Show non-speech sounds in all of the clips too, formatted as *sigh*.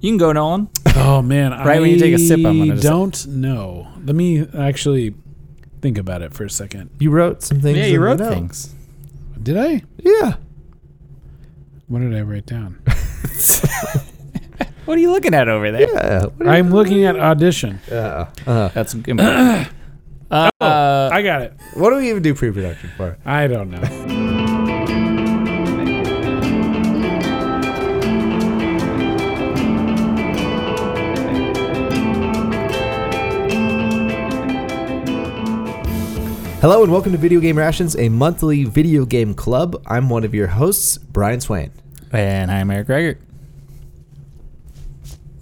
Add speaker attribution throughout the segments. Speaker 1: You can go, Nolan.
Speaker 2: Oh man!
Speaker 1: Right when you take a sip, I'm gonna
Speaker 2: I
Speaker 1: just-
Speaker 2: don't know. Let me actually think about it for a second.
Speaker 3: You wrote some things.
Speaker 1: Yeah, you
Speaker 3: in the
Speaker 1: wrote
Speaker 3: note.
Speaker 1: things.
Speaker 2: Did I?
Speaker 3: Yeah.
Speaker 2: What did I
Speaker 1: *laughs*
Speaker 2: write down?
Speaker 1: What are you looking at over there?
Speaker 3: Yeah. What
Speaker 2: I'm looking at audition.
Speaker 3: do you- uh, uh.
Speaker 1: That's important. *clears throat*
Speaker 2: Oh.
Speaker 1: uh,
Speaker 2: I got it.
Speaker 3: What do we even do pre-production for?
Speaker 2: I don't know.
Speaker 3: Hello and welcome to Video Game Rations, a monthly video game club. I'm one of your hosts, Brian Swain.
Speaker 1: and I'm Eric Greger.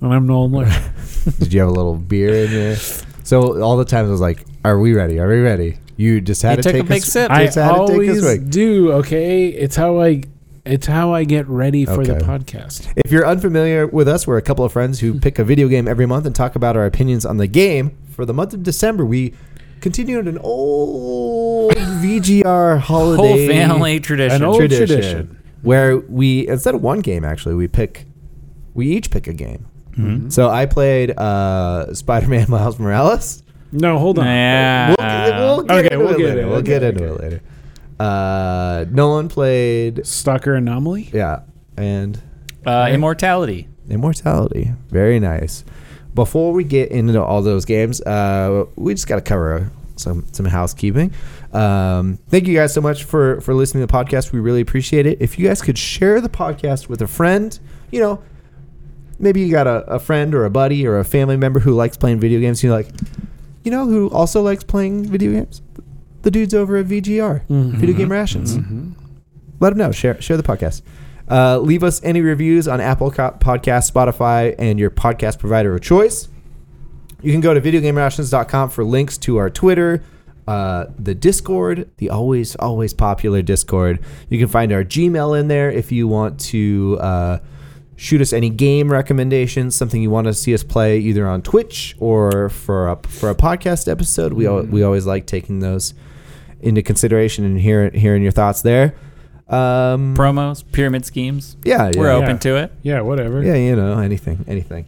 Speaker 2: And I'm
Speaker 1: *laughs*
Speaker 2: Nolan. Lawyer.
Speaker 3: Did you have a little beer in there? So all the times I was like, "Are we ready? Are we ready?" You just
Speaker 1: You
Speaker 3: had to
Speaker 1: took
Speaker 3: take
Speaker 1: a big
Speaker 3: s-
Speaker 1: sip.
Speaker 2: I
Speaker 3: just had to take a
Speaker 2: always
Speaker 3: swig.
Speaker 2: do. Okay, it's how I. It's how I get ready for the
Speaker 3: Okay.
Speaker 2: podcast.
Speaker 3: If you're unfamiliar with us, we're a couple of friends who pick a video game every month and talk about our opinions on the game. For the month of December, we continued an old VGR holiday
Speaker 1: Whole family tradition.
Speaker 2: An old-
Speaker 3: tradition,
Speaker 2: tradition.
Speaker 3: where we instead of one game actually we pick we each pick a game.
Speaker 2: Mm-hmm.
Speaker 3: So I played uh, Spider-Man *laughs* Miles Morales.
Speaker 2: No, hold on.
Speaker 1: yeah.
Speaker 3: we'll, we'll get
Speaker 2: Ah. Okay,
Speaker 3: into
Speaker 2: we'll
Speaker 3: it
Speaker 2: get
Speaker 3: later.
Speaker 2: it.
Speaker 3: We'll
Speaker 2: Okay,
Speaker 3: get into
Speaker 2: okay.
Speaker 3: it later. Uh, Nolan played
Speaker 2: Stalker anomaly.
Speaker 3: yeah and
Speaker 1: uh, immortality.
Speaker 3: Immortality. Very nice. Before we get into all those games, uh, we just got to cover some some housekeeping. Um, thank you guys so much for for listening to the podcast. We really appreciate it. If you guys could share the podcast with a friend, you know, maybe you got a, a friend or a buddy or a family member who likes playing video games. You're like, you know, who also likes playing video games. The dudes over at VGR, Video Game Rations let them know. Share share the podcast. Uh, leave us any reviews on Apple Co- Podcast, Spotify, and your podcast provider of choice. You can go to videogamerations.com for links to our Twitter, uh, the Discord, the always, always popular Discord. You can find our Gmail in there if you want to uh, shoot us any game recommendations, something you want to see us play either on Twitch or for a, for a podcast episode. We, al- we always like taking those into consideration and hear, hearing your thoughts there. Um,
Speaker 1: Promos, pyramid schemes.
Speaker 3: yeah, yeah,
Speaker 1: We're
Speaker 3: yeah.
Speaker 1: open
Speaker 2: Yeah.
Speaker 1: to it.
Speaker 2: Yeah, whatever.
Speaker 3: Yeah, you know, anything, anything.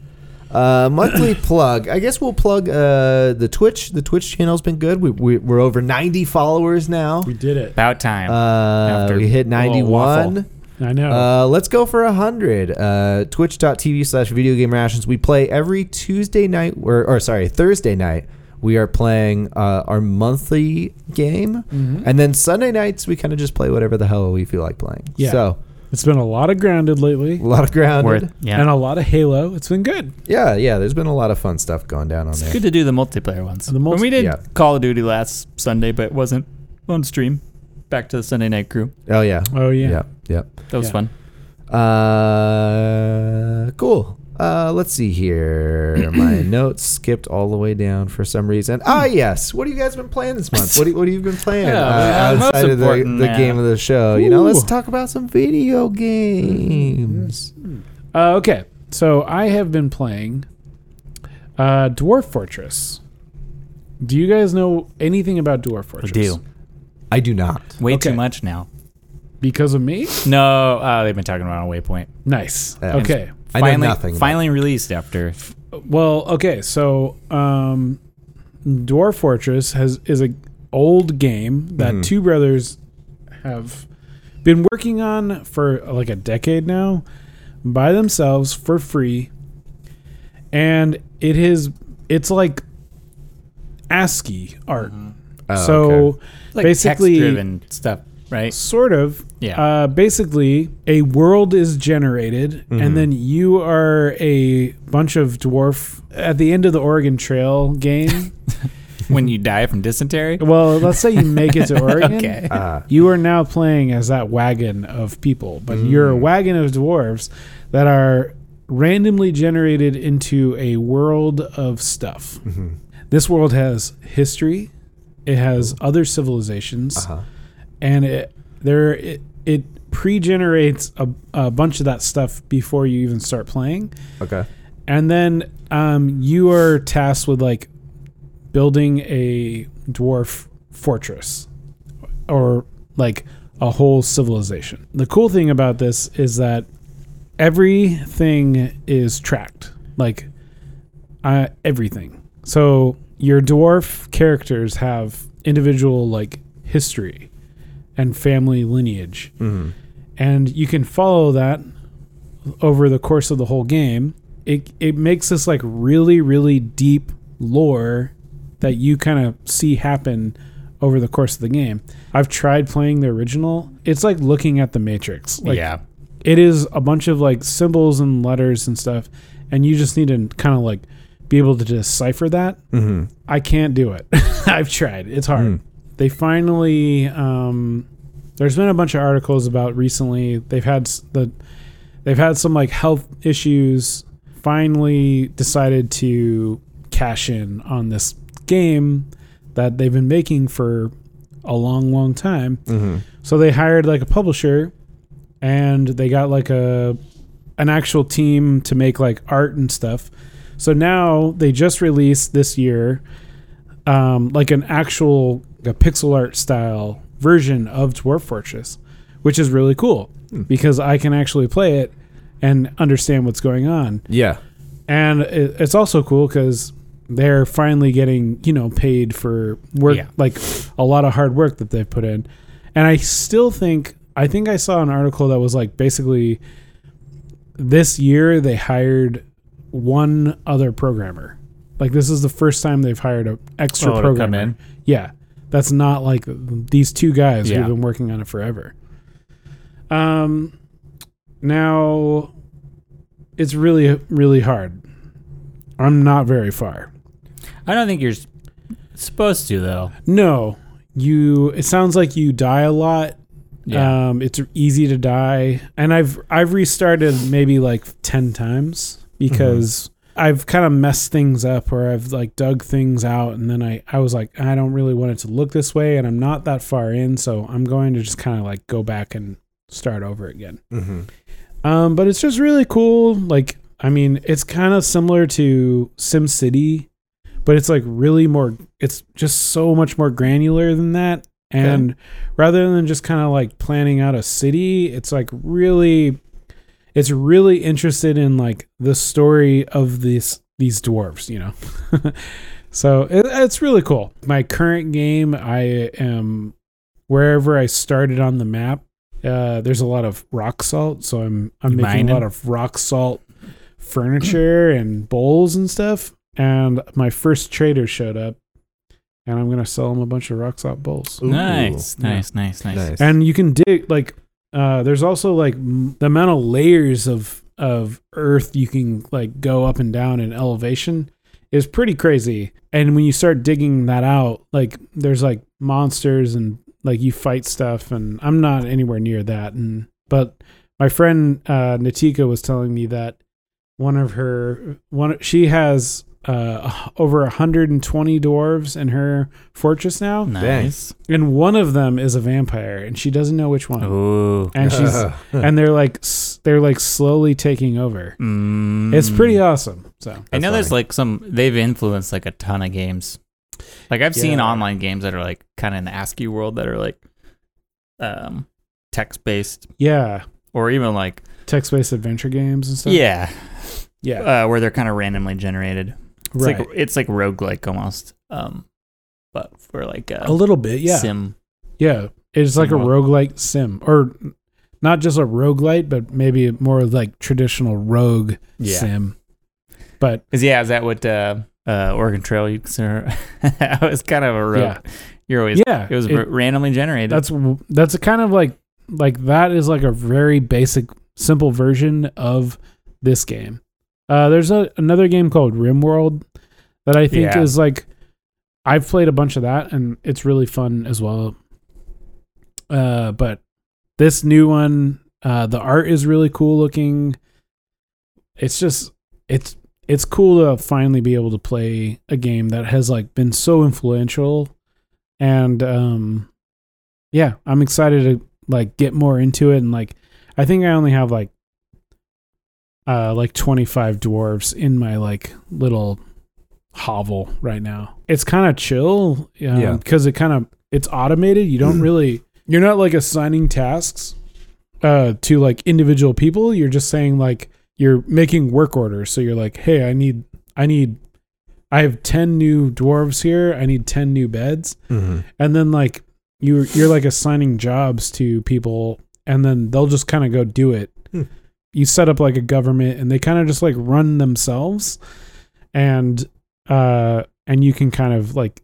Speaker 3: Uh,
Speaker 1: *coughs*
Speaker 3: monthly plug. I guess we'll plug uh, the Twitch. The Twitch channel's been good. We, we, we're over 90 followers now.
Speaker 2: We did it.
Speaker 1: About time.
Speaker 3: Uh,
Speaker 1: After
Speaker 3: we hit
Speaker 1: a little waffle. Oh.
Speaker 3: 91.
Speaker 2: I know.
Speaker 3: Uh, let's go for 100. Uh, Twitch.tv slash video game rations. We play every Tuesday night, or, or sorry, Thursday night. We are playing uh, our monthly game.
Speaker 1: Mm-hmm.
Speaker 3: And then Sunday nights, we kind of just play whatever the hell we feel like playing.
Speaker 2: Yeah.
Speaker 3: So,
Speaker 2: it's been a lot of grounded lately,
Speaker 3: a lot of ground.
Speaker 1: Worth. Yeah.
Speaker 2: and a lot of Halo. It's been good.
Speaker 3: Yeah, yeah. There's been a lot of fun stuff going down on there.
Speaker 1: It's good to do the multiplayer ones.
Speaker 2: The
Speaker 1: when
Speaker 2: multi-
Speaker 1: we did
Speaker 3: yeah.
Speaker 1: Call of Duty last Sunday, but it wasn't on stream. Back to the Sunday night crew.
Speaker 3: Oh yeah.
Speaker 2: Oh yeah.
Speaker 3: Yeah. Yeah.
Speaker 1: That was
Speaker 2: Yeah.
Speaker 1: fun.
Speaker 3: Uh, cool. Uh, let's see here. My notes skipped all the way down for some reason. Ah, yes. What have you guys been playing this month? What, do, what have you been playing
Speaker 1: Yeah,
Speaker 3: uh,
Speaker 1: man, most
Speaker 3: outside of the,
Speaker 1: important,
Speaker 3: the
Speaker 1: man.
Speaker 3: game of the show? You know, let's
Speaker 2: Ooh.
Speaker 3: talk about some video games.
Speaker 2: Uh, okay, so I have been playing uh, Dwarf Fortress. Do you guys know anything about Dwarf Fortress?
Speaker 3: I do not.
Speaker 1: Way too
Speaker 2: Okay.
Speaker 1: much now.
Speaker 2: Because of me?
Speaker 1: No, uh, they've been talking about it on Waypoint.
Speaker 2: Nice.
Speaker 3: Yeah.
Speaker 2: Okay.
Speaker 3: I know
Speaker 1: finally,
Speaker 3: nothing. about
Speaker 1: Finally released after.
Speaker 2: Well, okay, so um, Dwarf Fortress has is a old game
Speaker 3: Mm-hmm.
Speaker 2: that two brothers have been working on for like a decade now by themselves for free. And it is it's like ASCII art.
Speaker 3: Oh,
Speaker 2: so
Speaker 3: okay.
Speaker 1: Like
Speaker 2: basically
Speaker 1: text-driven stuff, right?
Speaker 2: sort of
Speaker 1: Yeah.
Speaker 2: uh, basically a world is generated and then you are a bunch of dwarf at the end of the oregon trail game
Speaker 1: when you die from dysentery.
Speaker 2: well let's say you make it to oregon
Speaker 1: Okay.
Speaker 2: you are now playing as that wagon of people but you're a wagon of dwarves that are randomly generated into a world of stuff this world has history it has other civilizations and it there it, it pre-generates a, a bunch of that stuff before you even start playing
Speaker 3: Okay.
Speaker 2: and then um, you are tasked with like building a dwarf fortress or like a whole civilization the cool thing about this is that everything is tracked. Like uh, everything. So your dwarf characters have individual like history and family lineage, and you can follow that over the course of the whole game. It it makes this like really really deep lore that you kind of see happen over the course of the game. I've tried playing the original. It's like looking at the Matrix. *laughs* Like,
Speaker 3: yeah.
Speaker 2: it is a bunch of like symbols and letters and stuff and you just need to kind of like be able to decipher that
Speaker 3: Mm-hmm.
Speaker 2: i can't do it *laughs* i've tried it's hard
Speaker 3: Mm.
Speaker 2: they finally um there's been a bunch of articles about recently they've had s- the they've had some like health issues finally decided to cash in on this game that they've been making for a long long time
Speaker 3: Mm-hmm.
Speaker 2: so they hired like a publisher and they got like a an actual team to make like art and stuff. So now they just released this year um, like an actual a pixel art style version of Dwarf Fortress, which is really cool because I can actually play it and understand what's going on.
Speaker 3: Yeah.
Speaker 2: And it, it's also cool because they're finally getting, you know, paid for work,
Speaker 3: Yeah.
Speaker 2: like a lot of hard work that they've put in. And I still think, I think I saw an article that was like basically this year they hired one other programmer. Like this is the first time they've hired an extra
Speaker 1: Oh, to come
Speaker 2: programmer.
Speaker 1: in?
Speaker 2: Yeah. That's not like these two guys
Speaker 1: Yeah.
Speaker 2: who've been working on it forever. Um, now it's really really hard. I'm not very far.
Speaker 4: I don't think you're s- supposed to though.
Speaker 2: No, you. It sounds like you die a lot.
Speaker 4: Yeah.
Speaker 2: Um, it's easy to die, and I've I've restarted maybe like ten times because I've kind of messed things up, or I've like dug things out, and then I I was like I don't really want it to look this way, and I'm not that far in, so I'm going to just kind of like go back and start over again.
Speaker 3: Mm-hmm.
Speaker 2: Um, but it's just really cool. Like, I mean, it's kind of similar to Sim City, but it's like really more. It's just so much more granular than that. And rather than just kind of like planning out a city, it's like really, it's really interested in like the story of these these dwarves, you know. *laughs* so it, it's really cool. My current game, I am wherever I started on the map. Uh, there's a lot of rock salt, so I'm I'm
Speaker 4: You
Speaker 2: making
Speaker 4: mining?
Speaker 2: a lot of rock salt
Speaker 4: *clears throat*
Speaker 2: furniture and bowls and stuff. And my first trader showed up, and I'm gonna sell him a bunch of rock salt bowls.
Speaker 4: Nice,
Speaker 2: Yeah.
Speaker 4: nice, nice, nice,
Speaker 3: Nice.
Speaker 2: And you can dig like uh, there's also like m- the amount of layers of of earth you can like go up and down in elevation is pretty crazy. And when you start digging that out, like there's like monsters and like you fight stuff and I'm not anywhere near that and but my friend uh Natika was telling me that one of her one she has uh over 120 dwarves in her fortress now
Speaker 4: Oh, nice.
Speaker 2: and one of them is a vampire and she doesn't know which one
Speaker 4: Ooh, *laughs*
Speaker 2: and
Speaker 3: *laughs*
Speaker 2: she's
Speaker 3: and
Speaker 2: and they're like s- they're like slowly taking over
Speaker 4: Mm.
Speaker 2: it's pretty awesome so
Speaker 4: I know
Speaker 3: That's
Speaker 4: there's like some they've influenced like a ton of games. Like I've seen
Speaker 3: Yeah.
Speaker 4: online games that are like kind of in the ASCII world that are like um text based
Speaker 2: yeah
Speaker 4: or even like
Speaker 2: text-based adventure games and stuff
Speaker 4: yeah,
Speaker 2: yeah
Speaker 4: uh, where they're kind of randomly generated. It's
Speaker 2: right
Speaker 4: like it's like roguelike almost. Um but for like uh, a,
Speaker 2: a little bit yeah
Speaker 4: sim.
Speaker 2: yeah it's like a
Speaker 4: Somewhat.
Speaker 2: roguelite sim or not just a roguelite but maybe more like traditional rogue
Speaker 4: Yeah.
Speaker 2: sim but
Speaker 4: Cuz yeah, is that what uh uh Oregon Trail you consider? *laughs* I was kind of a rogue.
Speaker 2: yeah
Speaker 4: You're always
Speaker 2: yeah
Speaker 4: it was
Speaker 2: it-
Speaker 4: r- randomly generated.
Speaker 2: that's w- that's a kind of like like that is like a very basic simple version of this game uh there's a, another game called rimworld that i think
Speaker 4: Yeah.
Speaker 2: is like i've played a bunch of that and it's really fun as well uh but this new one uh the art is really cool looking it's just it's it's cool to finally be able to play a game that has like been so influential and um yeah i'm excited to like get more into it and like i think i only have like uh like 25 dwarves in my like little hovel right now it's kind of chill um,
Speaker 3: Yeah.
Speaker 2: because it kind of it's automated you don't really you're not like assigning tasks uh, to like individual people. You're just saying like you're making work orders. So you're like, hey, I need, I need, I have ten new dwarves here. I need ten new beds,
Speaker 3: Mm-hmm.
Speaker 2: and then like you, you're like assigning jobs to people, and then they'll just kind of go do it.
Speaker 3: Hmm.
Speaker 2: You set up like a government, and they kind of just like run themselves, and uh, and you can kind of like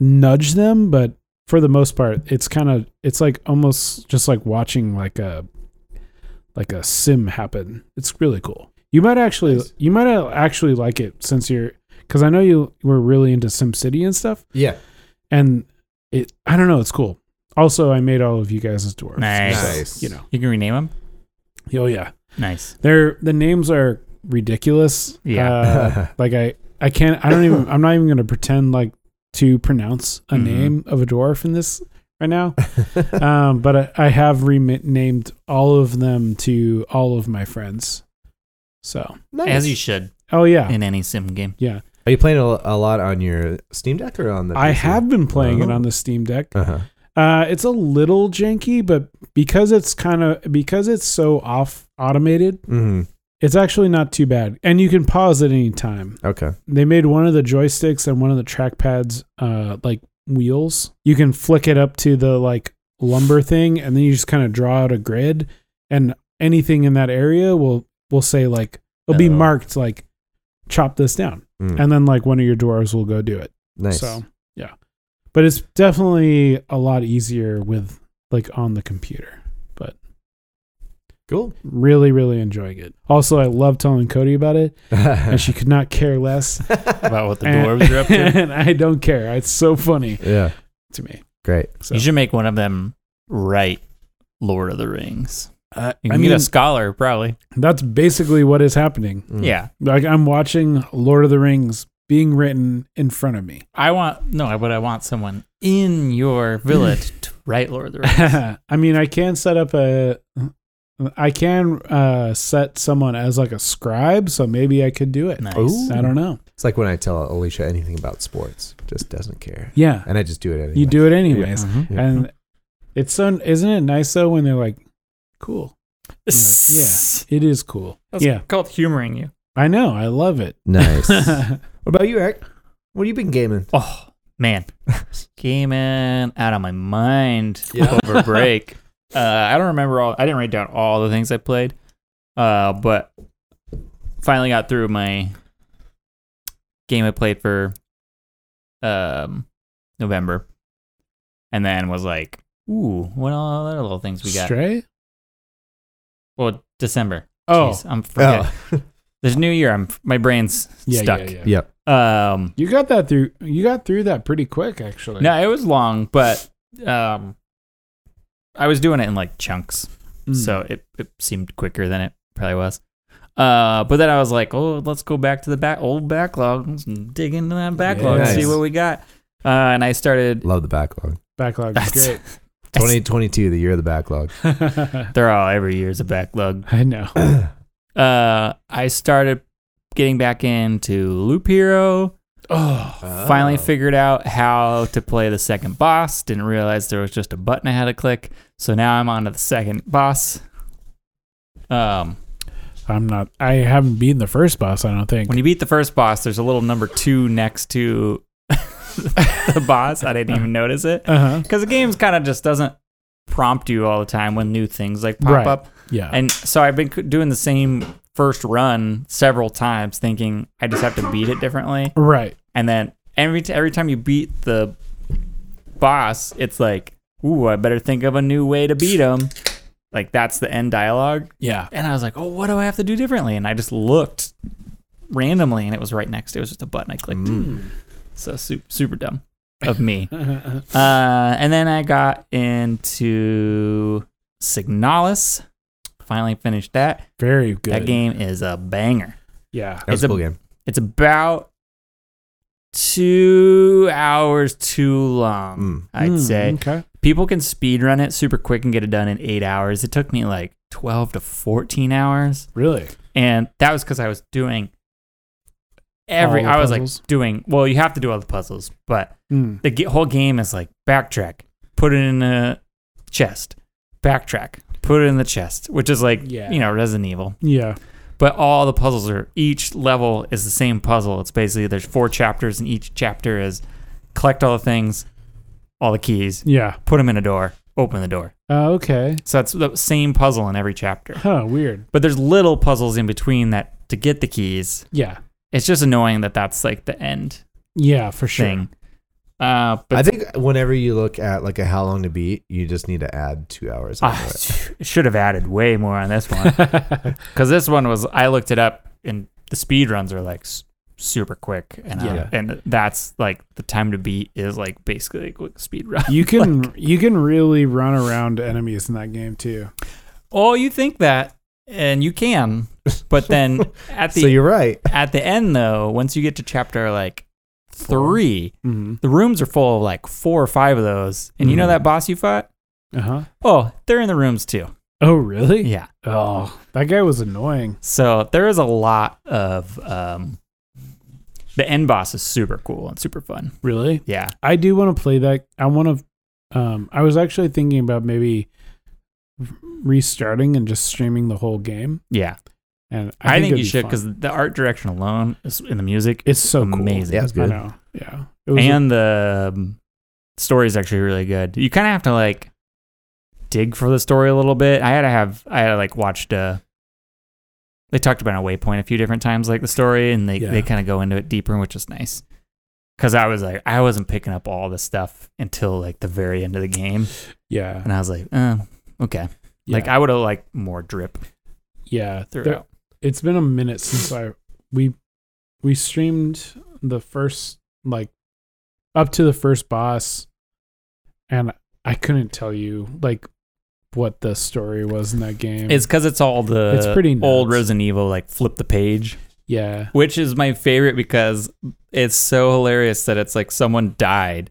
Speaker 2: nudge them, but for the most part, it's kind of it's like almost just like watching like a like a sim happen. It's really cool. You might actually
Speaker 3: Nice.
Speaker 2: you might actually like it since you're because I know you were really into SimCity and stuff,
Speaker 3: Yeah.
Speaker 2: and it I don't know, it's cool. Also, I made all of you guys as dwarves.
Speaker 4: Nice.
Speaker 3: Nice.
Speaker 2: You know,
Speaker 4: You can rename them.
Speaker 2: oh yeah,
Speaker 4: Nice.
Speaker 2: they're the names are ridiculous.
Speaker 4: Yeah.
Speaker 2: Uh, like I I can't I don't even I'm not even gonna pretend like to pronounce a
Speaker 4: Mhm.
Speaker 2: name of a dwarf in this right now. *laughs* um, but I, I have renamed all of them to all of my friends. So,
Speaker 3: *laughs* nice.
Speaker 4: As you should
Speaker 2: oh yeah,
Speaker 4: in any sim game.
Speaker 2: yeah.
Speaker 3: Are you playing a, a lot on your Steam Deck or on the?
Speaker 2: I
Speaker 3: PC?
Speaker 2: have been playing it
Speaker 3: Oh.
Speaker 2: on the Steam Deck.
Speaker 3: Uh-huh.
Speaker 2: Uh, it's a little janky, but because it's kind of because it's so off automated,
Speaker 3: hmm
Speaker 2: it's actually not too bad. And you can pause at any time.
Speaker 3: Okay.
Speaker 2: They made one of the joysticks and one of the trackpads uh, like wheels. You can flick it up to the like lumber thing, and then you just kind of draw out a grid, and anything in that area will will say like will be
Speaker 4: Oh.
Speaker 2: marked like chop this down,
Speaker 3: Mm.
Speaker 2: and then like one of your dwarves will go do it.
Speaker 3: Nice.
Speaker 2: So yeah, but it's definitely a lot easier with like on the computer. But
Speaker 3: Cool. *laughs*
Speaker 2: really, really enjoying it. Also, I love telling Cody about it, and she could not care less.
Speaker 4: About *laughs* what the
Speaker 2: And-
Speaker 4: dwarves are up to.
Speaker 2: *laughs* and I don't care. It's so funny
Speaker 3: yeah.
Speaker 2: to me.
Speaker 3: Great.
Speaker 2: So
Speaker 4: You should make one of them write Lord of the Rings.
Speaker 2: uh,
Speaker 4: You
Speaker 2: I
Speaker 4: can get
Speaker 2: mean,
Speaker 4: a scholar, probably.
Speaker 2: that's basically what is happening.
Speaker 3: Mm.
Speaker 4: Yeah.
Speaker 2: Like I'm watching Lord of the Rings being written in front of me. *laughs*
Speaker 4: I want no, but I want someone in your *laughs* village to write Lord of the Rings.
Speaker 2: I mean, I can set up a. I can uh, set someone as like a scribe, so maybe I could do it.
Speaker 4: Nice.
Speaker 3: Ooh.
Speaker 2: I don't know.
Speaker 3: It's like when I tell Alicia anything about sports, just doesn't care,
Speaker 2: Yeah,
Speaker 3: and I just do it anyway.
Speaker 2: you do it anyways,
Speaker 4: Mhm.
Speaker 3: Yeah.
Speaker 2: and it's so. Isn't it nice though when they're like, "Cool, Yeah. it is cool."
Speaker 4: That's
Speaker 2: yeah,
Speaker 4: called humoring you.
Speaker 2: I know. I love it.
Speaker 3: Nice. what
Speaker 2: *laughs*
Speaker 3: about you, Eric? What have you been gaming?
Speaker 4: Oh man, came in out of my mind
Speaker 3: Yeah.
Speaker 4: *laughs* over break. Uh, I don't remember all. I didn't write down all the things I played, uh, but finally got through my game I played for um, November, and then was like, "Ooh, what all other little things we got?"
Speaker 2: Stray.
Speaker 4: Well, December.
Speaker 2: Oh,
Speaker 4: Jeez, I'm forget- This new year, I'm my brain's
Speaker 2: yeah,
Speaker 4: stuck.
Speaker 2: yeah, yeah.
Speaker 3: yep.
Speaker 4: Um,
Speaker 2: You got that through. You got through that pretty quick, actually.
Speaker 4: No, it was long, but um, I was doing it in like chunks,
Speaker 2: Mm.
Speaker 4: so it, it seemed quicker than it probably was. Uh, but then I was like, oh, let's go back to the back old backlog, Let's dig into that backlog, and see
Speaker 3: Yes.
Speaker 4: what we got. Uh, and I started.
Speaker 3: Love the backlog.
Speaker 2: backlog is
Speaker 4: That's-
Speaker 2: great.
Speaker 3: Twenty twenty two, the year of the backlog.
Speaker 4: *laughs* They're all every year's a backlog.
Speaker 2: *laughs* I know.
Speaker 3: *clears throat*
Speaker 4: Uh, I started getting back into Loop Hero.
Speaker 2: Oh,
Speaker 4: Finally figured out how to play the second boss. Didn't realize there was just a button I had to click. So now I'm on to the second boss. Um,
Speaker 2: I'm not. I haven't beaten the first boss. I don't think.
Speaker 4: when you beat the first boss, there's a little number two next to *laughs* the boss. I didn't even notice it
Speaker 2: Uh huh.
Speaker 4: because the game's kind of just doesn't prompt you all the time when new things like pop
Speaker 2: Right.
Speaker 4: up.
Speaker 2: Yeah.
Speaker 4: And so I've been c- doing the same first run several times, thinking I just have to beat it differently.
Speaker 2: right.
Speaker 4: And then every t- every time you beat the boss, it's like, ooh, I better think of a new way to beat him. Like that's the end dialogue.
Speaker 2: Yeah.
Speaker 4: And I was like, oh, what do I have to do differently? And I just looked randomly, and it was right next. It was just a button I clicked.
Speaker 2: Mm.
Speaker 4: So su- super dumb of me. uh, and then I got into Signalis. Finally finished that.
Speaker 2: *laughs* Very good.
Speaker 4: That game is a banger.
Speaker 2: Yeah.
Speaker 3: That was a
Speaker 4: It's a-
Speaker 3: cool game.
Speaker 4: It's about two hours too long,
Speaker 3: Mm.
Speaker 4: I'd
Speaker 2: Mm,
Speaker 4: say.
Speaker 2: Okay.
Speaker 4: People can speed run it super quick and get it done in eight hours. It took me like 12 to 14 hours.
Speaker 2: Really.
Speaker 4: And that was because I was doing every,
Speaker 2: All the
Speaker 4: I was
Speaker 2: puzzles?
Speaker 4: like doing, well, you have to do all the puzzles, but
Speaker 2: Mm.
Speaker 4: the ge- whole game is like backtrack, put it in a chest, backtrack, put it in the chest, which is like
Speaker 2: Yeah.
Speaker 4: you know Resident Evil.
Speaker 2: Yeah.
Speaker 4: But all the puzzles are each level is the same puzzle. It's basically there's four chapters, and each chapter is collect all the things, all the keys,
Speaker 2: Yeah.
Speaker 4: put them in a door, open the door.
Speaker 2: Uh, okay.
Speaker 4: So that's the same puzzle in every chapter.
Speaker 2: Huh. Weird.
Speaker 4: But there's little puzzles in between that to get the keys.
Speaker 2: Yeah.
Speaker 4: It's just annoying that that's like the end
Speaker 2: Yeah. For sure.
Speaker 4: thing. Uh, but
Speaker 3: I think whenever you look at like a how long to beat, you just need to add two hours.
Speaker 4: Ah,
Speaker 3: onto it.
Speaker 4: should have added way more on this one because this one was I looked it up and the speed runs are like s- super quick and uh,
Speaker 3: Yeah.
Speaker 4: and that's like the time to beat is like basically a quick speed run.
Speaker 2: *laughs* You can you can really run around enemies in that game too.
Speaker 4: *laughs* Oh, you think that and you can, but *laughs* then at the
Speaker 3: so you're right.
Speaker 4: at the end though, once you get to chapter like three,
Speaker 2: Mm-hmm.
Speaker 4: the rooms are full of like four or five of those, and you know
Speaker 2: Mhm.
Speaker 4: that boss you fought.
Speaker 2: Uh huh.
Speaker 4: Oh, they're in the rooms too.
Speaker 2: Oh really?
Speaker 4: Yeah.
Speaker 2: Oh, that guy was annoying.
Speaker 4: So there is a lot of um the end boss is super cool and super fun.
Speaker 2: Really?
Speaker 4: Yeah.
Speaker 2: I do want to play that. I want to. Um, I was actually thinking about maybe restarting and just streaming the whole game.
Speaker 4: Yeah.
Speaker 2: And I,
Speaker 4: I, think,
Speaker 2: it'd
Speaker 4: you
Speaker 2: be
Speaker 4: should
Speaker 2: fun.
Speaker 4: because the art direction alone is in the music
Speaker 2: it's so
Speaker 4: amazing.
Speaker 3: Yeah, it's
Speaker 2: Cool. I
Speaker 3: good.
Speaker 2: know. Yeah. It was
Speaker 4: and the um, story is actually really good. You kind of have to like dig for the story a little bit. I had to have I had to like watched uh they talked about a waypoint a few different times like the story and they
Speaker 2: Yeah.
Speaker 4: they kind of go into it deeper which is nice. Cuz I was like I wasn't picking up all this stuff until like the very end of the game
Speaker 2: yeah.
Speaker 4: and I was like, uh, okay. Like
Speaker 2: yeah,
Speaker 4: I would have liked more drip
Speaker 2: yeah. There-
Speaker 4: throughout.
Speaker 2: it's been a minute since I we we streamed the first like up to the first boss, and I couldn't tell you like what the story was in that game.
Speaker 4: It's because it's all the
Speaker 2: It's pretty
Speaker 4: old
Speaker 2: nuts.
Speaker 4: Resident Evil like flip the page,
Speaker 2: yeah.
Speaker 4: which is my favorite because it's so hilarious that it's like someone died.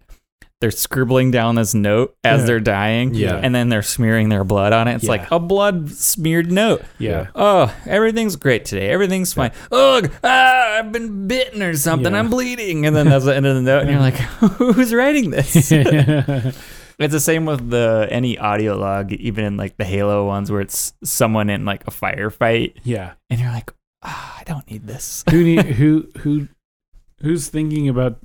Speaker 4: They're scribbling down this note as
Speaker 2: Yeah.
Speaker 4: they're dying,
Speaker 2: Yeah.
Speaker 4: and then they're smearing their blood on it. It's like
Speaker 2: Yeah.
Speaker 4: a blood smeared note.
Speaker 2: Yeah.
Speaker 4: Oh, everything's great today. Everything's fine. Ugh, ah, I've been bitten or something.
Speaker 2: Yeah.
Speaker 4: I'm bleeding, and then that's the end of the note, and you're like, *laughs* who's writing
Speaker 2: *laughs*
Speaker 4: this? It's the same with the any audio log, even in like the Halo ones, where it's someone in like a firefight,
Speaker 2: yeah.
Speaker 4: and you're like, ah, I don't need this.
Speaker 2: Who need,
Speaker 4: *laughs*
Speaker 2: who who who's thinking about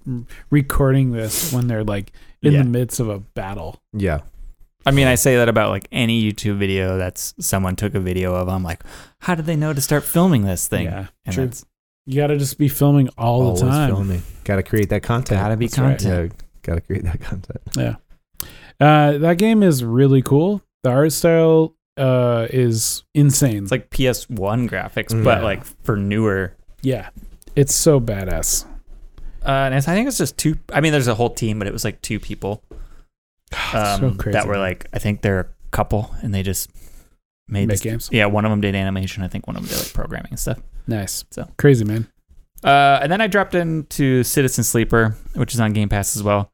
Speaker 2: recording this when they're like in
Speaker 4: Yeah.
Speaker 2: the midst of a battle?
Speaker 3: Yeah.
Speaker 4: I mean, I say that about like any YouTube video that's someone took a video of. I'm like, how did they know to start filming this thing?
Speaker 2: Yeah.
Speaker 4: and
Speaker 2: true.
Speaker 4: that's
Speaker 2: You got to just be filming all
Speaker 3: Always
Speaker 2: the time.
Speaker 3: filming. Gotta create that content.
Speaker 4: gotta be
Speaker 2: That's right.
Speaker 4: content.
Speaker 3: Yeah, gotta create that content.
Speaker 2: Uh, that game is really cool. The art style uh, is insane.
Speaker 4: It's like PS1 graphics,
Speaker 3: Yeah.
Speaker 4: but like for newer.
Speaker 2: yeah, it's so badass.
Speaker 4: Uh, and it's, I think it's just two. I mean, there's a whole team, but it was like two
Speaker 2: *sighs*
Speaker 4: people um,
Speaker 2: so crazy.
Speaker 4: that were like, I think they're a couple, and they just made
Speaker 2: Make
Speaker 4: this
Speaker 2: games.
Speaker 4: Yeah, one of them did animation. I think one of them did like programming and stuff.
Speaker 2: Nice.
Speaker 4: So.
Speaker 2: Crazy man.
Speaker 4: Uh, and then I dropped into Citizen Sleeper, which is on Game Pass as well.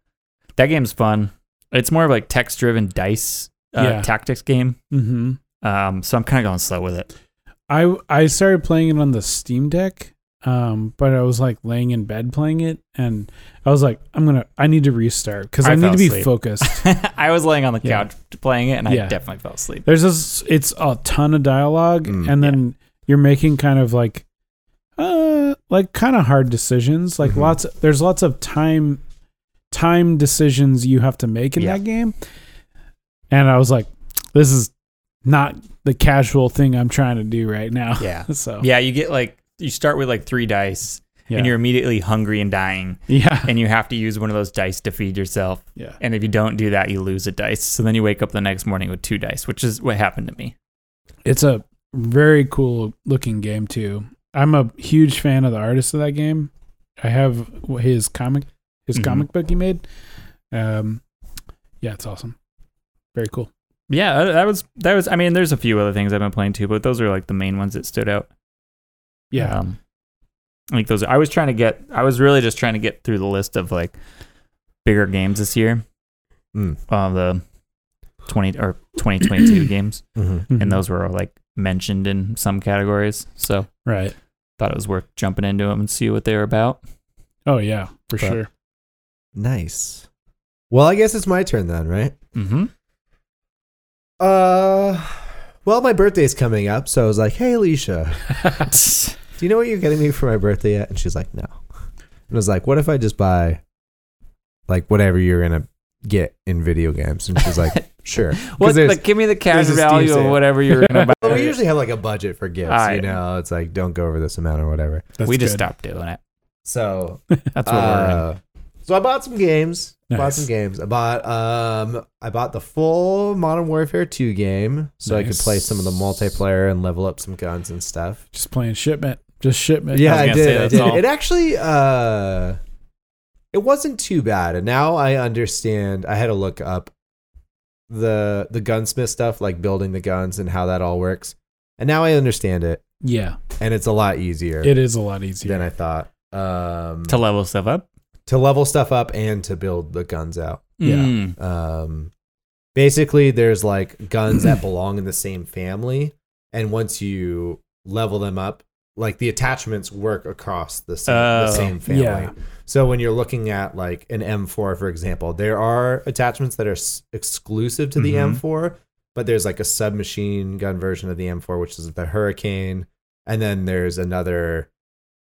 Speaker 4: That game's fun. It's more of like text-driven dice uh,
Speaker 2: Yeah.
Speaker 4: tactics game.
Speaker 2: Mm-hmm.
Speaker 4: Um, so I'm kind of going slow with it. *laughs*
Speaker 2: I I started playing it on the Steam Deck, um, but I was like laying in bed playing it, and I was like, I'm gonna, I need to restart because I,
Speaker 4: I
Speaker 2: need
Speaker 4: fell
Speaker 2: to be
Speaker 4: asleep.
Speaker 2: focused.
Speaker 4: I was laying on the
Speaker 2: Yeah.
Speaker 4: couch playing it, and
Speaker 2: Yeah.
Speaker 4: I definitely fell asleep.
Speaker 2: There's this, it's a ton of dialogue,
Speaker 3: Mm.
Speaker 2: and then you're making kind of like, uh, like kind of hard decisions. Like
Speaker 4: Mm-hmm.
Speaker 3: Mhm.
Speaker 2: lots, there's lots of time, time decisions you have to make in
Speaker 4: Yeah.
Speaker 2: that game. And I was like, this is not the casual thing I'm trying to do right now. *laughs*
Speaker 4: Yeah,
Speaker 2: so
Speaker 4: yeah. You get like you start with like three dice,
Speaker 2: yeah,
Speaker 4: and you're immediately hungry and dying,
Speaker 2: *laughs* yeah,
Speaker 4: and you have to use one of those dice to feed yourself.
Speaker 2: yeah.
Speaker 4: And if you don't do that, you lose a dice. So then you wake up the next morning with two dice, which is what happened to me.
Speaker 2: It's a very cool looking game too. I'm a huge fan of the artist of that game. I have his comic, his
Speaker 4: Mhm.
Speaker 2: comic book he made. Um, yeah, it's awesome. Very cool.
Speaker 4: Yeah, uh, that was that was. I mean, there's a few other things I've been playing too, but those are like the main ones that stood out.
Speaker 2: Yeah,
Speaker 4: um, like those. I was trying to get. I was really just trying to get through the list of like bigger games this year.
Speaker 3: Mm.
Speaker 4: Uh, the twenty or
Speaker 3: *clears throat*
Speaker 4: 2022 games,
Speaker 3: Mhm.
Speaker 2: Mhm.
Speaker 4: and those were like mentioned in some categories. So
Speaker 2: right.
Speaker 4: thought it was worth jumping into them and see what they were about.
Speaker 2: Oh yeah, for
Speaker 4: But-
Speaker 2: sure.
Speaker 3: Nice. Mm-hmm. *laughs* Well, I guess it's my turn then, right?
Speaker 4: Mm-hmm.
Speaker 3: Uh, Well, my birthday's coming up, so I was like, "Hey, Alicia, do you know what you're getting me for my birthday yet?" And she's like, "No." And I was like, "What if I just buy, like, whatever you're gonna get in video games?" And she's like,
Speaker 4: *laughs*
Speaker 3: "Sure." 'Cause
Speaker 4: *laughs* What,
Speaker 3: there's-
Speaker 4: like, uh, give me the cash
Speaker 3: there's a Steam
Speaker 4: value of
Speaker 3: sale.
Speaker 4: whatever you were
Speaker 3: *laughs*
Speaker 4: gonna buy.
Speaker 3: well, we usually have like a budget for gifts,
Speaker 4: Alright.
Speaker 3: you know. It's like don't go over this amount or whatever.
Speaker 2: That's
Speaker 4: we just
Speaker 2: good.
Speaker 4: stopped doing it.
Speaker 3: So
Speaker 4: That's what we're in.
Speaker 3: Uh, So I bought some games. Bought
Speaker 2: Nice.
Speaker 3: some games. I bought um I bought the full Modern Warfare 2 game so I could play some of the
Speaker 2: Nice.
Speaker 3: multiplayer and level up some guns and stuff.
Speaker 2: Just playing shipment. Just shipment. Oh,
Speaker 3: Yeah,
Speaker 4: was
Speaker 3: I,
Speaker 4: gonna say,
Speaker 3: did. I
Speaker 4: that's
Speaker 3: did.
Speaker 4: all.
Speaker 3: It actually uh it wasn't too bad. And now I understand. I had to look up the the gunsmith stuff like building the guns and how that all works. And now I understand it
Speaker 2: Yeah.
Speaker 3: and it's a lot easier
Speaker 2: It is a lot easier.
Speaker 3: than I thought. Um
Speaker 4: To level stuff up.
Speaker 3: to level stuff up and to build the guns out.
Speaker 2: Yeah.
Speaker 4: Mm.
Speaker 3: um basically there's like guns that belong in the same family and once you level them up like the attachments work across the same, the
Speaker 4: Oh.
Speaker 3: same family
Speaker 2: Yeah.
Speaker 3: so when you're looking at like an m4 for example there are attachments that are s- exclusive to the
Speaker 1: Mhm.
Speaker 3: m4 but there's like a submachine gun version of the m4 which is the hurricane and then there's another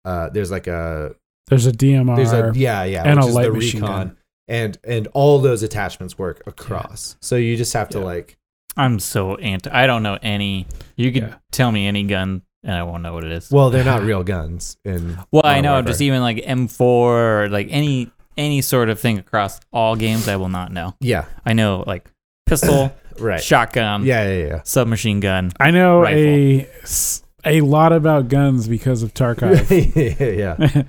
Speaker 3: uh there's like a
Speaker 2: There's a DMR.
Speaker 3: there's a yeah, yeah,
Speaker 2: and
Speaker 3: which
Speaker 2: a
Speaker 3: is
Speaker 2: light
Speaker 3: the
Speaker 2: machine
Speaker 3: recon,
Speaker 2: gun.
Speaker 3: and and all those attachments work across. So you just have to
Speaker 2: Yeah.
Speaker 3: like
Speaker 4: I'm so anti. I don't know any. You could
Speaker 2: Yeah.
Speaker 4: tell me any gun, and I won't know what it is.
Speaker 3: well, they're not real guns.
Speaker 2: *laughs*
Speaker 3: And
Speaker 4: Well, I know. Just even like M4 or like any any sort of thing across all games, I will not know.
Speaker 3: yeah,
Speaker 4: I know like pistol,
Speaker 3: right.
Speaker 4: shotgun,
Speaker 3: Yeah, yeah, yeah.
Speaker 4: submachine gun.
Speaker 2: I know a s a lot about guns because of
Speaker 3: *laughs*
Speaker 2: Tarkov.
Speaker 3: yeah,
Speaker 2: *laughs*
Speaker 3: yeah.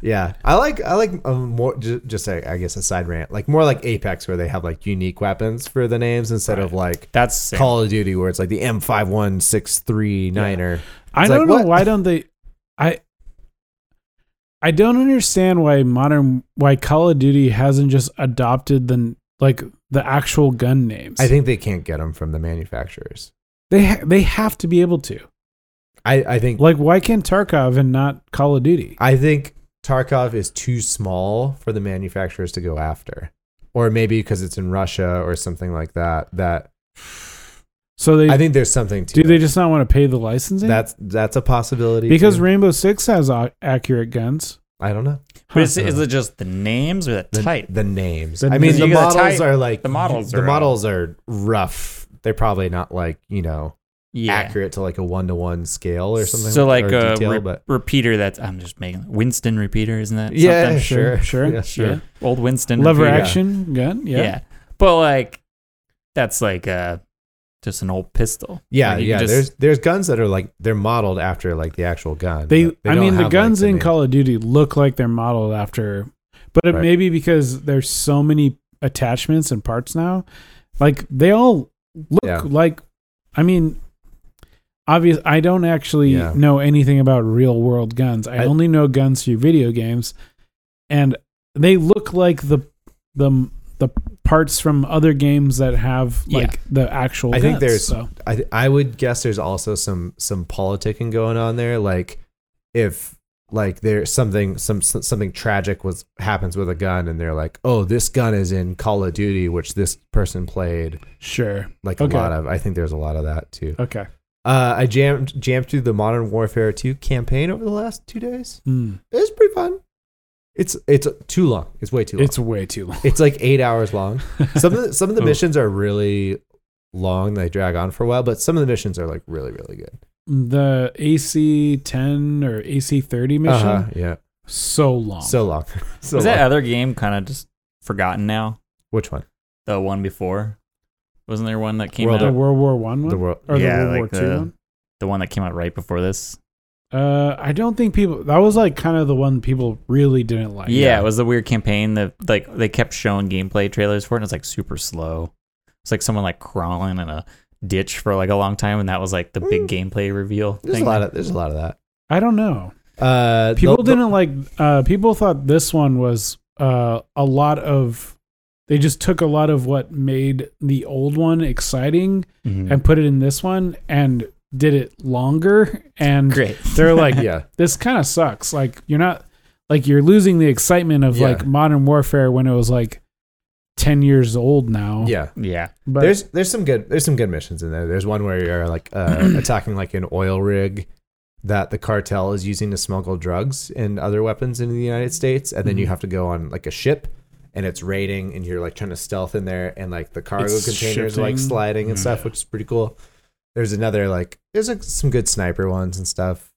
Speaker 3: Yeah. I like I like um, more ju- just a, I guess a side rant like more like Apex where they have like unique weapons for the names instead of like
Speaker 4: That's sick.
Speaker 3: Call of Duty where it's like the M five one six three nine or
Speaker 2: I
Speaker 3: It's
Speaker 2: don't
Speaker 3: like,
Speaker 2: know
Speaker 3: what?
Speaker 2: why don't they I I don't understand why modern why Call of Duty hasn't just adopted the like the actual gun names.
Speaker 3: I think they can't get them from the manufacturers.
Speaker 2: they ha- they have to be able to.
Speaker 3: I I think
Speaker 2: Like why can't Tarkov and not Call of Duty?
Speaker 3: I think Tarkov is too small for the manufacturers to go after, or maybe because it's in Russia or something like that. That
Speaker 2: So they
Speaker 3: I think there's something to
Speaker 2: do they
Speaker 3: it.
Speaker 2: just not want to pay the licensing?
Speaker 3: That's that's a possibility
Speaker 2: because
Speaker 3: too.
Speaker 2: Rainbow Six has au- accurate guns.
Speaker 3: I don't know
Speaker 4: But is, is it just the names or the,
Speaker 3: the,
Speaker 4: type?
Speaker 3: the names.
Speaker 2: The
Speaker 3: I mean,
Speaker 2: names.
Speaker 3: the
Speaker 4: You got
Speaker 3: models
Speaker 4: the type,
Speaker 3: are like
Speaker 4: the models
Speaker 3: The
Speaker 4: are- uh,
Speaker 3: models are rough. They're probably not like you know
Speaker 4: yeah.
Speaker 3: accurate to like a one to one scale or something.
Speaker 4: So like
Speaker 3: or
Speaker 4: a
Speaker 3: detail,
Speaker 4: re-
Speaker 3: but
Speaker 4: repeater. That's I'm just making Winston repeater, isn't that?
Speaker 3: yeah,
Speaker 4: something?
Speaker 3: sure, *laughs*
Speaker 2: sure,
Speaker 3: yeah, sure.
Speaker 2: yeah.
Speaker 4: Old Winston
Speaker 2: Lever
Speaker 4: repeater.
Speaker 2: action gun, yeah.
Speaker 4: Yeah. But like that's like uh just an old pistol.
Speaker 3: Yeah,
Speaker 4: Like, you can
Speaker 3: yeah.
Speaker 4: just-
Speaker 3: there's there's guns that are like they're modeled after like the actual gun.
Speaker 2: They,
Speaker 3: but
Speaker 2: I
Speaker 3: don't
Speaker 2: mean,
Speaker 3: have,
Speaker 2: the
Speaker 3: like,
Speaker 2: guns in
Speaker 3: name.
Speaker 2: Call of Duty look like they're modeled after, but it
Speaker 3: Right.
Speaker 2: may be because there's so many attachments and parts now. Like they all look
Speaker 3: Yeah.
Speaker 2: like, I mean, obvious. I don't actually
Speaker 3: Yeah.
Speaker 2: know anything about real world guns. I,
Speaker 3: I-
Speaker 2: only know guns through video games, and they look like the the the parts from other games that have
Speaker 4: Yeah.
Speaker 2: like the actual.
Speaker 3: I think
Speaker 2: guns,
Speaker 3: there's-
Speaker 2: so.
Speaker 3: I th- I would guess there's also some some politicking going on there. Like if like there's something some s- something tragic was happens with a gun, and they're like, oh, this gun is in Call of Duty, which this person played.
Speaker 2: sure.
Speaker 3: Like
Speaker 2: Okay.
Speaker 3: a lot of, I think there's a lot of that too.
Speaker 2: Okay.
Speaker 3: Uh, I jammed jammed through the Modern Warfare 2 campaign over the last two days.
Speaker 2: Hmm.
Speaker 3: It was pretty fun. It's it's too long. It's way too long.
Speaker 2: It's Oh. way too long.
Speaker 3: It's like eight hours
Speaker 2: *laughs*
Speaker 3: long. Some of the, some of the
Speaker 2: Oof.
Speaker 3: missions are really long. They drag on for a while, but some of the missions are like really really good.
Speaker 2: the AC 10 or AC 30 mission
Speaker 3: Uh-huh, yeah,
Speaker 2: so long.
Speaker 3: so long. *laughs* So
Speaker 4: Was
Speaker 3: long.
Speaker 4: that other game kind of just forgotten now?
Speaker 3: Which one?
Speaker 4: The one before? Wasn't there one that came
Speaker 3: World
Speaker 2: the
Speaker 4: out?
Speaker 2: World War 1 one
Speaker 3: The world.
Speaker 2: or
Speaker 4: Yeah,
Speaker 2: the World
Speaker 4: like
Speaker 2: War 2
Speaker 4: the-
Speaker 2: one?
Speaker 4: The one that came out right before this?
Speaker 2: Uh I don't think people that was like kind of the one people really didn't like.
Speaker 4: yeah, it was the weird campaign that like they kept showing gameplay trailers for it and it's like super slow. It's like someone like crawling in a ditch for like a long time and that was like the big gameplay reveal.
Speaker 3: Mm. There's a
Speaker 4: thing.
Speaker 3: lot of there's a lot of that.
Speaker 2: I don't know.
Speaker 3: Uh,
Speaker 2: People
Speaker 3: the- the-
Speaker 2: didn't like uh people thought this one was uh a lot of they just took a lot of what made the old one exciting
Speaker 4: Mhm.
Speaker 3: Mm.
Speaker 2: and put it in this one and did it longer and
Speaker 4: Great.
Speaker 2: they're like
Speaker 3: yeah,
Speaker 2: this kind of sucks. Like you're not like you're losing the excitement of
Speaker 3: Yeah.
Speaker 2: like modern warfare when it was like ten years old now.
Speaker 3: Yeah.
Speaker 4: Yeah.
Speaker 2: but
Speaker 3: there's there's some good there's some good missions in there. There's one where you're like
Speaker 2: *clears throat*
Speaker 3: uh, attacking like an oil rig that the cartel is using to smuggle drugs and other weapons into the United States, and then
Speaker 2: Mm-hmm.
Speaker 3: you have to go on like a ship and it's raiding and you're like trying to stealth in there and like the cargo
Speaker 1: It's
Speaker 3: containers are, like
Speaker 1: shifting.
Speaker 3: sliding
Speaker 2: Mm-hmm.
Speaker 3: and stuff, which is pretty cool. There's another like there's like some good sniper ones and stuff.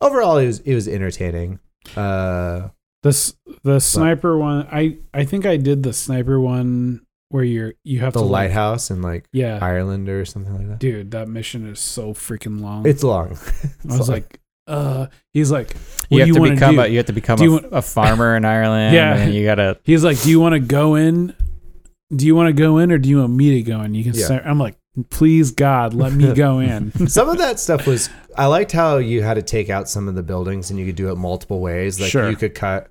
Speaker 3: Overall, it was it was entertaining. Uh,
Speaker 2: the s- the sniper one. I I think I did the sniper one where you're you have
Speaker 3: the
Speaker 2: to like-
Speaker 3: lighthouse in like
Speaker 2: yeah,
Speaker 3: Ireland or something like that.
Speaker 2: dude, that mission is so freaking long.
Speaker 3: It's long.
Speaker 2: I was like, uh, he's like,
Speaker 4: You
Speaker 2: What
Speaker 4: have
Speaker 2: do you
Speaker 4: to
Speaker 2: wanna
Speaker 4: become
Speaker 2: do?
Speaker 4: a you have to become
Speaker 2: Do
Speaker 4: a,
Speaker 2: you
Speaker 4: a farmer
Speaker 2: *laughs*
Speaker 4: in Ireland.
Speaker 2: Yeah.
Speaker 4: And you gotta
Speaker 2: he's like, do you want to go in? Do you want to go in or do you want me to go in? You can
Speaker 3: Yeah.
Speaker 2: start. I'm like, please God, let me
Speaker 4: *laughs*
Speaker 3: *laughs*
Speaker 2: go in.
Speaker 3: some of that stuff was I liked how you had to take out some of the buildings and you could do it multiple ways. Like
Speaker 2: Sure.
Speaker 3: you could cut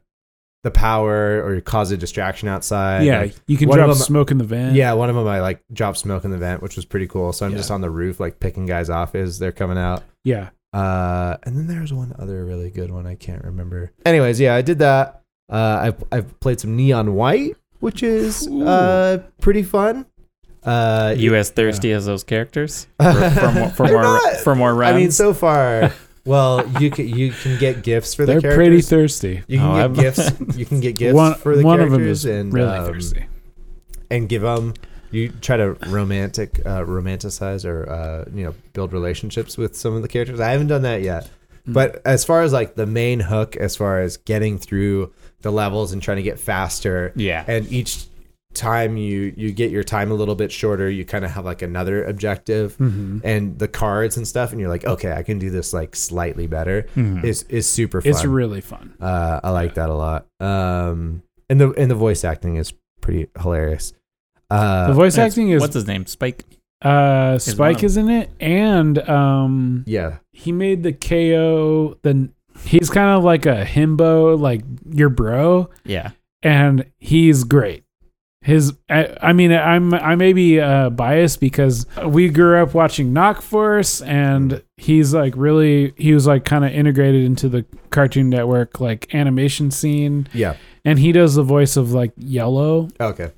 Speaker 3: the power or cause a distraction outside.
Speaker 2: yeah,
Speaker 3: Like,
Speaker 2: you can
Speaker 3: one of
Speaker 2: drop
Speaker 3: them-
Speaker 2: smoke in the van.
Speaker 3: yeah, one of them I like dropped smoke in the vent, which was pretty cool. So I'm
Speaker 2: Yeah.
Speaker 3: just on the roof like picking guys off as they're coming out.
Speaker 2: yeah.
Speaker 3: Uh, and then there's one other really good one I can't remember. Anyways, yeah, I did that. Uh, I I've played some Neon White, which is
Speaker 2: Ooh.
Speaker 3: uh pretty fun. Uh,
Speaker 4: you as thirsty as those
Speaker 3: *laughs*
Speaker 4: characters for, for more for
Speaker 3: I'm
Speaker 4: more,
Speaker 3: not-
Speaker 4: for more
Speaker 3: I
Speaker 4: runs.
Speaker 3: mean, so far, *laughs* well, you can you can get gifts for
Speaker 2: They're
Speaker 3: the characters.
Speaker 2: pretty thirsty.
Speaker 3: you can
Speaker 4: Oh,
Speaker 3: get
Speaker 4: I'm-
Speaker 2: *laughs*
Speaker 3: gifts. You can get gifts
Speaker 2: one
Speaker 3: for the
Speaker 2: one of
Speaker 3: characters
Speaker 2: them is
Speaker 3: and
Speaker 2: really
Speaker 3: um,
Speaker 2: thirsty.
Speaker 3: and give them. You try to romantic uh, romanticize or uh, you know build relationships with some of the characters. I haven't done that yet.
Speaker 2: Hmm.
Speaker 3: But as far as like the main hook, as far as getting through the levels and trying to get faster,
Speaker 4: Yeah.
Speaker 3: and each time you you get your time a little bit shorter, you kind of have like another objective,
Speaker 2: Mm-hmm,
Speaker 3: and the cards and stuff, and you're like, okay, I can do this like slightly better. Is is super fun.
Speaker 2: mm-hmm. Hmm. It's really fun.
Speaker 3: Uh, I like that a lot. Um, and the and the voice acting is pretty hilarious. Uh,
Speaker 2: the voice
Speaker 4: That's-
Speaker 2: acting is
Speaker 4: what's his name? Spike.
Speaker 2: uh Spike
Speaker 4: one.
Speaker 2: is in it and um
Speaker 3: yeah,
Speaker 2: he made the KO then he's kind of like a himbo like your bro
Speaker 4: Yeah.
Speaker 2: and he's great. His I, I mean I'm I may be uh, biased because we grew up watching Knock Force and he's like really he was like kind of integrated into the Cartoon Network like animation scene
Speaker 3: yeah.
Speaker 2: and he does the voice of like Yellow
Speaker 3: Okay,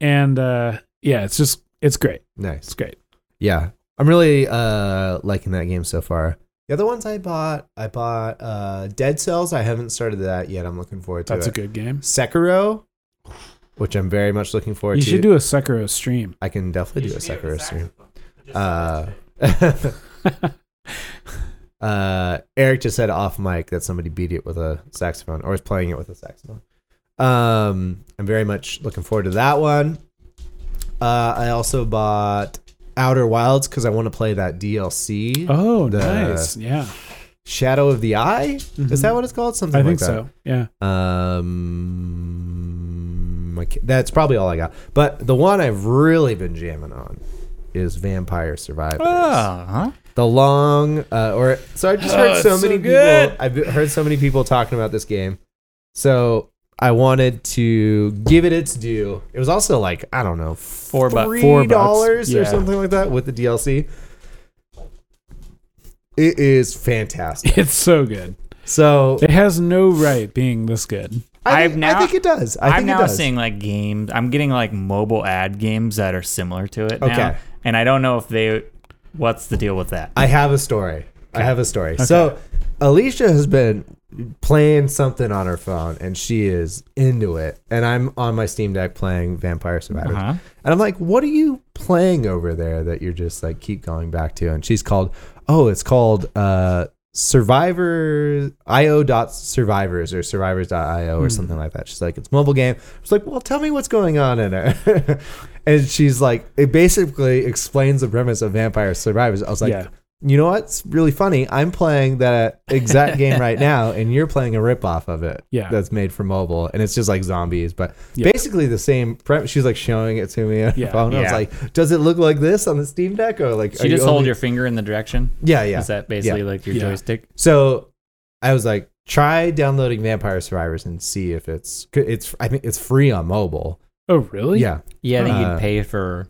Speaker 2: and uh yeah it's just it's great
Speaker 3: nice.
Speaker 2: it's great
Speaker 3: Yeah, I'm really uh liking that game so far. The other ones I bought, I bought uh Dead Cells. I haven't started that yet. I'm looking forward to
Speaker 2: that's a
Speaker 3: it.
Speaker 2: good game
Speaker 3: Sekiro, which I'm very much looking forward
Speaker 2: you
Speaker 3: to.
Speaker 2: should do a Sekiro stream
Speaker 3: I can definitely do a Sekiro stream. Uh, *laughs* uh, Eric just said off mic that somebody beat it with a saxophone or is playing it with a saxophone. Um, I'm very much looking forward to that one. Uh, I also bought Outer Wilds because I want to play that DLC.
Speaker 2: oh
Speaker 3: The-
Speaker 2: nice yeah
Speaker 3: Shadow of the Eye? Is that
Speaker 2: Mhm.
Speaker 3: what it's called? Something
Speaker 2: I
Speaker 3: like
Speaker 2: think
Speaker 3: that.
Speaker 2: so yeah *laughs*
Speaker 3: Um, I ca- that's probably all I got. But the one I've really been jamming on is Vampire Survivors.
Speaker 2: Ah. Uh-huh.
Speaker 4: huh?
Speaker 3: The long, uh, or so I just heard
Speaker 2: Oh,
Speaker 3: so
Speaker 2: it's so
Speaker 3: many
Speaker 2: good.
Speaker 3: people. I've be- heard so many people talking about this game. So I wanted to give it its due. It was also like I don't know,
Speaker 4: Four bucks.
Speaker 3: three
Speaker 2: four bucks.
Speaker 3: dollars or
Speaker 2: Yeah.
Speaker 3: something like that with the DLC. It is fantastic.
Speaker 2: it's so good
Speaker 3: So
Speaker 2: it has no right being this good
Speaker 3: I
Speaker 4: I've
Speaker 3: think,
Speaker 4: now-
Speaker 3: I think it does. I think
Speaker 4: am
Speaker 3: it
Speaker 4: now
Speaker 3: does.
Speaker 4: seeing like games. I'm getting like mobile ad games that are similar to it now,
Speaker 3: Okay.
Speaker 4: and I don't know if they. What's the deal with that?
Speaker 3: I have a story. I have a story. So Alicia has been playing something on her phone and she is into it. And I'm on my Steam Deck playing Vampire Survivors.
Speaker 4: Uh-huh.
Speaker 3: And I'm like, what are you playing over there that you're just like keep going back to? And she's called, oh, it's called uh Survivor IO dot survivors or survivors.io or something like that. She's like, it's a mobile game. I was like, well, tell me what's going on in it. *laughs* and she's like, it basically explains the premise of Vampire Survivors. I was like,
Speaker 2: Yeah.
Speaker 3: you know what's really funny? I'm playing that
Speaker 2: *laughs*
Speaker 3: exact game right now, and you're playing a ripoff of it.
Speaker 2: Yeah.
Speaker 3: that's made for mobile, and it's just like zombies, but
Speaker 2: Yeah.
Speaker 3: basically the same. Pre- she's like showing it to me on
Speaker 2: Yeah.
Speaker 3: her phone. I was
Speaker 4: Yeah.
Speaker 3: like, "Does it look like this on the Steam Deck?" Or like,
Speaker 4: So
Speaker 3: are
Speaker 4: you just hold
Speaker 3: only-
Speaker 4: your finger in the direction.
Speaker 2: *laughs*
Speaker 3: yeah, yeah.
Speaker 4: Is that basically
Speaker 3: Yeah.
Speaker 4: like your
Speaker 2: Yeah.
Speaker 4: joystick?
Speaker 3: So I was like, try downloading Vampire Survivors and see if it's it's. I think it's free on mobile.
Speaker 2: oh really
Speaker 3: Yeah,
Speaker 4: Yeah, I think
Speaker 3: Uh,
Speaker 4: you'd pay for.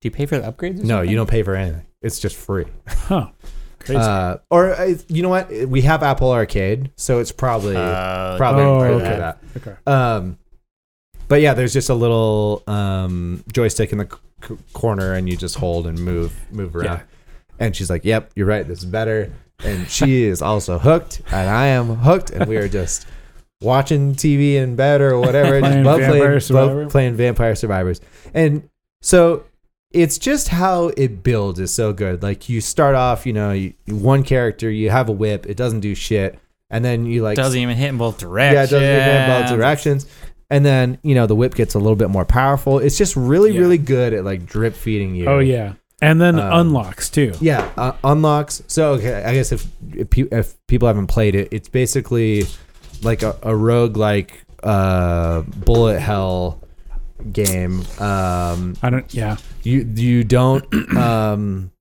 Speaker 4: Do you pay for the upgrades? Or
Speaker 3: no,
Speaker 4: something?
Speaker 3: you don't pay for anything. It's just free.
Speaker 2: huh crazy
Speaker 3: Uh, or uh, you know what? We have Apple Arcade, so it's probably
Speaker 4: Uh,
Speaker 3: probably
Speaker 2: Oh,
Speaker 3: part of
Speaker 2: okay.
Speaker 3: that.
Speaker 2: okay
Speaker 3: Um, But yeah, there's just a little um, joystick in the c- c- corner, and you just hold and move move around. And she's like, "Yep, you're right. This is better." And she *laughs* is also hooked, and I am hooked, and we are just watching TV in bed or whatever, just
Speaker 2: Playing
Speaker 3: both
Speaker 2: Vampire
Speaker 3: playing,
Speaker 2: Survivor.
Speaker 3: both playing Vampire Survivors. And so it's just how it builds is so good. Like you start off, you know, you, one character, you have a whip, it doesn't do shit, and then you like
Speaker 4: doesn't even hit in both
Speaker 3: yeah, it
Speaker 4: directions.
Speaker 3: doesn't even in both directions. And then you know the whip gets a little bit more powerful. It's just really,
Speaker 2: Yeah.
Speaker 3: really good at like drip feeding you.
Speaker 2: Oh yeah, and then
Speaker 3: Um,
Speaker 2: unlocks too.
Speaker 3: yeah. Uh, unlocks. So okay, I guess if if, pe- if people haven't played it, it's basically like a, a rogue like uh, bullet hell game. Um,
Speaker 2: I don't. Yeah,
Speaker 3: you you don't *clears throat* um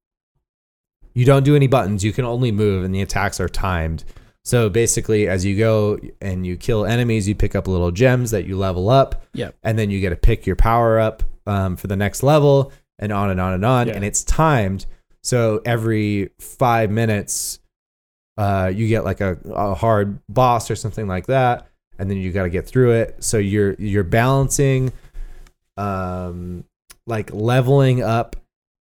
Speaker 3: you don't do any buttons you can only move and the attacks are timed so basically as you go and you kill enemies you pick up little gems that you level up
Speaker 2: Yep.
Speaker 3: and then you get to pick your power up um, for the next level and on and on and on
Speaker 2: Yeah.
Speaker 3: and it's timed so every five minutes uh, you get like a, a hard boss or something like that and then you got to get through it so you're you're balancing um like leveling up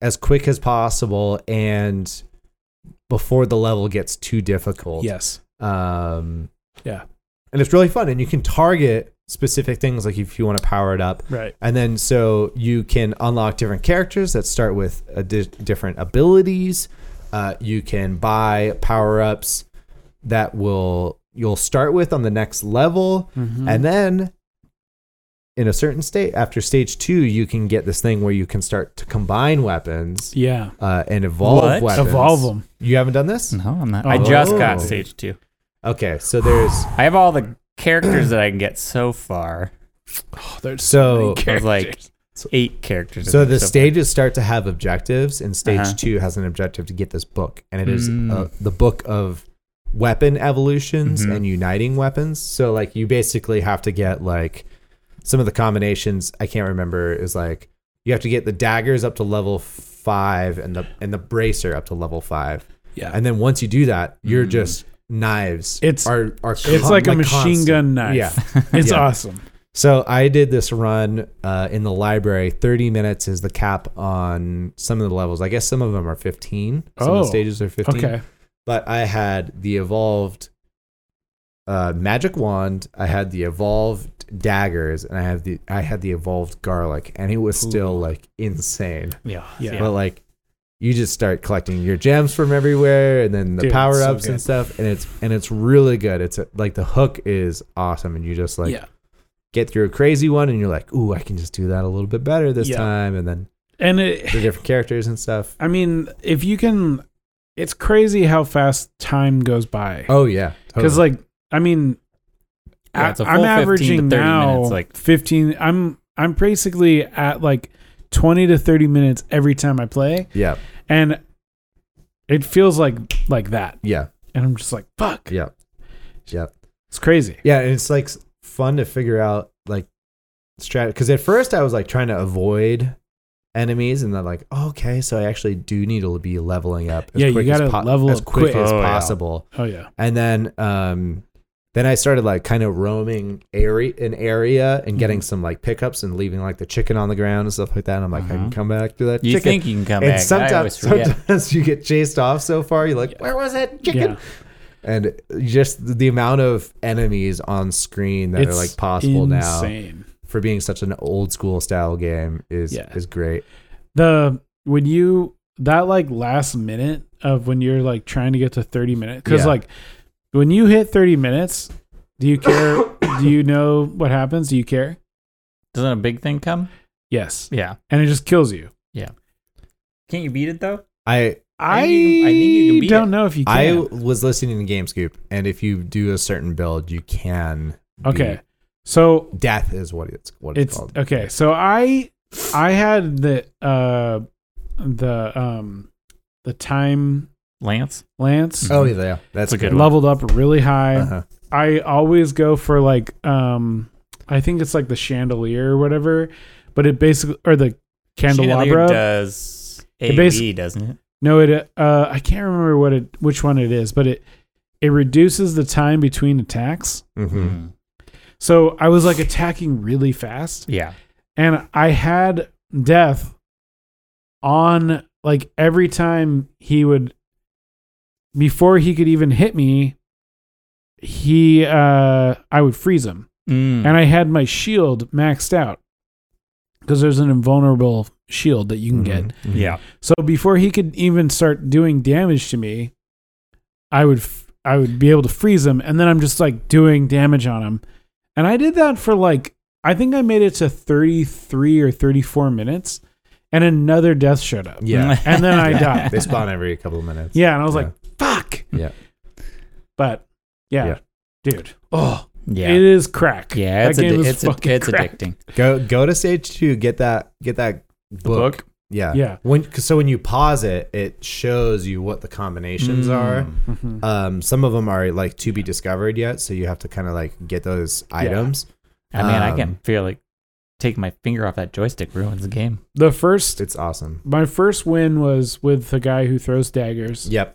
Speaker 3: as quick as possible and before the level gets too difficult.
Speaker 2: yes,
Speaker 3: Um
Speaker 2: Yeah.
Speaker 3: And it's really fun and you can target specific things like if you want to power it up.
Speaker 2: right.
Speaker 3: And then so you can unlock different characters that start with a di- different abilities. Uh, you can buy power-ups that will you'll start with on the next level
Speaker 4: Mm.
Speaker 3: and then in a certain state, after stage two, you can get this thing where you can start to combine weapons
Speaker 2: Yeah,
Speaker 3: uh, and evolve
Speaker 4: What?
Speaker 3: weapons.
Speaker 2: evolve them.
Speaker 3: You haven't done this?
Speaker 4: No, I'm not.
Speaker 2: Oh.
Speaker 4: I just got
Speaker 3: Oh.
Speaker 4: stage two.
Speaker 3: Okay, so there's
Speaker 4: I have all the characters that I can get so far.
Speaker 2: Oh, there's
Speaker 3: so
Speaker 4: I have like eight characters. in
Speaker 3: so
Speaker 4: there
Speaker 3: the stages start to have objectives, and stage
Speaker 4: Uh-huh.
Speaker 3: two has an objective to get this book, and it is
Speaker 4: Mm.
Speaker 3: uh, the book of weapon evolutions
Speaker 2: Mm-hmm.
Speaker 4: Mhm.
Speaker 3: and uniting weapons. So like you basically have to get like some of the combinations. I can't remember is like you have to get the daggers up to level five and the and the bracer up to level five.
Speaker 2: Yeah.
Speaker 3: And then once you do that, you're
Speaker 4: Mm.
Speaker 3: just knives.
Speaker 2: It's-
Speaker 3: are, are
Speaker 2: it's
Speaker 3: con-
Speaker 2: like a machine
Speaker 3: constant.
Speaker 2: gun knife.
Speaker 3: Yeah.
Speaker 2: It's
Speaker 3: Yeah.
Speaker 2: awesome.
Speaker 3: So I did this run uh, in the library. Thirty minutes is the cap on some of the levels. I guess some of them are fifteen. Some of
Speaker 2: Oh,
Speaker 3: the stages are fifteen.
Speaker 2: Okay.
Speaker 3: But I had the evolved uh, magic wand. I had the evolved daggers, and I had the I had the evolved garlic, and it was still like insane.
Speaker 4: Yeah.
Speaker 2: Yeah.
Speaker 3: But like, you just start collecting your gems from everywhere, and then the
Speaker 2: Dude, it's so
Speaker 3: power ups
Speaker 2: good.
Speaker 3: and stuff, and it's and it's really good. It's like the hook is awesome, and you just like
Speaker 2: yeah.
Speaker 3: get through a crazy one and you're like, ooh, I can just do that a little bit better this
Speaker 2: Yeah.
Speaker 3: time. And then
Speaker 2: And it,
Speaker 3: the different characters and stuff.
Speaker 2: I mean, if you can, it's crazy how fast time goes by.
Speaker 3: Oh, yeah.
Speaker 2: Because like, I mean,
Speaker 4: Yeah, it's a
Speaker 2: I'm
Speaker 4: full 15 to
Speaker 2: averaging
Speaker 4: 30
Speaker 2: now
Speaker 4: minutes, like-
Speaker 2: fifteen. I'm I'm basically at like twenty to thirty minutes every time I play,
Speaker 3: yeah.
Speaker 2: and it feels like like that.
Speaker 3: Yeah.
Speaker 2: And I'm just like, fuck,
Speaker 3: Yeah. Yeah.
Speaker 2: it's crazy.
Speaker 3: Yeah. And it's like s- fun to figure out like strategy. Because at first I was like trying to avoid enemies and then like, oh, okay, so I actually do need to be leveling up
Speaker 2: Yeah, you gotta
Speaker 3: as po-
Speaker 2: level
Speaker 3: as
Speaker 2: up
Speaker 3: quick,
Speaker 2: quick.
Speaker 3: as
Speaker 4: Oh, yeah.
Speaker 3: possible.
Speaker 2: Oh yeah,
Speaker 3: and then um then I started like kind of roaming area an area and getting
Speaker 4: Mm-hmm.
Speaker 2: Mhm.
Speaker 3: some like pickups and leaving like the chicken on the ground and stuff like that. And I'm like, I can
Speaker 4: Uh-huh.
Speaker 3: come back to that
Speaker 4: You
Speaker 3: chicken.
Speaker 4: think you can come
Speaker 3: and
Speaker 4: back? I always
Speaker 3: sometimes,
Speaker 4: forget.
Speaker 3: sometimes you get chased off so far, you're like, where was that chicken?
Speaker 2: yeah.
Speaker 3: And just the amount of enemies on screen that are like possible now
Speaker 2: insane.
Speaker 3: for being such an old school style game is
Speaker 2: Yeah.
Speaker 3: is great.
Speaker 2: the when you that like last minute of when you're like trying to get to 30 minutes because
Speaker 3: Yeah.
Speaker 2: like when you hit 30 minutes do you care do you know what happens do you care
Speaker 4: Doesn't a big thing come?
Speaker 2: yes
Speaker 4: Yeah.
Speaker 2: and it just kills you
Speaker 4: Can't you beat it though?
Speaker 3: I
Speaker 2: i,
Speaker 4: think you- I think you can beat
Speaker 2: don't
Speaker 4: it.
Speaker 2: know if you
Speaker 3: I
Speaker 2: can
Speaker 3: was listening to Game Scoop, and if you do a certain build, you can.
Speaker 2: okay so
Speaker 3: beat- death is what it's what it's,
Speaker 2: it's
Speaker 3: called.
Speaker 2: okay so i i had the uh the um the time
Speaker 4: Lance.
Speaker 2: lance
Speaker 3: Oh yeah, that's
Speaker 4: That's a good one.
Speaker 2: leveled up really high
Speaker 3: Uh-huh.
Speaker 2: I always go for like um I think it's like the chandelier or whatever, but it basically or the
Speaker 4: Chandelier
Speaker 2: candelabra.
Speaker 4: does
Speaker 2: It
Speaker 4: AE,
Speaker 2: basi-
Speaker 4: doesn't it?
Speaker 2: No, it uh I can't remember what it which one it is, but it it reduces the time between attacks.
Speaker 3: Mhm.
Speaker 4: Mm.
Speaker 2: So I was like attacking really fast,
Speaker 4: Yeah.
Speaker 2: and I had death on like every time he would before he could even hit me, he uh I would freeze him
Speaker 4: Hmm.
Speaker 1: Mm.
Speaker 2: and I had my shield maxed out because there's an invulnerable shield that you
Speaker 3: Mm-hmm.
Speaker 2: can get.
Speaker 4: Hmm. *laughs*
Speaker 1: yeah.
Speaker 2: So before he could even start doing damage to me, I would f- I would be able to freeze him, and then I'm just like doing damage on him, and I did that for like I think I made it to 33 or 34 minutes, and another death showed up,
Speaker 3: Yeah.
Speaker 2: *laughs* and then I
Speaker 3: yeah.
Speaker 4: *laughs*
Speaker 2: died.
Speaker 3: They spawn every couple of minutes.
Speaker 2: Yeah, and I was
Speaker 3: Yeah.
Speaker 2: like, fuck.
Speaker 3: Yeah.
Speaker 2: But yeah,
Speaker 3: Yeah.
Speaker 2: dude, oh,
Speaker 4: Yeah.
Speaker 2: it is crack.
Speaker 4: yeah. It's,
Speaker 2: that game
Speaker 4: addi-
Speaker 2: is
Speaker 4: it's,
Speaker 2: fucking
Speaker 4: a, it's
Speaker 2: crack.
Speaker 4: addicting.
Speaker 3: Go go to stage two. Get that get that book. Yeah.
Speaker 2: Yeah.
Speaker 3: When 'cause so when you pause it, it shows you what the combinations are.
Speaker 2: Mhm.
Speaker 3: Um, some of them are like to be discovered yet, so you have to kind of like get those items.
Speaker 4: I mean, I
Speaker 3: Um,
Speaker 4: can feel like taking my finger off that joystick ruins the game.
Speaker 2: The first
Speaker 3: It's awesome.
Speaker 2: my first win was with the guy who throws daggers.
Speaker 3: Yep.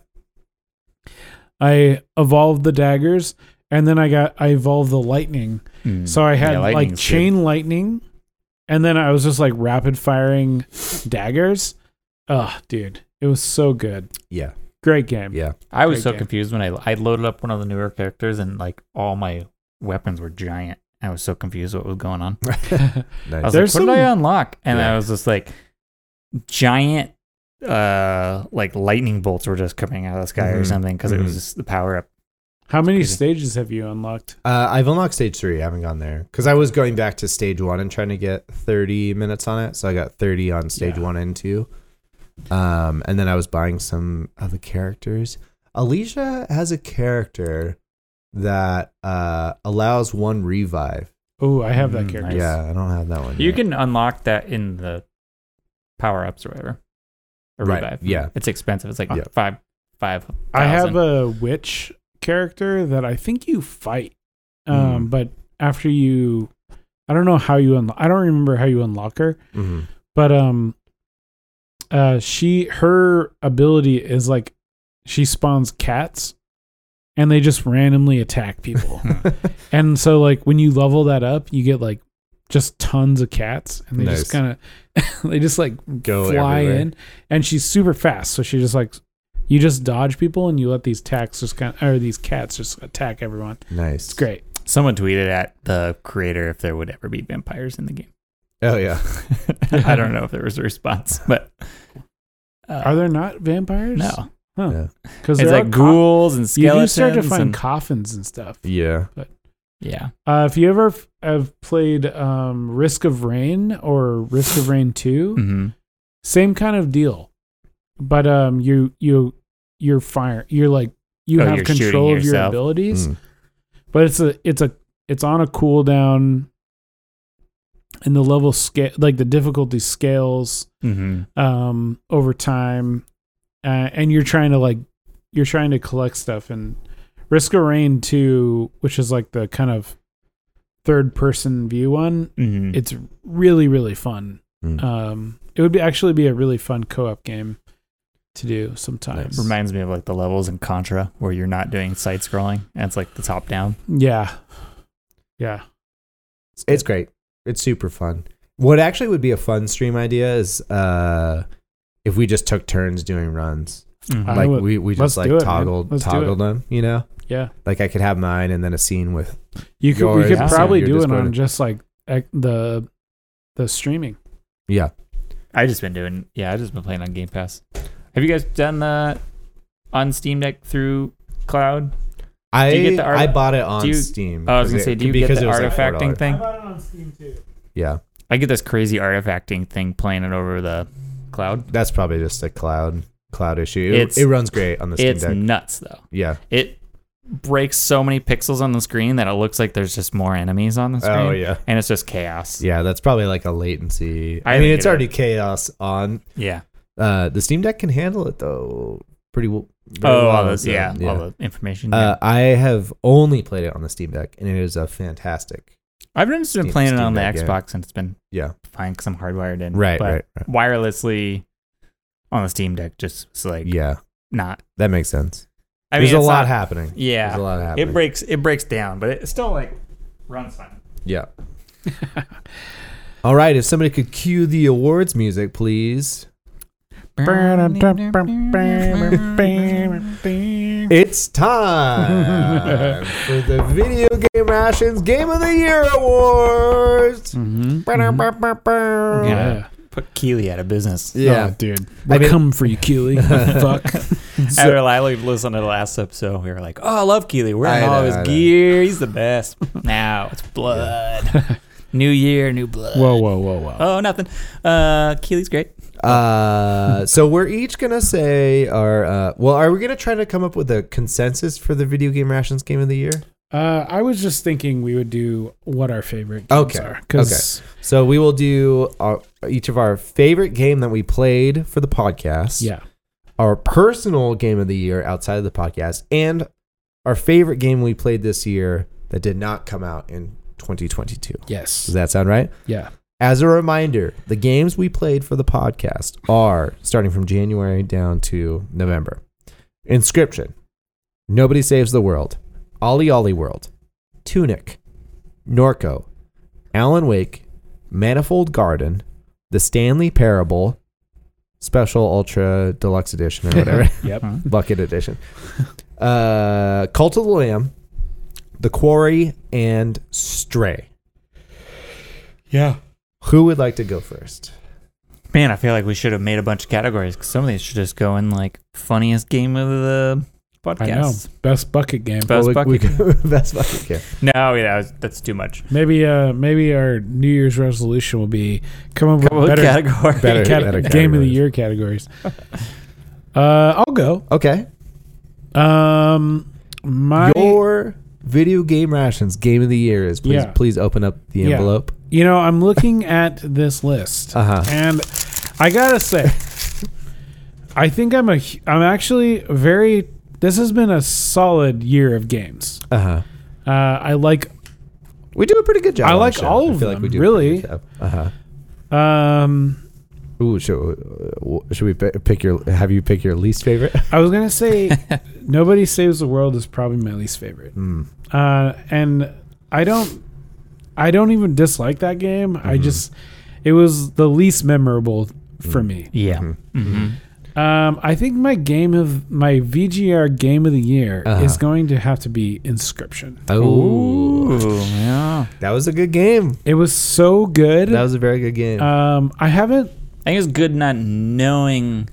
Speaker 2: I evolved the daggers and then I got I evolved the lightning.
Speaker 4: Hmm.
Speaker 2: So I had
Speaker 4: Yeah,
Speaker 2: like
Speaker 4: lightning's
Speaker 2: chain lightning and then I was just like rapid firing daggers. Oh, dude, it was so good.
Speaker 3: Yeah.
Speaker 2: Great game.
Speaker 3: Yeah.
Speaker 4: I was
Speaker 2: Great
Speaker 4: so
Speaker 2: game.
Speaker 4: confused when I I loaded up one of the newer characters and like all my weapons were giant. I was so confused what was going on. I was
Speaker 3: Nice.
Speaker 4: like, what
Speaker 2: There's
Speaker 4: did
Speaker 2: some-
Speaker 4: I unlock? And
Speaker 3: Yeah.
Speaker 4: I was just like, giant, uh, like lightning bolts were just coming out of the sky or
Speaker 3: Mhm.
Speaker 4: something because it
Speaker 3: Mhm.
Speaker 4: was just the power up.
Speaker 2: *laughs* How many
Speaker 4: Crazy.
Speaker 2: stages have you unlocked?
Speaker 3: Uh, I've unlocked stage three. I haven't gone there because I was going back to stage one and trying to get 30 minutes on it. So I got 30 on stage
Speaker 2: Yeah.
Speaker 3: one and two. Um, and then I was buying some other characters. Alicia has a character that uh, allows one revive.
Speaker 2: Oh, I have that
Speaker 4: Mm,
Speaker 2: character.
Speaker 4: Nice.
Speaker 3: Yeah, I don't have that one.
Speaker 4: You
Speaker 3: yet.
Speaker 4: can unlock that in the power ups or whatever. Or
Speaker 3: Right,
Speaker 4: revive.
Speaker 3: yeah.
Speaker 4: It's expensive. It's like
Speaker 3: Yeah.
Speaker 4: five, five.
Speaker 2: I have
Speaker 4: thousand.
Speaker 2: a witch character that I think you fight.
Speaker 4: Hmm.
Speaker 2: Um, but after you I don't know how you unlock I don't remember how you unlock her.
Speaker 3: Mhm.
Speaker 2: but um uh she her ability is like she spawns cats and they just randomly
Speaker 4: *laughs*
Speaker 2: attack people and so like when you level that up you get like just tons of cats and they just
Speaker 3: Nice.
Speaker 2: kind of *laughs* they just like
Speaker 3: Go
Speaker 2: fly
Speaker 3: everywhere.
Speaker 2: in and she's super fast so she just like you just dodge people and you let these tacks just kind or these cats just attack everyone
Speaker 3: Nice.
Speaker 2: it's great
Speaker 4: Someone tweeted at the creator if there would ever be vampires in the game. *laughs*
Speaker 3: Oh, yeah.
Speaker 4: I don't know if there was a response, *laughs* but. Uh,
Speaker 2: are there not vampires
Speaker 4: No.
Speaker 2: because
Speaker 4: It's like ghouls and
Speaker 2: you do
Speaker 4: skeletons.
Speaker 2: start to find
Speaker 4: and-
Speaker 2: coffins and stuff
Speaker 3: Yeah.
Speaker 4: yeah.
Speaker 2: Uh, if you ever f- have played um, Risk of Rain or Risk of Rain Two,
Speaker 4: Mm-hmm.
Speaker 2: same kind of deal, but um, you you you're fire. You're like you
Speaker 4: Oh,
Speaker 2: have
Speaker 4: you're shooting
Speaker 2: control of your
Speaker 4: yourself. Hmm.
Speaker 2: abilities,
Speaker 3: Mm.
Speaker 2: but it's a it's a it's on a cooldown, and the level scale like the difficulty scales
Speaker 4: Mm-hmm.
Speaker 2: um, over time, uh, and you're trying to like you're trying to collect stuff and Risk of Rain Two, which is like the kind of third person view one.
Speaker 4: Mm-hmm.
Speaker 2: It's really really fun.
Speaker 3: Mm.
Speaker 2: Um, it would be actually be a really fun co op game to do sometimes.
Speaker 3: Nice.
Speaker 4: reminds me of like the levels in Contra where you're not doing side scrolling and it's like the top down.
Speaker 2: Yeah, yeah.
Speaker 3: It's great. It's super fun. What actually would be a fun stream idea is uh, if we just took turns doing runs.
Speaker 2: I
Speaker 3: like
Speaker 2: would-
Speaker 3: we, we
Speaker 2: let's
Speaker 3: just like
Speaker 2: do it, man.
Speaker 3: toggled
Speaker 2: Let's do it.
Speaker 3: toggled them, you know?
Speaker 2: Yeah.
Speaker 3: Like I could have mine and then a scene with
Speaker 2: You could we
Speaker 3: Yours,
Speaker 2: could
Speaker 4: yeah.
Speaker 2: probably
Speaker 3: Your
Speaker 2: do it
Speaker 3: Discord.
Speaker 2: on just like ec- the the streaming.
Speaker 3: Yeah.
Speaker 4: I just been doing yeah, I just been playing on Game Pass. Have you guys done the on Steam Deck through cloud?
Speaker 3: I
Speaker 4: you get the
Speaker 3: I
Speaker 4: arti-
Speaker 3: bought it on
Speaker 4: do you-
Speaker 3: Steam.
Speaker 4: I was
Speaker 3: 'cause
Speaker 4: gonna
Speaker 3: it-
Speaker 4: say, do you get
Speaker 3: because
Speaker 4: the
Speaker 3: it was, like,
Speaker 4: artifacting
Speaker 3: $4.
Speaker 4: thing?
Speaker 2: bought it on Steam too.
Speaker 3: Yeah.
Speaker 4: I get this crazy artifacting thing playing it over the cloud.
Speaker 3: That's probably just a cloud cloud issue. It-
Speaker 4: It's-
Speaker 3: it runs great on the Steam
Speaker 4: It's
Speaker 3: Deck.
Speaker 4: nuts though.
Speaker 3: yeah.
Speaker 4: It breaks so many pixels on the screen that it looks like there's just more enemies on the screen.
Speaker 3: Oh yeah.
Speaker 4: And it's just chaos.
Speaker 3: Yeah, that's probably like a latency. I,
Speaker 4: I
Speaker 3: mean,
Speaker 4: think
Speaker 3: it's
Speaker 4: it
Speaker 3: already chaos on.
Speaker 4: Yeah.
Speaker 3: Uh, the Steam Deck can handle it though, pretty well. very
Speaker 4: Oh, all
Speaker 3: well,
Speaker 4: those,
Speaker 3: so,
Speaker 4: yeah, all the information. yeah.
Speaker 3: Uh, I have only played it on the Steam Deck, and it is a fantastic.
Speaker 4: I've just been
Speaker 3: Steam-
Speaker 4: playing it
Speaker 3: Steam
Speaker 4: on the
Speaker 3: Deck, yeah.
Speaker 4: Xbox and it's been
Speaker 3: Yeah,
Speaker 4: fine because I'm hardwired in.
Speaker 3: right,
Speaker 4: but
Speaker 3: right, right.
Speaker 4: Wirelessly on the Steam Deck just was like
Speaker 3: Yeah,
Speaker 4: not.
Speaker 3: that makes sense.
Speaker 4: I
Speaker 3: There's
Speaker 4: mean,
Speaker 3: a
Speaker 4: it's
Speaker 3: lot
Speaker 4: not-
Speaker 3: happening. There's a
Speaker 4: Yeah,
Speaker 3: lot happening.
Speaker 4: it breaks it breaks down, but it's still like Ron's fine. *laughs*
Speaker 3: Yeah. All right. If somebody could cue the awards music, please.
Speaker 4: *laughs*
Speaker 3: It's time for the Video Game Rations Game of the Year Awards. Mm-hmm.
Speaker 4: Yeah.
Speaker 2: Yeah.
Speaker 4: Put Keely out of business.
Speaker 2: Yeah,
Speaker 3: Yeah.
Speaker 2: dude. We're
Speaker 3: I mean-
Speaker 2: coming for you, Keely. Fuck.
Speaker 4: After Lila listened to the last episode, we were like, "Oh, I love Keely. We're
Speaker 3: I
Speaker 4: in all
Speaker 3: know,
Speaker 4: his
Speaker 3: I know.
Speaker 4: gear. He's the
Speaker 3: *laughs*
Speaker 4: best." now it's blood. new year, new blood.
Speaker 2: Whoa, whoa, whoa, whoa.
Speaker 4: Oh, nothing. Uh, Keely's great.
Speaker 3: Uh, so we're each gonna say our. Uh, well, are we gonna try to come up with a consensus for the Video Game Rations Game of the Year?
Speaker 2: Uh, I was just thinking we would do what our favorite games
Speaker 3: Okay.
Speaker 2: are. 'cause-
Speaker 3: So we will do our, each of our favorite game that we played for the podcast.
Speaker 2: Yeah.
Speaker 3: our personal game of the year outside of the podcast and our favorite game we played this year that did not come out in 2022. Does
Speaker 2: Yes.
Speaker 3: that sound right?
Speaker 2: Yeah.
Speaker 3: As a reminder, the games we played for the podcast are starting from January down to November. Inscription, Nobody Saves the World, Ollie Ollie World, Tunic, Norco, Alan Wake, Manifold Garden, The Stanley Parable, Special Ultra Deluxe Edition or whatever *laughs*
Speaker 2: Yep.
Speaker 3: bucket edition. Uh, Cult of the Lamb, The Quarry, and Stray.
Speaker 2: Yeah.
Speaker 3: Who would like to go first?
Speaker 4: Man, I feel like we should have made a bunch of categories because some of these should just go in like funniest game of the
Speaker 2: I know.
Speaker 4: podcast.
Speaker 2: Best bucket game.
Speaker 4: Best
Speaker 3: Well,
Speaker 4: bucket.
Speaker 3: we- we- *laughs* best bucket game.
Speaker 4: no, yeah, that was- that's too much.
Speaker 2: Maybe uh maybe our New Year's resolution will be come up with
Speaker 4: Couple
Speaker 2: better,
Speaker 4: category. *laughs*
Speaker 3: Better.
Speaker 2: cat-
Speaker 3: better
Speaker 2: game of the
Speaker 3: categories.
Speaker 2: year categories. uh I'll go.
Speaker 3: Okay.
Speaker 2: Um my
Speaker 3: Your video game rations game of the year is please
Speaker 2: Yeah.
Speaker 3: please open up the
Speaker 2: Yeah.
Speaker 3: envelope.
Speaker 2: You know, I'm looking at this list,
Speaker 3: Uh-huh.
Speaker 2: and I gotta say, I think I'm a hu- I'm actually very. This has been a solid year of games.
Speaker 3: Uh huh.
Speaker 2: Uh, I like.
Speaker 3: We do a pretty good job.
Speaker 2: I
Speaker 3: on the
Speaker 2: like
Speaker 3: show.
Speaker 2: all of
Speaker 3: feel
Speaker 2: them,
Speaker 3: we do a
Speaker 2: really.
Speaker 3: pretty good job. Uh-huh.
Speaker 2: Um,
Speaker 3: Ooh, should, uh, should we pi- pick your? Have you pick your least favorite? *laughs*
Speaker 2: I was gonna say, "Nobody Saves the World" is probably my least favorite,
Speaker 3: Mm.
Speaker 2: uh, and I don't. I don't even dislike that game. I just, it was the least memorable for me.
Speaker 4: Yeah. hmm
Speaker 2: Um, I think my game of my VGR game of the year
Speaker 3: Uh-huh.
Speaker 2: is going to have to be Inscription.
Speaker 3: Oh,
Speaker 4: Ooh, yeah.
Speaker 3: that was a good game.
Speaker 2: It was so good.
Speaker 3: That was a very good game.
Speaker 2: um, I haven't.
Speaker 4: I think it's good not knowing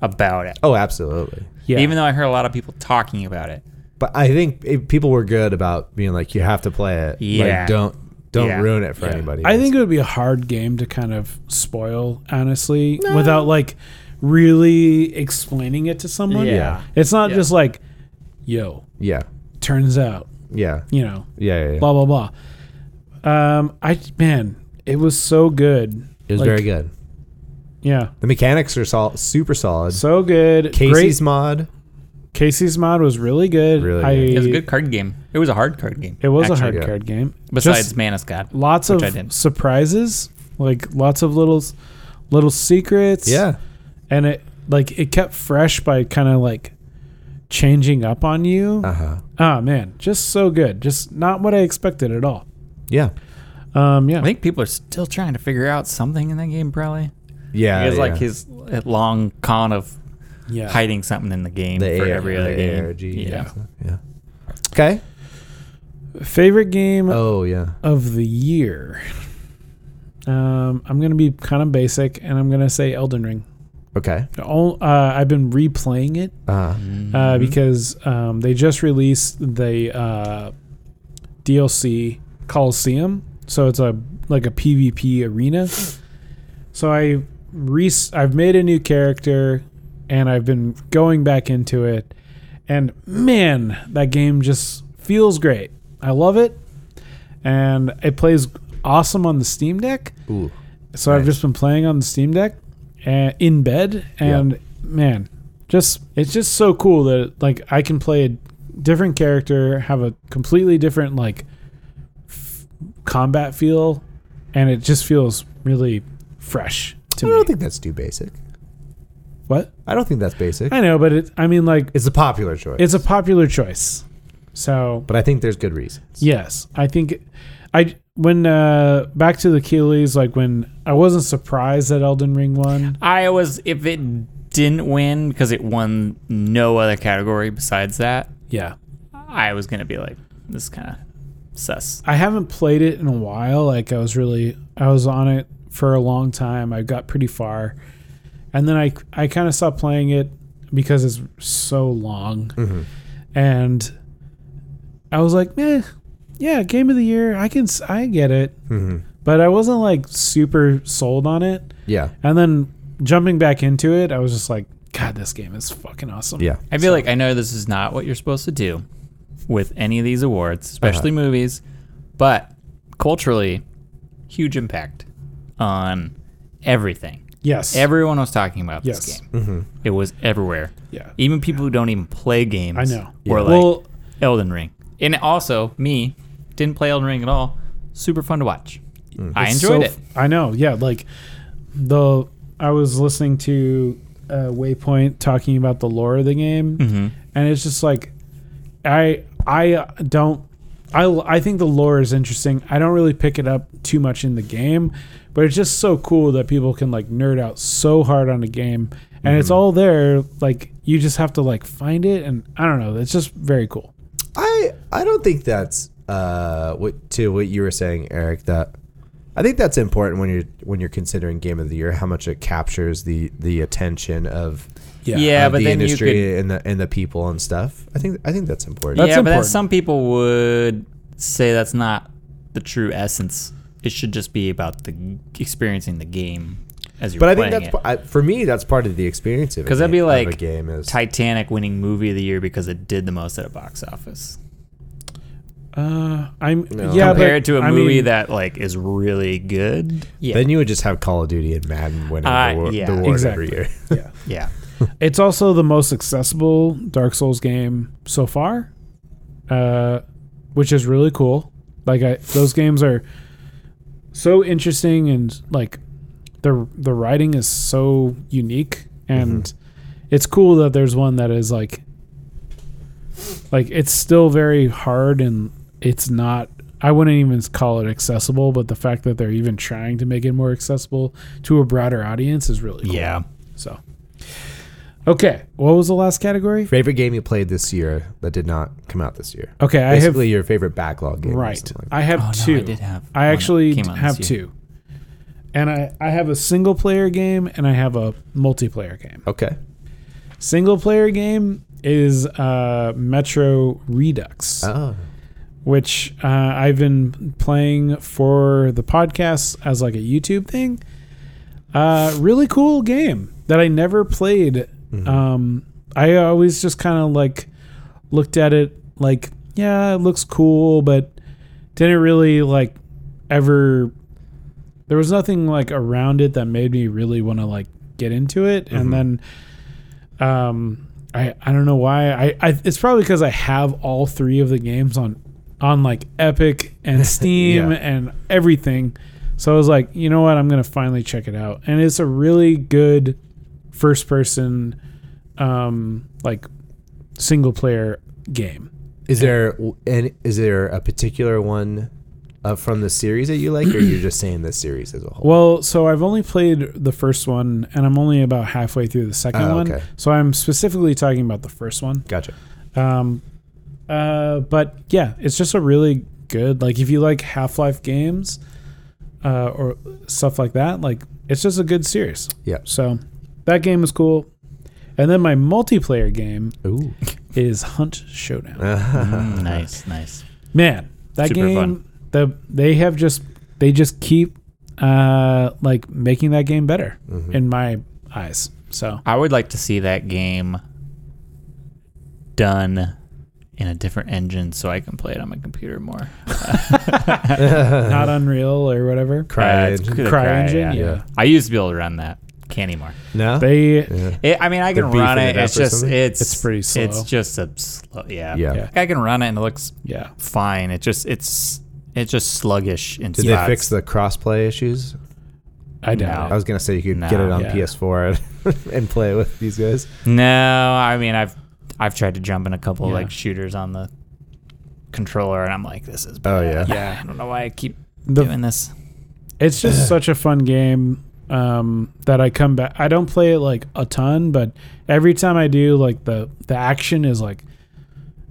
Speaker 4: about it,
Speaker 3: oh, absolutely.
Speaker 2: Yeah.
Speaker 4: even though I heard a lot of people talking about it.
Speaker 3: But I think it, people were good about being like, you have to play it.
Speaker 4: Yeah.
Speaker 3: Like, don't don't
Speaker 4: Yeah.
Speaker 3: ruin it for anybody.
Speaker 2: I
Speaker 3: else."
Speaker 2: think it would be a hard game to kind of spoil, honestly, without like really explaining it to someone.
Speaker 4: Yeah.
Speaker 3: Yeah.
Speaker 2: It's not
Speaker 4: Yeah.
Speaker 2: just like, yo,
Speaker 3: Yeah.
Speaker 2: turns out,
Speaker 3: Yeah.
Speaker 2: you know,
Speaker 3: Yeah. yeah, yeah.
Speaker 2: blah blah blah. Um, I man, it was so good.
Speaker 3: It was
Speaker 2: Like,
Speaker 3: very good.
Speaker 2: Yeah,
Speaker 3: The mechanics are sol- super solid.
Speaker 2: so good.
Speaker 3: Casey's
Speaker 2: Great.
Speaker 3: mod.
Speaker 2: Casey's mod was really good.
Speaker 3: Really
Speaker 2: I,
Speaker 3: good.
Speaker 4: It was a good card game. It was a hard card game.
Speaker 2: It was a
Speaker 4: actually,
Speaker 2: hard
Speaker 3: yeah.
Speaker 2: card game.
Speaker 4: Besides
Speaker 2: Just
Speaker 4: Man of God.
Speaker 2: lots
Speaker 4: which I
Speaker 2: of
Speaker 4: didn't.
Speaker 2: surprises, like lots of little, little secrets.
Speaker 3: Yeah.
Speaker 2: and it like it kept fresh by kind of like changing up on you.
Speaker 3: Uh huh.
Speaker 2: oh man, just so good. Just not what I expected at all.
Speaker 3: Yeah.
Speaker 2: Um, yeah,
Speaker 4: I think people are still trying to figure out something in that game, probably.
Speaker 3: Yeah.
Speaker 4: it's
Speaker 3: Oh, yeah.
Speaker 4: like his long con of
Speaker 2: yeah.
Speaker 4: hiding something in the game
Speaker 3: the
Speaker 4: for
Speaker 3: AR,
Speaker 4: every other
Speaker 3: the
Speaker 4: game.
Speaker 3: ARG.
Speaker 4: yeah.
Speaker 3: Yeah. Yeah. Okay.
Speaker 2: Favorite game
Speaker 3: Oh yeah.
Speaker 2: of the year. Um, I'm gonna be kind of basic, and I'm gonna say Elden Ring.
Speaker 3: Okay.
Speaker 2: The ol- Uh, I've been replaying it
Speaker 3: Uh huh.
Speaker 2: uh, because um, they just released the uh, DLC Coliseum, so it's a like a PvP arena. So I re- I've made a new character, and I've been going back into it, and man, that game just feels great. I love it, and it plays awesome on the Steam Deck.
Speaker 3: Ooh.
Speaker 2: So I've
Speaker 3: Nice.
Speaker 2: just been playing on the Steam Deck, uh, in bed, and man, just it's just so cool that like I can play a different character, have a completely different like f- combat feel, and it just feels really fresh to
Speaker 3: I
Speaker 2: me.
Speaker 3: *laughs* don't think that's too basic.
Speaker 2: what
Speaker 3: I don't think that's basic.
Speaker 2: I know, but it, I mean, like
Speaker 3: It's a popular choice.
Speaker 2: it's a popular choice. So
Speaker 3: But I think there's good reasons.
Speaker 2: Yes, I think I when uh back to the Keelys, like when I wasn't surprised that Elden Ring won.
Speaker 4: I was if it didn't win because it won no other category besides that.
Speaker 2: Yeah,
Speaker 4: I was gonna be like, this is kind of sus.
Speaker 2: I haven't played it in a while. Like I was really I was on it for a long time. I got pretty far, and then I I kind of stopped playing it because it's so long, and I was like, meh, yeah, game of the year. I can s- I get it, but I wasn't like super sold on it.
Speaker 3: Yeah.
Speaker 2: And then jumping back into it, I was just like, God, this game is fucking awesome.
Speaker 3: Yeah.
Speaker 4: I feel like I know this is not what you're supposed to do with any of these awards, especially
Speaker 2: Uh-huh.
Speaker 4: movies, but culturally, huge impact on everything.
Speaker 2: Yes.
Speaker 4: Everyone was talking about
Speaker 2: Yes. Mm-hmm.
Speaker 4: this game. It was everywhere.
Speaker 2: yeah.
Speaker 4: Even people who don't even play games.
Speaker 2: I know.
Speaker 4: Were like
Speaker 2: well,
Speaker 4: Elden Ring, and also me didn't play Elden Ring at all. Super fun to watch.
Speaker 3: Mm.
Speaker 4: I
Speaker 2: it's
Speaker 4: enjoyed
Speaker 2: so
Speaker 4: it.
Speaker 2: f- I know. Yeah. Like the I was listening to uh, Waypoint talking about the lore of the game,
Speaker 4: Mm-hmm.
Speaker 2: and it's just like I I uh, don't. I, l- I think the lore is interesting. I don't really pick it up too much in the game, but it's just so cool that people can like nerd out so hard on a game, and
Speaker 4: Mm-hmm.
Speaker 2: it's all there. Like you just have to like find it, and I don't know. It's just very cool.
Speaker 3: I I don't think that's uh what to what you were saying, Eric. That I think that's important when you're when you're considering Game of the Year, how much it captures the the attention of
Speaker 4: Yeah,
Speaker 3: of
Speaker 4: but
Speaker 3: the
Speaker 4: then you could
Speaker 3: industry and the and the people and stuff. I think I think that's important.
Speaker 2: That's
Speaker 4: yeah, but
Speaker 2: important.
Speaker 4: that's, some people would say that's not the true essence. It should just be about the g- experiencing the game as you're
Speaker 3: but I think
Speaker 4: playing
Speaker 3: that's
Speaker 4: it.
Speaker 3: I, for me. That's part of the experience of a
Speaker 4: 'Cause that'd
Speaker 3: game-
Speaker 4: be
Speaker 3: of a
Speaker 4: like
Speaker 3: game is
Speaker 4: Titanic winning movie of the year because it did the most at a box office
Speaker 2: Uh, I'm
Speaker 3: No.
Speaker 2: yeah,
Speaker 4: compared
Speaker 2: but,
Speaker 4: to a
Speaker 2: I
Speaker 4: movie
Speaker 2: mean,
Speaker 4: that like is really good. Yeah,
Speaker 3: Then you would just have Call of Duty and Madden winning
Speaker 4: Uh,
Speaker 3: the, war,
Speaker 4: yeah.
Speaker 3: the award
Speaker 2: Exactly.
Speaker 3: every year. *laughs*
Speaker 2: yeah.
Speaker 4: yeah.
Speaker 2: It's also the most accessible Dark Souls game so far, uh, which is really cool. Like I, those games are so interesting and like the the writing is so unique and it's cool that there's one that is like like it's still very hard and it's not I wouldn't even call it accessible, but the fact that they're even trying to make it more accessible to a broader audience is really cool.
Speaker 4: Yeah.
Speaker 2: So, okay, what was the last category?
Speaker 3: Favorite game you played this year that did not come out this year.
Speaker 2: Okay, I have
Speaker 3: Basically, your favorite backlog game.
Speaker 2: *laughs*
Speaker 3: or
Speaker 2: right.
Speaker 3: something like
Speaker 2: I have
Speaker 4: Oh, no,
Speaker 2: two.
Speaker 4: I did have
Speaker 2: I
Speaker 4: one that
Speaker 2: actually
Speaker 4: came
Speaker 2: d-
Speaker 4: out
Speaker 2: have
Speaker 4: this year.
Speaker 2: two, and I I have a single player game and I have a multiplayer game.
Speaker 3: that. Okay.
Speaker 2: Single player game is uh, Metro Redux,
Speaker 3: Oh.
Speaker 2: which uh, I've been playing for the podcast as like a YouTube thing. Uh, really cool game that I never played. Um, I always just kind of like looked at it like, yeah, it looks cool, but didn't really like ever. There was nothing like around it that made me really want to like get into it, and then um, I I don't know why I, I it's probably because I have all three of the games on on like Epic and Steam
Speaker 3: Yeah.
Speaker 2: and everything, so I was like, you know what, I'm gonna finally check it out, and it's a really good first person, um, like single player game.
Speaker 3: Is there and is there a particular one uh, from the series that you like, or you're just saying the series as a whole?
Speaker 2: Well, so I've only played the first one, and I'm only about halfway through the second
Speaker 3: Oh,
Speaker 2: one.
Speaker 3: okay.
Speaker 2: So I'm specifically talking about the first one.
Speaker 3: Gotcha.
Speaker 2: Um, uh, but yeah, it's just a really good like if you like Half Life games, uh, or stuff like that. Like it's just a good series.
Speaker 3: Yeah.
Speaker 2: So that game is cool. And then my multiplayer game
Speaker 3: Ooh.
Speaker 2: is Hunt Showdown.
Speaker 4: Mm, nice, nice.
Speaker 2: Man, that
Speaker 4: Super
Speaker 2: game
Speaker 4: fun.
Speaker 2: the they have just they just keep uh like making that game better
Speaker 4: Mm-hmm.
Speaker 2: in my eyes.
Speaker 4: *laughs*
Speaker 2: So
Speaker 4: I would like to see that game done in a different engine so I can play it on my computer more.
Speaker 2: not Unreal or whatever.
Speaker 3: Cry
Speaker 4: Uh, it's
Speaker 3: engine.
Speaker 4: good at
Speaker 2: Cry engine, yeah.
Speaker 3: yeah.
Speaker 4: I used to be able to run that. Can't anymore.
Speaker 3: No.
Speaker 2: They
Speaker 3: yeah.
Speaker 4: It, I mean, I
Speaker 3: The
Speaker 4: can
Speaker 3: beef
Speaker 4: run
Speaker 3: in
Speaker 4: it.
Speaker 3: it
Speaker 4: It's
Speaker 3: up or
Speaker 4: just
Speaker 3: something?
Speaker 4: it's
Speaker 2: It's pretty slow.
Speaker 4: It's just a slow. Yeah.
Speaker 3: Yeah.
Speaker 2: Yeah.
Speaker 4: I can run it and it looks
Speaker 2: yeah.
Speaker 4: fine. It just it's it's just sluggish in
Speaker 3: Did
Speaker 4: spots.
Speaker 3: they fix the crossplay issues?
Speaker 2: I doubt
Speaker 3: I
Speaker 4: Oh.
Speaker 2: it.
Speaker 3: was gonna say you could get it
Speaker 4: No.
Speaker 3: on
Speaker 2: Yeah.
Speaker 3: PS4 *laughs* and, and play it with these guys.
Speaker 4: No, I mean I've I've tried to jump in a couple
Speaker 2: Yeah.
Speaker 4: like shooters on the controller, and I'm like, this is
Speaker 3: Oh, yeah.
Speaker 4: bad. I don't know why I keep
Speaker 2: The
Speaker 4: doing this.
Speaker 2: It's just such a fun game um, that I come back. I don't play it like a ton, but every time I do, like the the action is like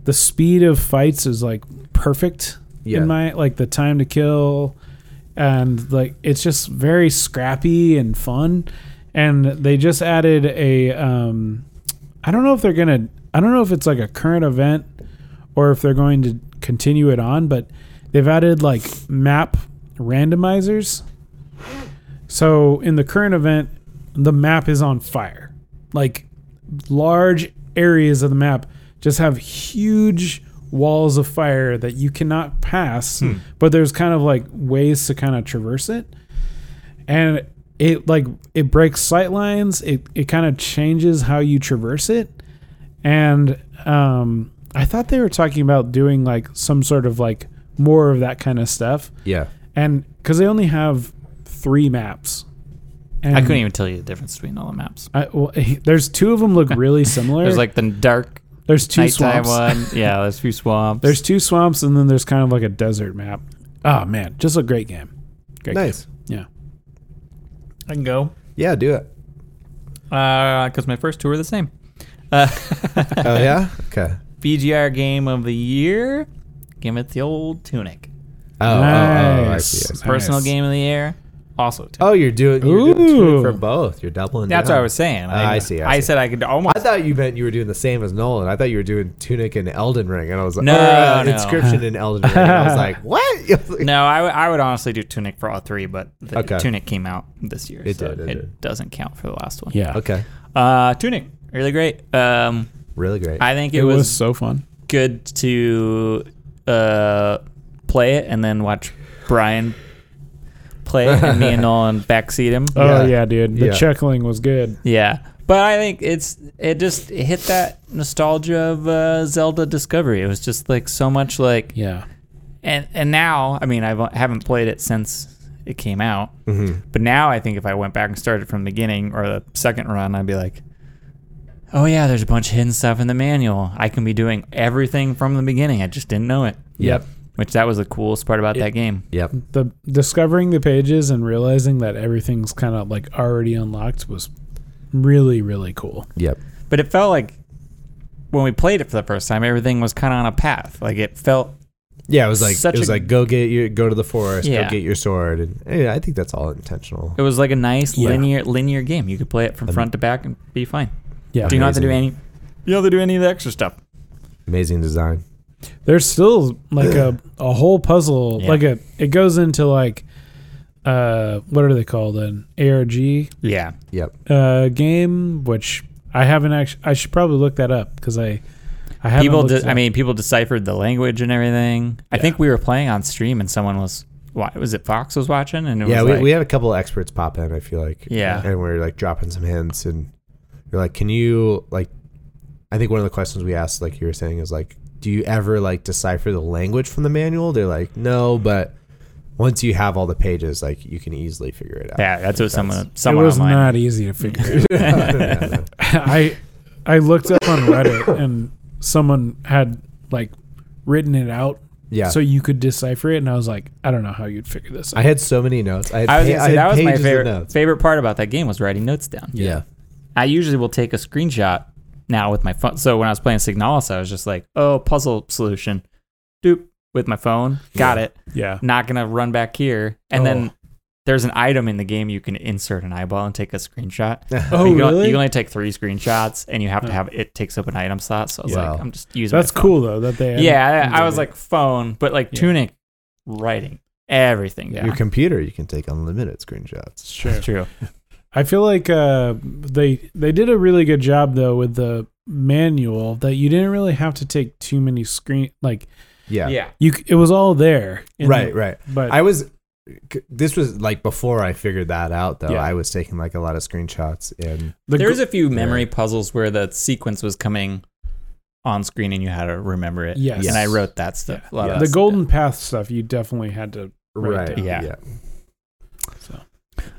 Speaker 2: the speed of fights is like perfect
Speaker 3: Yeah.
Speaker 2: in my like the time to kill, and like it's just very scrappy and fun. And they just added a um, I don't know if they're gonna. I don't know if it's like a current event or if they're going to continue it on, but they've added like map randomizers. So in the current event, the map is on fire. Like large areas of the map just have huge walls of fire that you cannot pass, but there's kind of like ways to kind of traverse it. And it like it breaks sight lines, it, it kind of changes how you traverse it and um, I thought they were talking about doing like some sort of like more of that kind of stuff,
Speaker 3: Yeah.
Speaker 2: and because they only have three maps, and
Speaker 4: I couldn't even tell you the difference between all the maps.
Speaker 2: I, well, *laughs* there's two of
Speaker 4: *laughs*
Speaker 2: them look really similar.
Speaker 4: There's like the dark
Speaker 2: there's two
Speaker 4: nighttime
Speaker 2: swamps.
Speaker 4: one.
Speaker 3: *laughs*
Speaker 4: Yeah, there's a few swamps.
Speaker 2: There's two swamps, and then there's kind of like a desert map. Oh man, just a great game. Great
Speaker 3: Nice.
Speaker 2: game. Yeah.
Speaker 4: I can go.
Speaker 3: Yeah, do it.
Speaker 4: Because Uh, my first two are the same. Uh,
Speaker 3: Oh
Speaker 4: *laughs*
Speaker 3: yeah. Okay.
Speaker 4: BGR game of the year. Give it the old tunic.
Speaker 3: Oh, oh, oh, I see, I
Speaker 2: Nice.
Speaker 3: see.
Speaker 4: Personal
Speaker 2: Nice.
Speaker 4: game of the year. Also, tunic.
Speaker 3: Oh, you're doing you're doing
Speaker 2: Ooh.
Speaker 3: two for both. You're doubling.
Speaker 4: that's
Speaker 3: down.
Speaker 4: what I was saying.
Speaker 3: Ah, I see, I
Speaker 4: I
Speaker 3: see.
Speaker 4: said I could almost.
Speaker 3: I thought you meant you were doing the same as Nolan. I thought you were doing Tunic and Elden Ring, and I was like,
Speaker 4: No,
Speaker 3: "Uh,
Speaker 4: no.
Speaker 3: inscription in Elden Ring. And I
Speaker 4: *laughs*
Speaker 3: was like, what? *laughs*
Speaker 4: No, I, w- I would honestly do Tunic for all three, but the
Speaker 3: Okay.
Speaker 4: Tunic came out this year.
Speaker 3: It
Speaker 4: so
Speaker 3: did, it did.
Speaker 4: doesn't count for the last one.
Speaker 2: Yeah.
Speaker 3: Okay,
Speaker 4: Uh, Tunic, really great. Um,
Speaker 3: really great.
Speaker 4: I think
Speaker 2: It,
Speaker 4: it,
Speaker 2: was,
Speaker 4: was,
Speaker 2: so fun.
Speaker 4: good to uh, play it and then watch Brian play it and me and Nolan backseat him.
Speaker 2: Oh yeah, dude. The
Speaker 3: Yeah.
Speaker 2: chuckling was good.
Speaker 4: Yeah. But I think it's it just hit that nostalgia of uh, Zelda Discovery. It was just like so much like
Speaker 2: Yeah.
Speaker 4: and and now I mean I've, I haven't played it since it came out, but now I think if I went back and started from the beginning or the second run, I'd be like, oh yeah, there's a bunch of hidden stuff in the manual. I can be doing everything from the beginning. I just didn't know it.
Speaker 3: Yep.
Speaker 4: Which that was the coolest part about that game.
Speaker 3: Yep.
Speaker 2: the discovering the pages and realizing that everything's kind of like already unlocked was really really cool.
Speaker 3: Yep.
Speaker 4: But it felt like when we played it for the first time, everything was kind of on a path. Like it felt
Speaker 3: Yeah, it was like
Speaker 4: Such
Speaker 3: it was
Speaker 4: a-
Speaker 3: like go get your go to the forest,
Speaker 4: Yeah.
Speaker 3: go get your sword, and yeah, I think that's all intentional.
Speaker 4: it was like a nice
Speaker 2: Yeah.
Speaker 4: linear linear game. You could play it from front to back and be fine.
Speaker 2: Yeah.
Speaker 4: Do you not have to do
Speaker 3: Amazing.
Speaker 4: any? You don't have to do any of the extra stuff.
Speaker 3: Amazing design.
Speaker 2: There's still like a a whole puzzle
Speaker 4: Yeah.
Speaker 2: like a it goes into like uh what are they called an ARG
Speaker 4: Yeah.
Speaker 3: Yep.
Speaker 2: uh game which I haven't actually I should probably look that up cuz I I haven't
Speaker 4: people
Speaker 2: looked
Speaker 4: de-
Speaker 2: it
Speaker 4: i
Speaker 2: up.
Speaker 4: mean people deciphered the language and everything i think we were playing on stream and someone was why was it fox was watching and it
Speaker 3: Yeah,
Speaker 4: was
Speaker 3: we,
Speaker 4: like,
Speaker 3: we had a couple of experts pop in. I feel like
Speaker 4: Yeah.
Speaker 3: and we were like dropping some hints, and you're like, can you like? I think one of the questions we asked, like you were saying, is like, do you ever like decipher the language from the manual? They're like, no, but once you have all the pages, like you can easily figure it out.
Speaker 4: yeah that's what someone
Speaker 2: it
Speaker 4: someone
Speaker 2: was
Speaker 4: online
Speaker 2: not easy to figure out.
Speaker 4: *laughs*
Speaker 3: Yeah, no.
Speaker 2: *laughs* I I looked up on Reddit and someone had like written it out
Speaker 3: yeah.
Speaker 2: so you could decipher it and I was like I don't know how you'd figure this out.
Speaker 3: I had so many notes. I had,
Speaker 4: i was gonna
Speaker 3: pa-
Speaker 4: say
Speaker 3: had
Speaker 4: that was my
Speaker 3: pages of
Speaker 4: favorite
Speaker 3: notes.
Speaker 4: favorite part about that game was writing notes down
Speaker 3: Yeah.
Speaker 4: i usually will take a screenshot now with my phone so when i was playing signalis i was just like oh puzzle solution doop with my phone got it
Speaker 2: yeah.
Speaker 4: not gonna run back here and then
Speaker 2: Oh.
Speaker 4: there's an item in the game you can insert an eyeball and take a
Speaker 2: *laughs*
Speaker 4: screenshot
Speaker 2: Oh,
Speaker 4: you, can,
Speaker 2: really?
Speaker 4: you can only take three screenshots, and you have to have it takes up an item slot. So I was
Speaker 3: Wow.
Speaker 4: like, I'm just using. my
Speaker 2: That's
Speaker 4: phone.
Speaker 2: cool though that they added-
Speaker 4: Yeah, I, I
Speaker 2: added
Speaker 4: was
Speaker 2: it.
Speaker 4: like phone, but like
Speaker 2: Yeah.
Speaker 4: tunic, writing everything. Yeah,
Speaker 3: Your computer, you can take unlimited screenshots.
Speaker 2: sure.
Speaker 4: true.
Speaker 2: I feel like uh, they they did a really good job though with the manual that you didn't really have to take too many screen like
Speaker 3: Yeah.
Speaker 2: you c- it was all there in the-
Speaker 3: Right, right.
Speaker 2: but
Speaker 3: I was. c- This was like before I figured that out, though.
Speaker 2: Yeah.
Speaker 3: I was taking like a lot of screenshots, and
Speaker 2: the
Speaker 4: There
Speaker 2: gr-
Speaker 4: was a few memory puzzles where the sequence was coming on screen, and you had to remember it.
Speaker 2: Yes.
Speaker 4: and I wrote that stuff. A lot
Speaker 3: Yeah.
Speaker 4: of
Speaker 2: the
Speaker 4: that
Speaker 2: golden path stuff you definitely had to
Speaker 3: right,
Speaker 2: Right,
Speaker 4: yeah.
Speaker 2: so
Speaker 4: Stuff.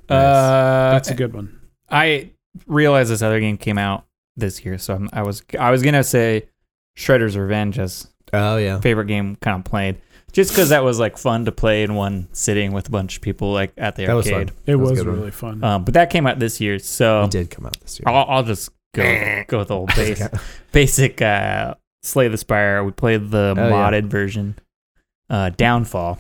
Speaker 4: Uh,
Speaker 2: that's a good one
Speaker 4: I realized this other game came out this year, so I'm, I was I was gonna say Shredder's Revenge as
Speaker 3: Oh yeah.
Speaker 4: favorite game kind of played. Just because that was like fun to play in one sitting with a bunch of people like at the
Speaker 3: That was
Speaker 4: arcade.
Speaker 3: fun.
Speaker 2: It
Speaker 3: was a
Speaker 2: was,
Speaker 3: good one.
Speaker 2: really fun.
Speaker 4: Um, but that came out this year, so
Speaker 3: it did come out this year.
Speaker 4: I'll, I'll just go go with the old base, basic uh, Slay the Spire. We played the
Speaker 3: Oh, yeah.
Speaker 4: modded version, uh, Downfall.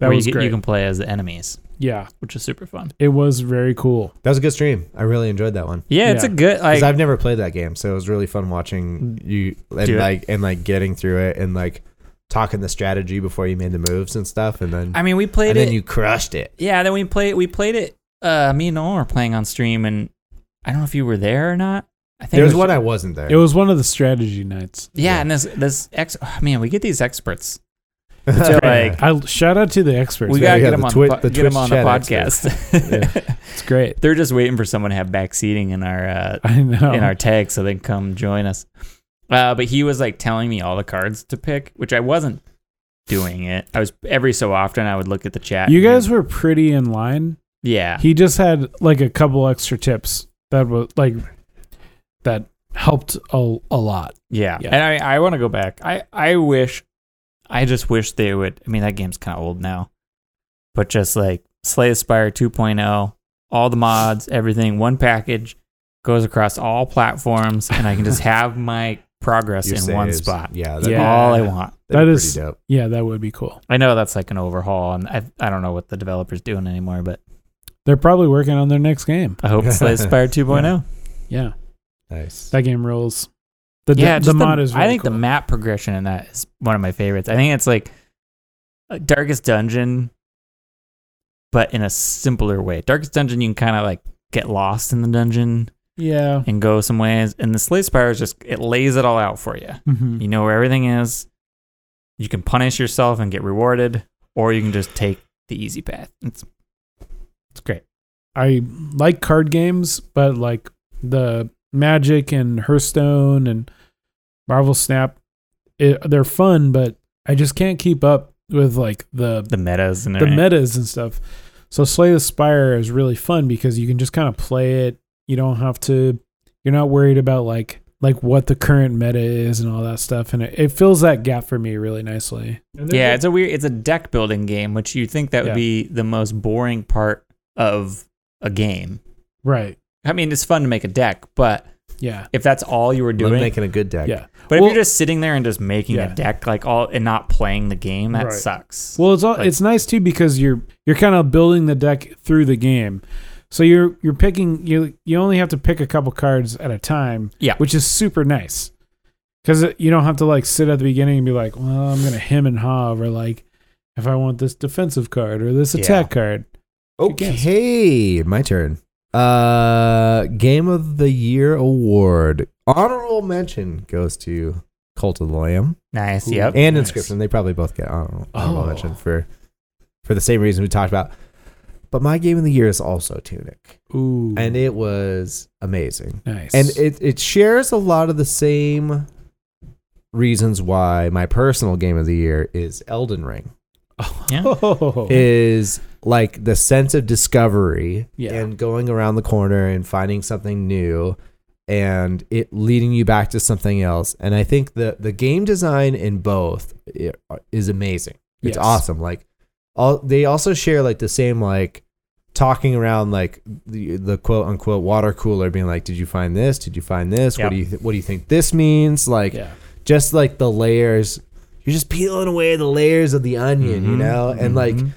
Speaker 2: that
Speaker 4: where
Speaker 2: was
Speaker 4: you, get-
Speaker 2: great.
Speaker 4: you can play as the enemies,
Speaker 2: yeah,
Speaker 4: which is super fun.
Speaker 2: it was very cool.
Speaker 3: That was a good stream. I really enjoyed that one.
Speaker 4: Yeah, it's
Speaker 2: Yeah.
Speaker 4: a good
Speaker 3: Because
Speaker 4: like
Speaker 3: I've never played that game, so it was really fun watching
Speaker 4: Mm.
Speaker 3: you and
Speaker 4: Do it.
Speaker 3: like and like getting through it and like talking the strategy before you made the moves and stuff, and then
Speaker 4: I mean, we played
Speaker 3: and
Speaker 4: it.
Speaker 3: then you crushed it.
Speaker 4: yeah, then we played we played it. Uh, me and Nolan were playing on stream, and I don't know if you were there or not. I think
Speaker 3: There
Speaker 4: it
Speaker 3: was one I wasn't there.
Speaker 2: It
Speaker 3: *laughs*
Speaker 2: was one of the strategy nights.
Speaker 4: *laughs* Yeah,
Speaker 3: Yeah.
Speaker 4: and this this ex oh, man, we get these experts.
Speaker 3: Yeah.
Speaker 4: like,
Speaker 2: I shout out to the experts.
Speaker 4: we
Speaker 3: yeah,
Speaker 4: gotta
Speaker 3: yeah,
Speaker 4: get them
Speaker 3: the
Speaker 4: on
Speaker 3: Twi-
Speaker 4: the, po-
Speaker 3: the
Speaker 4: get 'em
Speaker 3: Twitch
Speaker 4: on the *laughs*
Speaker 3: chat
Speaker 4: podcast.
Speaker 2: it's great.
Speaker 4: They're just waiting for someone to have back seating in our uh,
Speaker 2: I
Speaker 3: Oh.
Speaker 2: know.
Speaker 4: in our tag, so they can come join us. Uh, but he was like telling me all the cards to pick, which I wasn't doing it. I was every so often I would look at the chat.
Speaker 2: you
Speaker 4: and-
Speaker 2: guys were pretty in line.
Speaker 4: yeah,
Speaker 2: He just had like a couple extra tips that was like that helped a, a lot.
Speaker 4: yeah,
Speaker 2: Yeah.
Speaker 4: And I I want to go back. I I wish, I just wish they would. I mean, that game's kind of old now, but just like Slay the Spire 2.0, oh, all the mods, everything, one package goes across all platforms, and I can
Speaker 3: *laughs*
Speaker 4: just have my progress
Speaker 3: Your
Speaker 4: in one
Speaker 3: saves.
Speaker 4: spot.
Speaker 3: Yeah,
Speaker 4: That's
Speaker 3: that'd
Speaker 2: Yeah.
Speaker 4: all I want.
Speaker 3: be- that'd
Speaker 2: That
Speaker 3: be
Speaker 2: is-
Speaker 3: pretty dope.
Speaker 2: Yeah, that would be cool.
Speaker 4: I know that's like an overhaul, and I I don't know what the developer's doing anymore, but
Speaker 2: They're probably working on their next game.
Speaker 4: I
Speaker 3: *laughs*
Speaker 4: hope Slay the Spire 2.0.
Speaker 2: Yeah,
Speaker 3: Nice.
Speaker 2: that game rules. The
Speaker 4: yeah,
Speaker 2: the
Speaker 4: just
Speaker 2: mod is. Really
Speaker 4: I think
Speaker 2: cool.
Speaker 4: the map progression in that is one of my favorites. I think it's like a Darkest Dungeon, but in a simpler way. Darkest Dungeon, you can kind of like get lost in the dungeon
Speaker 2: Yeah.
Speaker 4: and go some ways, and the Slay Spire is just it lays it all out for you.
Speaker 2: Mhm.
Speaker 4: You know where everything is. You can punish yourself and get rewarded, or you can just take the easy path. It's it's great.
Speaker 2: I like card games, but like the Magic and Hearthstone and Marvel Snap, it, they're fun, but I just can't keep up with like the
Speaker 4: The metas and
Speaker 2: the
Speaker 4: everything.
Speaker 2: metas and stuff. So Slay the Spire is really fun because you can just kind of play it. You don't have to. You're not worried about like like what the current meta is and all that stuff, and it, it fills that gap for me really nicely.
Speaker 4: Yeah, it's a weird. It's a deck building game, which you think that would
Speaker 2: Yeah.
Speaker 4: be the most boring part of a game.
Speaker 2: right.
Speaker 4: I mean, it's fun to make a deck, but
Speaker 2: Yeah.
Speaker 4: if that's all you were
Speaker 3: Love
Speaker 4: doing,
Speaker 3: making a good deck.
Speaker 2: Yeah.
Speaker 4: but
Speaker 2: Well-
Speaker 4: if you're just sitting there and just making
Speaker 2: Yeah.
Speaker 4: a deck like all and not playing the game, that
Speaker 2: Right.
Speaker 4: sucks.
Speaker 2: Well, it's all,
Speaker 4: Like-
Speaker 2: it's nice too because you're you're kind of building the deck through the game. So you're you're picking you you only have to pick a couple cards at a time.
Speaker 4: Yeah.
Speaker 2: which is super nice because you don't have to like sit at the beginning and be like, well, I'm gonna hem and haw over like if I want this defensive card or this
Speaker 4: Yeah.
Speaker 2: attack card. guess.
Speaker 3: Okay, Oh, my turn. Uh, Game of the Year award honorable mention goes to Cult of the Lamb
Speaker 4: nice. Yep.
Speaker 3: and
Speaker 2: nice.
Speaker 3: Inscription. They probably both get honorable, honorable
Speaker 2: Oh.
Speaker 3: mention for for the same reason we talked about. But my Game of the Year is also Tunic,
Speaker 2: Ooh,
Speaker 3: and it was amazing.
Speaker 2: nice.
Speaker 3: And it, it shares a lot of the same reasons why my personal game of the year is Elden Ring. *laughs*
Speaker 2: oh,
Speaker 3: Is like the sense of discovery
Speaker 2: Yeah.
Speaker 3: and going around the corner and finding something new and it leading you back to something else. And I think the the game design in both i- is amazing. It's
Speaker 2: Yes.
Speaker 3: awesome. Like all they also share like the same like talking around like the, the quote unquote water cooler being like did you find this did you find this what
Speaker 4: Yep.
Speaker 3: do you th- what do you think this means like
Speaker 2: yeah,
Speaker 3: just like the layers you're just peeling away the layers of the onion you
Speaker 4: Mhm,
Speaker 3: know and like
Speaker 4: mhm.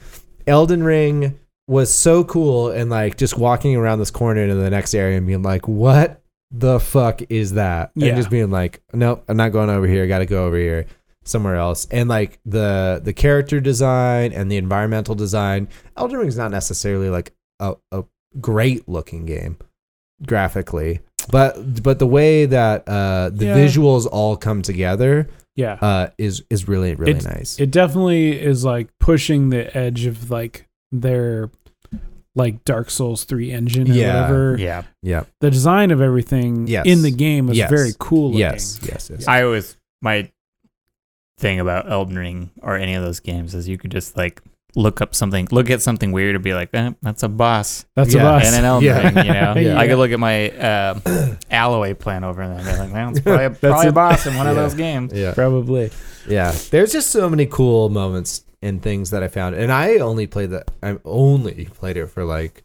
Speaker 3: elden ring was so cool and like just walking around this corner into the next area and being like what the fuck is that
Speaker 2: Yeah.
Speaker 3: and just being like nope i'm not going over here i gotta go over here somewhere else and like the the character design and the environmental design elden ring's not necessarily like a, a great looking game graphically but but the way that uh the
Speaker 2: Yeah.
Speaker 3: visuals all come together
Speaker 2: yeah.
Speaker 3: uh is is really really
Speaker 2: It's-
Speaker 3: nice
Speaker 2: It definitely is like pushing the edge of like their like Dark Souls three engine or
Speaker 3: Yeah.
Speaker 2: whatever.
Speaker 4: yeah.
Speaker 3: yeah
Speaker 2: the design of everything
Speaker 3: Yes.
Speaker 2: in the game is
Speaker 3: Yes.
Speaker 2: very cool looking.
Speaker 3: yes yes yes
Speaker 4: I always my thing about Elden Ring or any of those games is you could just like look up something, look at something weird, and be like, eh, "That's a boss."
Speaker 2: That's
Speaker 3: Yeah.
Speaker 2: a boss.
Speaker 4: And an Elden
Speaker 3: Yeah.
Speaker 4: Ring, you know.
Speaker 2: Yeah.
Speaker 4: I could look at my *clears throat* um alloy plan over there and be like, "Man,
Speaker 2: *laughs*
Speaker 4: it's probably, a,
Speaker 2: That's
Speaker 4: probably a
Speaker 2: it.
Speaker 4: boss in one of
Speaker 3: Yeah.
Speaker 4: those games."
Speaker 3: Yeah.
Speaker 2: *laughs* Probably.
Speaker 3: Yeah, there's just so many cool moments and things that I found, and I only played that. I only played it for like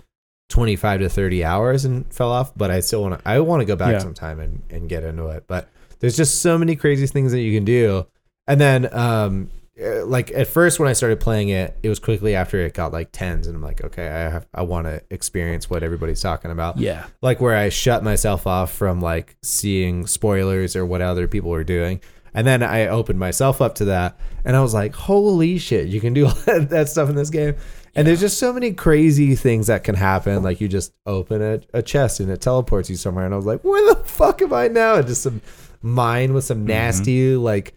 Speaker 3: 25 to 30 hours and fell off. But I still want to. I want to go back
Speaker 2: Yeah.
Speaker 3: sometime and and get into it. But there's just so many crazy things that you can do. And then, um, eh, like at first when I started playing it, it was quickly after it got like tens, and I'm like, okay, I have, I want to experience what everybody's talking about
Speaker 2: Yeah.
Speaker 3: like where I shut myself off from like seeing spoilers or what other people were doing. And then I opened myself up to that and I was like, holy shit, you can do *laughs* all that, that stuff in this game. And there's just so many crazy things that can happen. Like you just open a, a chest and it teleports you somewhere. And I was like, where the fuck am I now? And just some mine with
Speaker 2: Mm-hmm.
Speaker 3: some nasty, like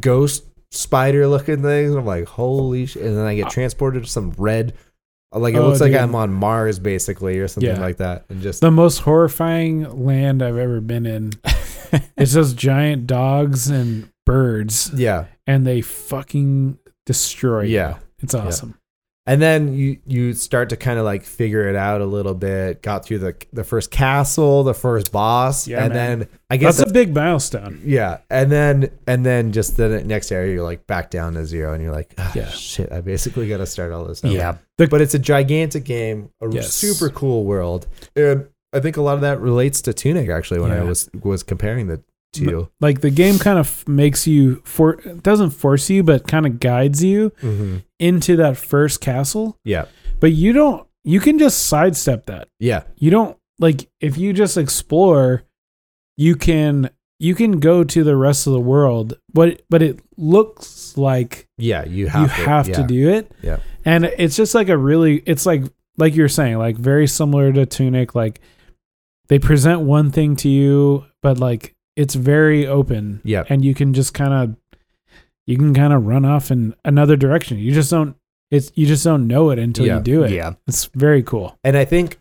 Speaker 3: ghost spider looking things. And I'm like, holy shit. And then I get transported to some red, like it
Speaker 2: Uh Oh,
Speaker 3: looks like
Speaker 2: dude.
Speaker 3: I'm on Mars basically or something
Speaker 2: Yeah.
Speaker 3: like that. And just
Speaker 2: The most horrifying land I've ever been
Speaker 3: *laughs*
Speaker 2: in. it's those giant dogs and birds,
Speaker 3: Yeah.
Speaker 2: and they fucking destroy. you.
Speaker 3: Yeah.
Speaker 2: It's awesome.
Speaker 3: And then you you start to kind of like figure it out a little bit. Got through the the first castle, the first boss,
Speaker 2: Yeah,
Speaker 3: and
Speaker 2: man.
Speaker 3: then I guess
Speaker 2: That's a big milestone.
Speaker 3: yeah, and then and then just the next area you're like back down to zero, and you're like, "Ah,
Speaker 2: Yeah.
Speaker 3: shit, I basically got to start all this. Over.
Speaker 4: Yeah.
Speaker 3: but it's a gigantic game, a
Speaker 2: Yes.
Speaker 3: super cool world, and I think a lot of that relates to Tunic actually. When I
Speaker 2: Yeah.
Speaker 3: was was comparing the two,
Speaker 2: Like the game kind of makes you for doesn't force you, but kind of guides you
Speaker 3: mm-hmm.
Speaker 2: into that first castle.
Speaker 3: yeah,
Speaker 2: But you don't. You can just sidestep that.
Speaker 3: yeah,
Speaker 2: you don't like if you just explore you can you can go to the rest of the world but but it looks like
Speaker 3: yeah. You have
Speaker 2: you have to
Speaker 3: yeah.
Speaker 2: do it
Speaker 3: Yeah.
Speaker 2: and it's just like a really it's like like you're saying like very similar to tunic like they present one thing to you but like it's very open
Speaker 3: Yeah.
Speaker 2: and you can just kind of you can kind of run off in another direction you just don't it's you just don't know it until
Speaker 3: Yeah.
Speaker 2: you do it
Speaker 4: Yeah.
Speaker 2: it's very cool
Speaker 3: And I think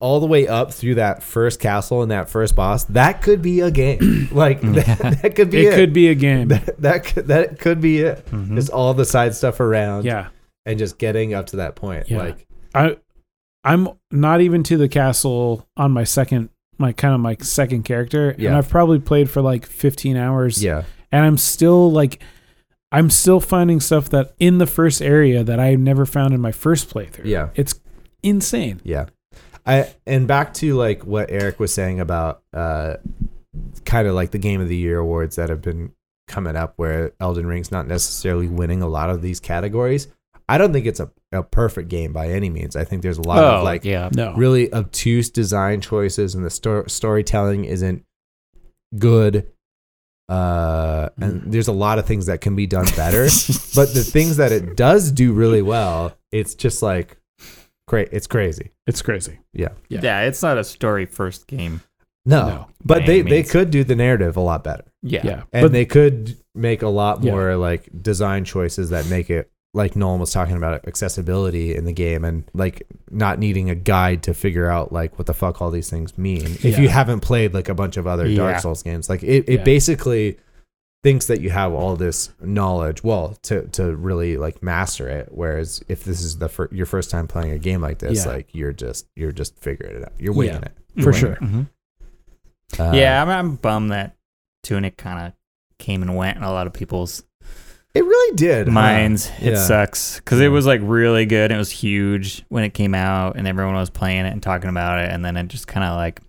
Speaker 3: all the way up through that first castle and that first boss, that could be a game. like
Speaker 2: *laughs*
Speaker 3: that, that could be
Speaker 2: it
Speaker 3: it.
Speaker 2: could be a
Speaker 3: *laughs*
Speaker 2: game
Speaker 3: that, that could that could be
Speaker 4: Mm-hmm.
Speaker 3: it. Just all the side stuff around
Speaker 2: yeah
Speaker 3: and just getting up to that point.
Speaker 2: Yeah.
Speaker 3: Like
Speaker 2: I I'm not even to the castle on my second my kind of my second character and
Speaker 3: Yeah.
Speaker 2: I've probably played for like 15 hours
Speaker 3: yeah.
Speaker 2: and I'm still like I'm still finding stuff that in the first area that I never found in my first playthrough.
Speaker 3: Yeah.
Speaker 2: It's insane.
Speaker 3: Yeah. I and back to like what Eric was saying about uh kind of like the game of the year awards that have been coming up where Elden Ring's not necessarily winning a lot of these categories. I don't think it's a, a perfect game by any means. I think there's a lot
Speaker 4: Oh,
Speaker 3: of like
Speaker 4: like yeah.
Speaker 2: No.
Speaker 3: really obtuse design choices and the stor- storytelling isn't good uh and there's a lot of things that can be done better but the things that it does do really well it's just like great it's crazy
Speaker 2: It's crazy.
Speaker 4: yeah,
Speaker 2: Yeah.
Speaker 4: it's not a story first game.
Speaker 3: no,
Speaker 2: No.
Speaker 3: but
Speaker 4: By
Speaker 3: they
Speaker 4: any
Speaker 3: they
Speaker 4: means.
Speaker 3: could do the narrative a lot better
Speaker 4: Yeah.
Speaker 2: Yeah.
Speaker 3: and
Speaker 2: but
Speaker 3: they could make a lot
Speaker 2: Yeah.
Speaker 3: more like design choices that make it like Nolan was talking about accessibility in the game and like not needing a guide to figure out like what the fuck all these things mean if you
Speaker 2: Yeah.
Speaker 3: haven't played like a bunch of other Dark
Speaker 4: Yeah.
Speaker 3: Souls games like it, it
Speaker 2: Yeah.
Speaker 3: basically thinks that you have all this knowledge well to to really like master it whereas if this is the fir- your first time playing a game like this
Speaker 2: Yeah.
Speaker 3: like you're just you're just figuring it out you're winging
Speaker 2: Yeah.
Speaker 3: it
Speaker 2: for sure.
Speaker 4: Mhm.
Speaker 3: Uh,
Speaker 4: yeah, I'm, I'm bummed that Tunic kind of came and went in a lot of people's
Speaker 3: it really did huh?
Speaker 4: minds. It
Speaker 3: Yeah.
Speaker 4: sucks because
Speaker 3: Yeah.
Speaker 4: it was like really good. And it was huge when it came out, and everyone was playing it and talking about it, and then it just kind of like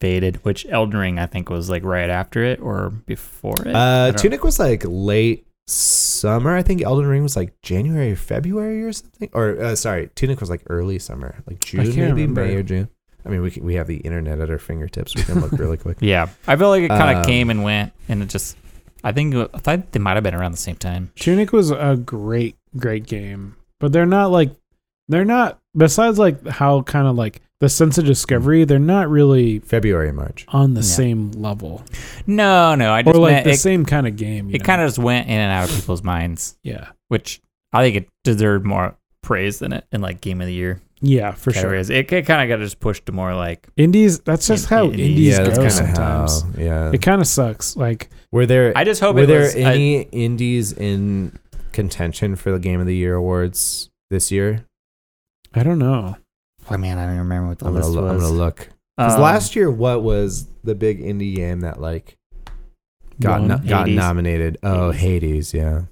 Speaker 4: faded. Which Elden Ring, I think, was like right after it or before it. I
Speaker 3: Uh,
Speaker 4: don't-
Speaker 3: Tunic was like late summer. I think Elden Ring was like January, or February, or something. Or uh, sorry, Tunic was like early summer, like June,
Speaker 2: can't
Speaker 3: maybe
Speaker 2: remember.
Speaker 3: May or June. I mean, we can, we have the internet at our fingertips. We
Speaker 4: *laughs*
Speaker 3: can look really quick.
Speaker 4: yeah, I feel like it kind of
Speaker 3: Um,
Speaker 4: came and went, and it just. I think I thought they might have been around the same time.
Speaker 2: Tunic was a great great game, but they're not like they're not besides like how kind of like the sense of discovery, they're not really
Speaker 3: February, March.
Speaker 2: on the
Speaker 4: Yeah.
Speaker 2: same level
Speaker 4: No, no, I
Speaker 2: or
Speaker 4: just
Speaker 2: like
Speaker 4: meant
Speaker 2: the
Speaker 4: it,
Speaker 2: same kind of game. you
Speaker 4: it
Speaker 2: know?
Speaker 4: kind of just went in and out of people's minds,
Speaker 2: yeah.
Speaker 4: which I think it deserved more praise than it in like game of the year
Speaker 2: Yeah, for sure.
Speaker 4: categories. It, it kind of got just pushed to more like
Speaker 2: Indies. That's just
Speaker 4: In-
Speaker 2: how
Speaker 4: in- Yeah,
Speaker 2: indies go
Speaker 4: that's
Speaker 3: kinda
Speaker 2: sometimes.
Speaker 3: how. Yeah.
Speaker 2: It kind of sucks. Like
Speaker 3: Were there
Speaker 4: I just hope
Speaker 3: were
Speaker 4: it
Speaker 3: there
Speaker 4: was a-
Speaker 3: any indies in contention for the Game of the Year awards this year?
Speaker 2: I don't know.
Speaker 4: Oh man, I don't even remember what the
Speaker 3: I'm gonna,
Speaker 4: list
Speaker 3: loo- I'm
Speaker 4: was.
Speaker 3: gonna look. Because
Speaker 4: Um,
Speaker 3: last year, what was the big indie game that like got
Speaker 2: One.
Speaker 3: no- got
Speaker 4: Hades.
Speaker 3: nominated? Oh,
Speaker 4: Hades.
Speaker 3: Hades. Yeah,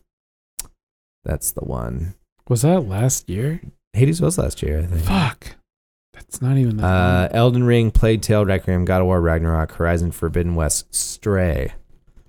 Speaker 3: that's the one.
Speaker 2: Was that last year?
Speaker 3: Hades was last year, I think.
Speaker 2: Fuck. That's not even that.
Speaker 3: Uh,
Speaker 2: long.
Speaker 3: Elden Ring, Plague Tale, Requiem, God of War, Ragnarok, Horizon Forbidden West, Stray,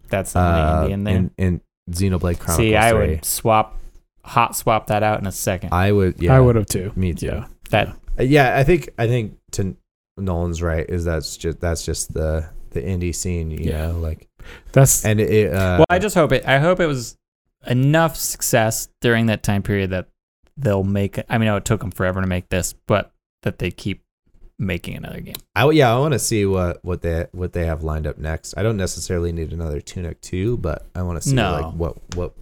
Speaker 4: that's not
Speaker 3: uh,
Speaker 4: the
Speaker 3: and,
Speaker 4: Indian there.
Speaker 3: and Xenoblade Chronicles.
Speaker 4: See, I
Speaker 3: 3.
Speaker 4: would swap, hot swap that out in a second.
Speaker 3: I would. Yeah,
Speaker 2: I would have too.
Speaker 3: Me too.
Speaker 2: Yeah.
Speaker 4: That-
Speaker 3: Uh, yeah, I think I think to Nolan's right is that's just that's just the the indie scene. You
Speaker 2: Yeah.
Speaker 3: know, like
Speaker 2: That's
Speaker 3: and it. it, Uh,
Speaker 4: well, I just hope it. I hope it was enough success during that time period that they'll make. I mean, I know it took them forever to make this, but that they keep making another game.
Speaker 3: I yeah, I want to see what what they what they have lined up next. I don't necessarily need another Tunic two, but I want to see
Speaker 4: No.
Speaker 3: like what what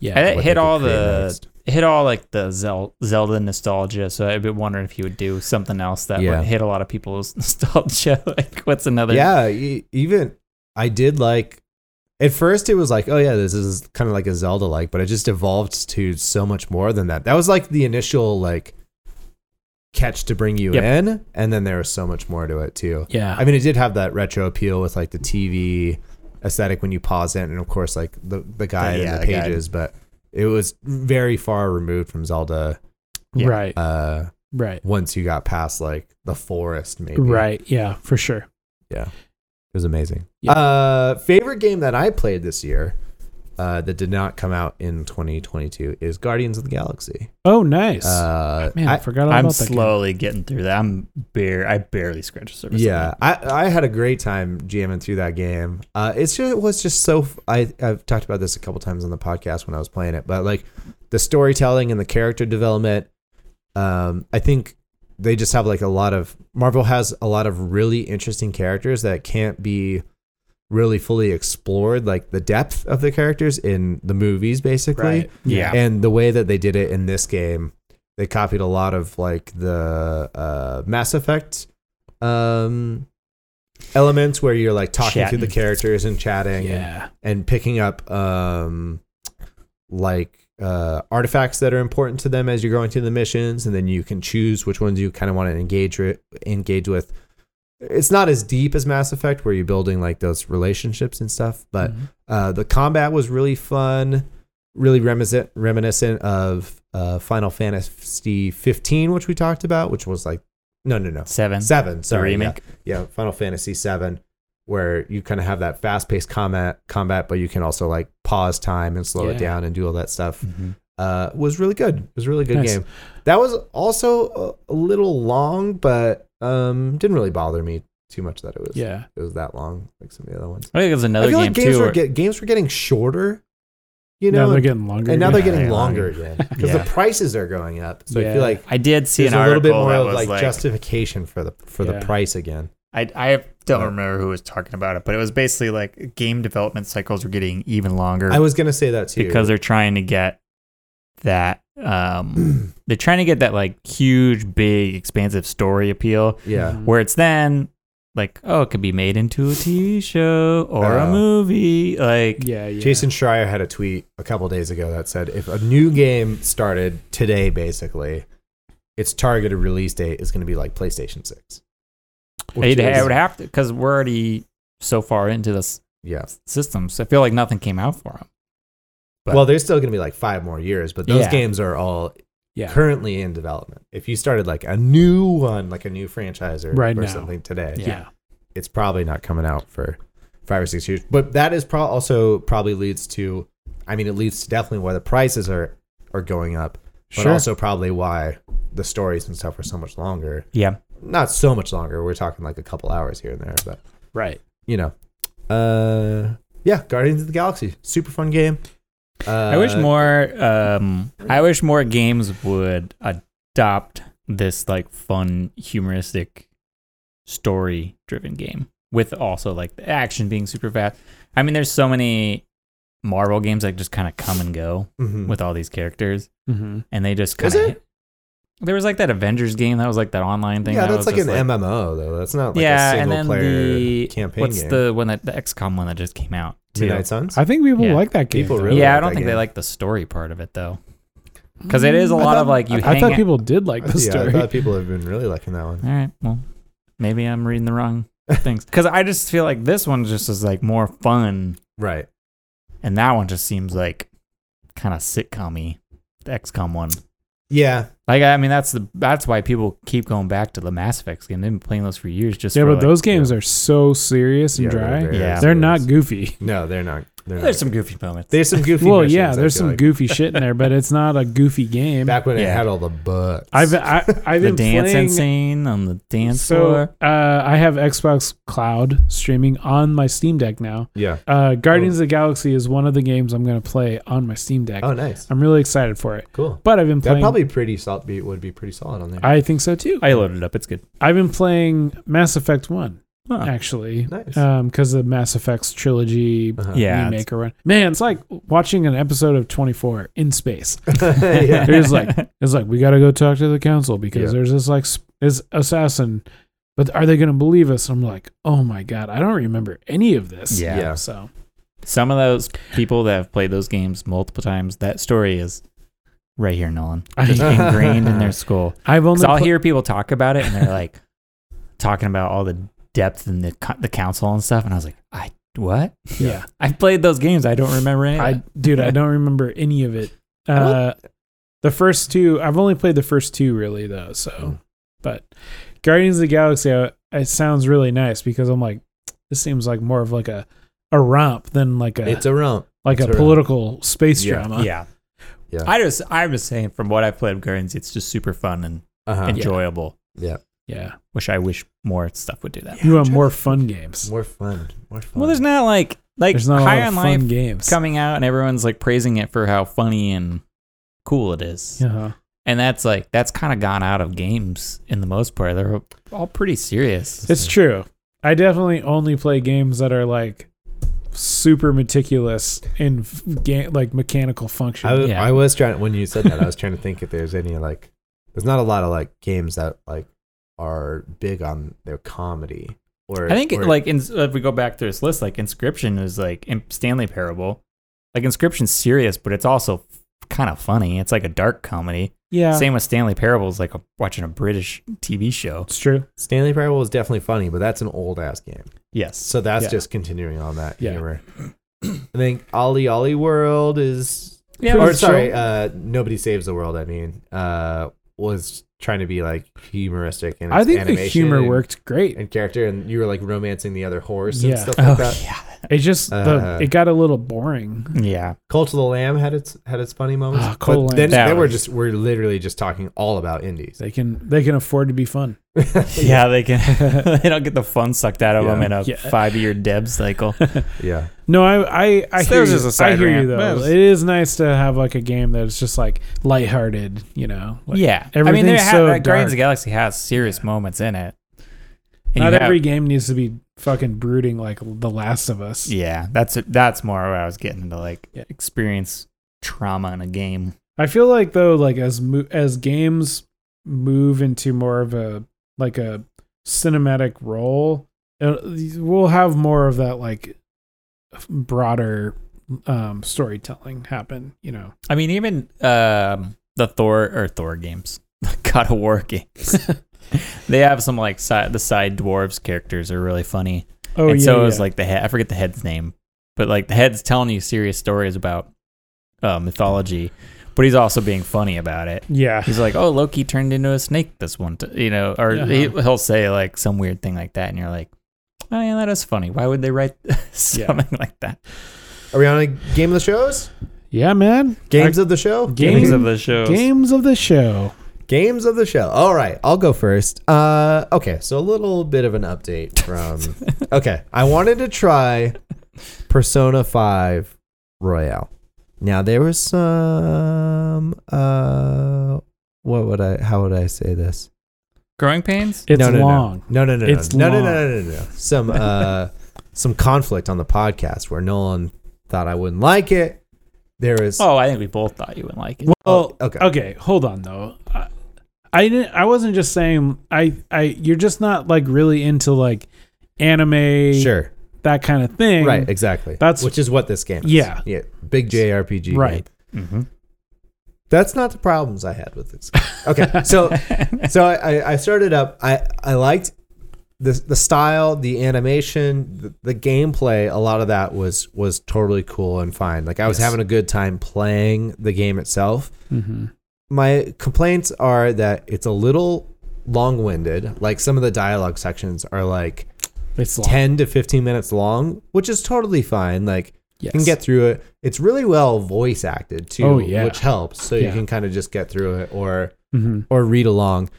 Speaker 2: yeah.
Speaker 4: And it
Speaker 3: what
Speaker 4: hit
Speaker 3: they
Speaker 4: all
Speaker 3: could create
Speaker 4: the
Speaker 3: next.
Speaker 4: it hit all like the Zel- Zelda nostalgia. So I'd be wondering if he would do something else that
Speaker 3: Yeah.
Speaker 4: would hit a lot of people's *laughs* nostalgia. like, what's another?
Speaker 3: yeah. e- Even I did like at first it was like oh yeah this is kind of like a Zelda like, but it just evolved to so much more than that. That was like the initial like catch to bring you
Speaker 4: Yep.
Speaker 3: in, and then there was so much more to it too.
Speaker 2: Yeah.
Speaker 3: I mean, it did have that retro appeal with like the TV aesthetic when you pause it, and of course, like the the guide
Speaker 4: yeah,
Speaker 3: and
Speaker 4: the
Speaker 3: the
Speaker 4: guide.
Speaker 3: pages. But it was very far removed from Zelda.
Speaker 4: yeah.
Speaker 2: Right.
Speaker 3: Uh,
Speaker 2: right.
Speaker 3: once you got past like the forest, maybe
Speaker 2: Right. Yeah. For sure.
Speaker 3: it was amazing.
Speaker 2: Yeah.
Speaker 3: Uh, favorite game that I played this year uh, that did not come out in 2022 is Guardians of the Galaxy.
Speaker 2: Oh, nice.
Speaker 3: Uh,
Speaker 2: Man, I,
Speaker 3: I-
Speaker 2: forgot all
Speaker 4: I'm
Speaker 2: about that. game.
Speaker 4: slowly getting through that. I'm bare. I barely scratched the surface. on
Speaker 3: Yeah, I, I had a great time jamming through that game. Uh, it's just, it was just so. f- I have talked about this a couple times on the podcast when I was playing it, but like the storytelling and the character development. Um, I think they just have like a lot of Marvel has a lot of really interesting characters that can't be really fully explored, like the depth of the characters in the movies, basically
Speaker 2: Right.
Speaker 4: Yeah.
Speaker 3: and the way that they did it in this game they copied a lot of like the uh, mass effect um, elements where you're like talking
Speaker 4: Chatting.
Speaker 3: to the characters and chatting and,
Speaker 2: Yeah.
Speaker 3: and picking up um, like uh, artifacts that are important to them as you're going through the missions and then you can choose which ones you kind of want to engage ri- engage with it's not as deep as mass effect where you're building like those relationships and stuff but
Speaker 2: Mhm.
Speaker 3: uh, the combat was really fun, really reminiscent reminiscent of uh, Final Fantasy 15, which we talked about, which was like no, no, no,
Speaker 4: Seven.
Speaker 3: seven.
Speaker 4: The
Speaker 3: Sorry,
Speaker 4: remake.
Speaker 3: Yeah, yeah, Final Fantasy seven, where you kind of have that fast paced combat combat, but you can also like pause time and slow
Speaker 2: Yeah.
Speaker 3: it down and do all that stuff.
Speaker 4: Mhm.
Speaker 3: Uh, was really good. It was a really good
Speaker 2: Nice.
Speaker 3: game. That was also a, a little long, but um, didn't really bother me too much that it was
Speaker 2: Yeah.
Speaker 3: it was that long like some of the other ones.
Speaker 4: I think there's another
Speaker 3: I feel
Speaker 4: game
Speaker 3: like games
Speaker 4: too.
Speaker 3: were
Speaker 4: where-
Speaker 3: get, games were getting shorter, you know,
Speaker 2: now they're
Speaker 3: and-
Speaker 2: getting longer.
Speaker 3: and now they're
Speaker 4: yeah,
Speaker 3: getting
Speaker 4: yeah,
Speaker 3: longer
Speaker 4: longer.
Speaker 3: again because
Speaker 4: Yeah.
Speaker 3: the prices are going up. So I
Speaker 2: Yeah.
Speaker 3: feel like
Speaker 4: I did see
Speaker 3: there's
Speaker 4: an
Speaker 3: a
Speaker 4: article
Speaker 3: little bit more
Speaker 4: that
Speaker 3: of
Speaker 4: was
Speaker 3: like,
Speaker 4: like,
Speaker 3: justification for the for
Speaker 2: Yeah.
Speaker 3: the price again.
Speaker 4: I I don't remember who was talking about it, but it was basically like game development cycles were getting even longer
Speaker 3: I was gonna say that too
Speaker 4: because they're trying to get that um they're trying to get that like huge big expansive story appeal
Speaker 2: Mm-hmm.
Speaker 3: yeah,
Speaker 4: where it's then like oh it could be made into a TV show or a
Speaker 3: Oh.
Speaker 4: movie like
Speaker 2: Yeah. Yeah.
Speaker 3: Jason Schreier had a tweet a couple days ago that said if a new game started today, basically, its targeted release date is gonna be like PlayStation Six. Which
Speaker 4: it, it
Speaker 3: is-
Speaker 4: would have to because we're already so far into this
Speaker 3: yeah.
Speaker 4: system so I feel like nothing came out for them But-
Speaker 3: Well, there's still gonna be like five more years, but those
Speaker 4: Yeah.
Speaker 3: games are all
Speaker 2: Yeah.
Speaker 3: currently in development. If you started like a new one, like a new franchise or,
Speaker 2: Right
Speaker 3: or
Speaker 2: now.
Speaker 3: something today,
Speaker 2: yeah.
Speaker 3: it's probably not coming out for five or six years. But that is pro- also probably leads to, I mean, it leads to definitely why the prices are are going up, but
Speaker 2: Sure.
Speaker 3: also probably why the stories and stuff are so much longer.
Speaker 4: yeah
Speaker 3: Not so much longer. We're talking like a couple hours here and there, but
Speaker 2: Right.
Speaker 3: you know, uh, yeah, Guardians of the Galaxy, super fun game. Uh,
Speaker 4: I wish more um I wish more games would adopt this like fun humoristic story driven game with also like the action being super fast. I mean there's so many Marvel games that just kind of come and go
Speaker 3: Mhm.
Speaker 4: with all these characters
Speaker 2: Mm-hmm.
Speaker 4: and they just
Speaker 3: Is
Speaker 4: kind of
Speaker 3: it?
Speaker 4: There was like that Avengers game that was like that online thing.
Speaker 3: Yeah,
Speaker 4: that
Speaker 3: that's
Speaker 4: was
Speaker 3: like an
Speaker 4: just,
Speaker 3: MMO though. That's not like
Speaker 4: yeah,
Speaker 3: a
Speaker 4: and
Speaker 3: single
Speaker 4: then
Speaker 3: player
Speaker 4: the
Speaker 3: campaign
Speaker 4: what's
Speaker 3: game.
Speaker 4: the one that the XCOM one that just came out?
Speaker 3: Midnight Suns.
Speaker 2: I think people
Speaker 4: Yeah.
Speaker 2: like that game.
Speaker 3: People
Speaker 2: though.
Speaker 3: really
Speaker 4: yeah, I
Speaker 3: like
Speaker 4: don't
Speaker 3: that
Speaker 4: think they
Speaker 3: game.
Speaker 4: like the story part of it though, because it is a lot of like you.
Speaker 2: Mm, I
Speaker 4: hang
Speaker 2: thought
Speaker 4: out-
Speaker 2: people did like the
Speaker 3: *laughs* yeah,
Speaker 2: story.
Speaker 3: I thought people have been really liking that one.
Speaker 4: All right, well, maybe I'm reading the wrong *laughs* things because I just feel like this one just is like more fun,
Speaker 3: Right.
Speaker 4: and that one just seems like kind of sitcom-y, the XCOM one.
Speaker 3: Yeah.
Speaker 4: Like I mean, that's the that's why people keep going back to the Mass Effect game. They've been playing those for years. Just
Speaker 2: yeah,
Speaker 4: for,
Speaker 2: but
Speaker 4: like-
Speaker 2: those games are so serious and
Speaker 3: Yeah,
Speaker 2: dry. They're,
Speaker 3: very
Speaker 4: Yeah.
Speaker 3: serious.
Speaker 2: not goofy.
Speaker 3: No, they're not. They're
Speaker 4: there's
Speaker 3: not.
Speaker 4: some goofy moments.
Speaker 3: There's some *laughs*
Speaker 2: *laughs*
Speaker 3: goofy.
Speaker 2: well,
Speaker 3: missions,
Speaker 2: yeah,
Speaker 3: I
Speaker 2: there's
Speaker 3: feel
Speaker 2: some
Speaker 3: like.
Speaker 2: goofy shit in there, but it's not a goofy game.
Speaker 3: Back when it
Speaker 4: Yeah.
Speaker 3: had all the bugs.
Speaker 2: I've uh, I, I've
Speaker 4: the
Speaker 2: been
Speaker 4: dancing
Speaker 2: playing,
Speaker 4: scene on the dance
Speaker 2: So
Speaker 4: floor.
Speaker 2: uh, I have Xbox Cloud streaming on my Steam Deck now.
Speaker 3: yeah.
Speaker 2: Uh, Guardians of the Galaxy is one of the games I'm going to play on my Steam Deck.
Speaker 3: Oh, nice.
Speaker 2: I'm really excited for it.
Speaker 3: Cool.
Speaker 2: But I've been
Speaker 3: That
Speaker 2: playing.
Speaker 3: probably pretty solid. Be, would be pretty solid on there.
Speaker 2: I think so too.
Speaker 4: I loaded it up. It's good.
Speaker 2: I've been playing Mass Effect One
Speaker 4: Huh.
Speaker 2: actually,
Speaker 3: Ah, Nice.
Speaker 2: because the Mass Effects trilogy
Speaker 3: Uh-huh.
Speaker 4: Yeah,
Speaker 2: remake or what. Man, it's like watching an episode of Twenty Four in space.
Speaker 3: *laughs*
Speaker 4: *laughs*
Speaker 3: yeah.
Speaker 2: There's like it's like we got to go talk to the council because
Speaker 3: Yeah.
Speaker 2: there's this like s- this assassin, but are they going to believe us? I'm like, oh my god, I don't remember any of this.
Speaker 4: Yeah.
Speaker 3: Yeah.
Speaker 2: So
Speaker 4: Some of those people that have played those games multiple times, that story is right here, Nolan, Just *laughs* ingrained *laughs* in their skull.
Speaker 2: I've only
Speaker 4: Because I'll
Speaker 2: pla-
Speaker 4: hear people talk about it, and they're like talking about all the depth and the co- the council and stuff, and I was like, I what?
Speaker 2: yeah.
Speaker 4: I played those games. I don't remember any. of
Speaker 2: I
Speaker 4: that.
Speaker 2: dude, I don't remember any of it. Uh, the first two, I've only played the first two really though.
Speaker 4: Hmm.
Speaker 2: So, but Guardians of the Galaxy, I, it sounds really nice because I'm like, this seems like more of like a a romp than like a
Speaker 3: It's a rump.
Speaker 2: like
Speaker 3: it's
Speaker 2: a
Speaker 3: a-
Speaker 2: political space
Speaker 3: Yeah.
Speaker 2: drama.
Speaker 4: yeah.
Speaker 3: Yeah.
Speaker 4: I just I'm just saying from what I've played of Guardians, it's just super fun and
Speaker 3: Uh-huh.
Speaker 4: enjoyable.
Speaker 3: Yeah.
Speaker 2: yeah.
Speaker 4: Which I wish more stuff would do that.
Speaker 2: You want more fun games?
Speaker 3: More fun. More fun.
Speaker 4: Well, there's not like like
Speaker 2: There's not a lot
Speaker 4: High
Speaker 2: of
Speaker 4: on
Speaker 2: fun
Speaker 4: Life
Speaker 2: games.
Speaker 4: coming out, and everyone's like praising it for how funny and cool it is.
Speaker 2: Uh-huh.
Speaker 4: And that's like that's kind of gone out of games in the most part. They're all pretty serious.
Speaker 2: It's true. I definitely only play games that are like super meticulous in f- ga- like mechanical function.
Speaker 3: I, w-
Speaker 4: Yeah.
Speaker 3: I was trying when you said that. I was trying to think if there's any like. There's not a lot of like games that like are big on their comedy. Or
Speaker 4: I think
Speaker 3: or-
Speaker 4: like in, if we go back to this list, like Inscription is like in Stanley Parable. Like Inscription's serious, but it's also kind of funny. It's like a dark comedy.
Speaker 2: yeah,
Speaker 4: Same with Stanley Parable is like a, watching a British TV show.
Speaker 2: it's true.
Speaker 3: Stanley Parable is definitely funny, but that's an old ass game.
Speaker 4: Yes.
Speaker 3: So that's
Speaker 2: Yeah.
Speaker 3: just continuing on that
Speaker 2: Yeah.
Speaker 3: humor. I think Ollie Ollie World is
Speaker 4: Yeah,
Speaker 3: or
Speaker 2: Pretty
Speaker 3: sorry,
Speaker 2: chill.
Speaker 3: uh, Nobody Saves the World. I mean, uh, was trying to be like humoristic and
Speaker 2: I think the
Speaker 3: animation
Speaker 2: humor
Speaker 3: and,
Speaker 2: worked great.
Speaker 3: and character, and you were like romancing the other horse
Speaker 2: Yeah.
Speaker 3: and stuff like
Speaker 4: oh
Speaker 3: that.
Speaker 4: yeah.
Speaker 2: It just
Speaker 3: Uh,
Speaker 2: the, it got a little boring.
Speaker 4: Yeah.
Speaker 3: *laughs* Cult of the Lamb had its had its funny moments,
Speaker 2: Ah, Cult of
Speaker 3: but
Speaker 2: the
Speaker 3: then
Speaker 2: Lamb.
Speaker 4: That
Speaker 3: they were
Speaker 4: was-
Speaker 3: just we're literally just talking all about indies.
Speaker 2: They can they can afford to be fun.
Speaker 4: Yeah, they can. *laughs* they don't get the fun sucked out of
Speaker 3: Yeah.
Speaker 4: them in a
Speaker 2: Yeah.
Speaker 4: five-year dev
Speaker 2: *laughs*
Speaker 4: cycle.
Speaker 3: Yeah,
Speaker 2: No, I I I
Speaker 4: So
Speaker 2: hear,
Speaker 4: there's
Speaker 2: you.
Speaker 4: just a side
Speaker 2: I hear you
Speaker 4: rant.
Speaker 2: though.
Speaker 4: That was-
Speaker 2: It is nice to have like a game that is just like lighthearted, you know. Like,
Speaker 4: yeah, I mean,
Speaker 2: everything's
Speaker 4: they have,
Speaker 2: so
Speaker 4: uh, Guardians of the
Speaker 2: dark.
Speaker 4: Galaxy has serious moments in it. And
Speaker 2: Not
Speaker 4: you have-
Speaker 2: every game needs to be fucking brooding like The Last of Us.
Speaker 4: Yeah, that's it. That's more what I was getting into, like
Speaker 2: Yeah.
Speaker 4: experience trauma in a game.
Speaker 2: I feel like though, like as mo- as games move into more of a like a cinematic role, uh, we'll have more of that like broader um storytelling happen. You know,
Speaker 4: I mean, even um, the Thor or Thor games, *laughs* the God of War games,
Speaker 2: *laughs*
Speaker 4: they have some like side the side dwarves characters are really funny.
Speaker 2: oh
Speaker 4: and
Speaker 2: yeah,
Speaker 4: so it was
Speaker 2: yeah.
Speaker 4: like the head, I forget the head's name, but like the head's telling you serious stories about uh, mythology, but he's also being funny about it.
Speaker 2: yeah,
Speaker 4: He's like, oh, Loki turned into a snake this one, t-, you know, or he,
Speaker 2: Uh-huh.
Speaker 4: he'll say like some weird thing like that. And you're like, oh, yeah, that is funny. Why would they write *laughs* something like that?
Speaker 3: are we on a game of the shows?
Speaker 2: yeah, man.
Speaker 3: Games of the show.
Speaker 2: Game- Games of
Speaker 4: the show. *laughs*
Speaker 2: Games of the show.
Speaker 3: Games of the show. All right, I'll go first. Uh, okay, so a little bit of an update from.
Speaker 2: *laughs*
Speaker 3: okay, I wanted to try Persona Five Royale. Now there was some. Uh, what would I? How would I say this?
Speaker 4: Growing pains?
Speaker 2: It's
Speaker 3: no, no,
Speaker 2: long.
Speaker 3: No, no, no, no,
Speaker 2: It's
Speaker 3: no, no,
Speaker 2: long.
Speaker 3: no, no, no, no. *laughs* Some uh, some conflict on the podcast where Nolan thought I wouldn't like it. There is. oh,
Speaker 4: Oh, I think we both thought you would like it.
Speaker 2: Well,
Speaker 3: okay.
Speaker 2: Oh, okay. hold on though. I, I didn't. I wasn't just saying. I. I. You're just not like really into like anime.
Speaker 3: sure.
Speaker 2: that kind of thing.
Speaker 3: Right, exactly.
Speaker 2: That's-
Speaker 3: which is what this game is.
Speaker 2: Yeah.
Speaker 3: Yeah. Big JRPG. game.
Speaker 2: Right.
Speaker 4: Mm-hmm.
Speaker 3: That's not the problems I had with this. Okay.
Speaker 2: *laughs*
Speaker 3: So so I, I- I started up. I, I liked the the style, the animation, the, the gameplay, a lot of that was was totally cool and fine. Like I was having a good time playing the game itself.
Speaker 2: Mhm.
Speaker 3: my complaints are that it's a little long-winded like some of the dialogue sections are like
Speaker 2: It's long.
Speaker 3: 10 to 15 minutes long which is totally fine like you can
Speaker 2: Yes.
Speaker 3: get through it it's really well voice acted too
Speaker 2: Oh, yeah.
Speaker 3: which helps so you
Speaker 2: Yeah.
Speaker 3: can kind of just get through it or
Speaker 2: Mhm.
Speaker 3: or read along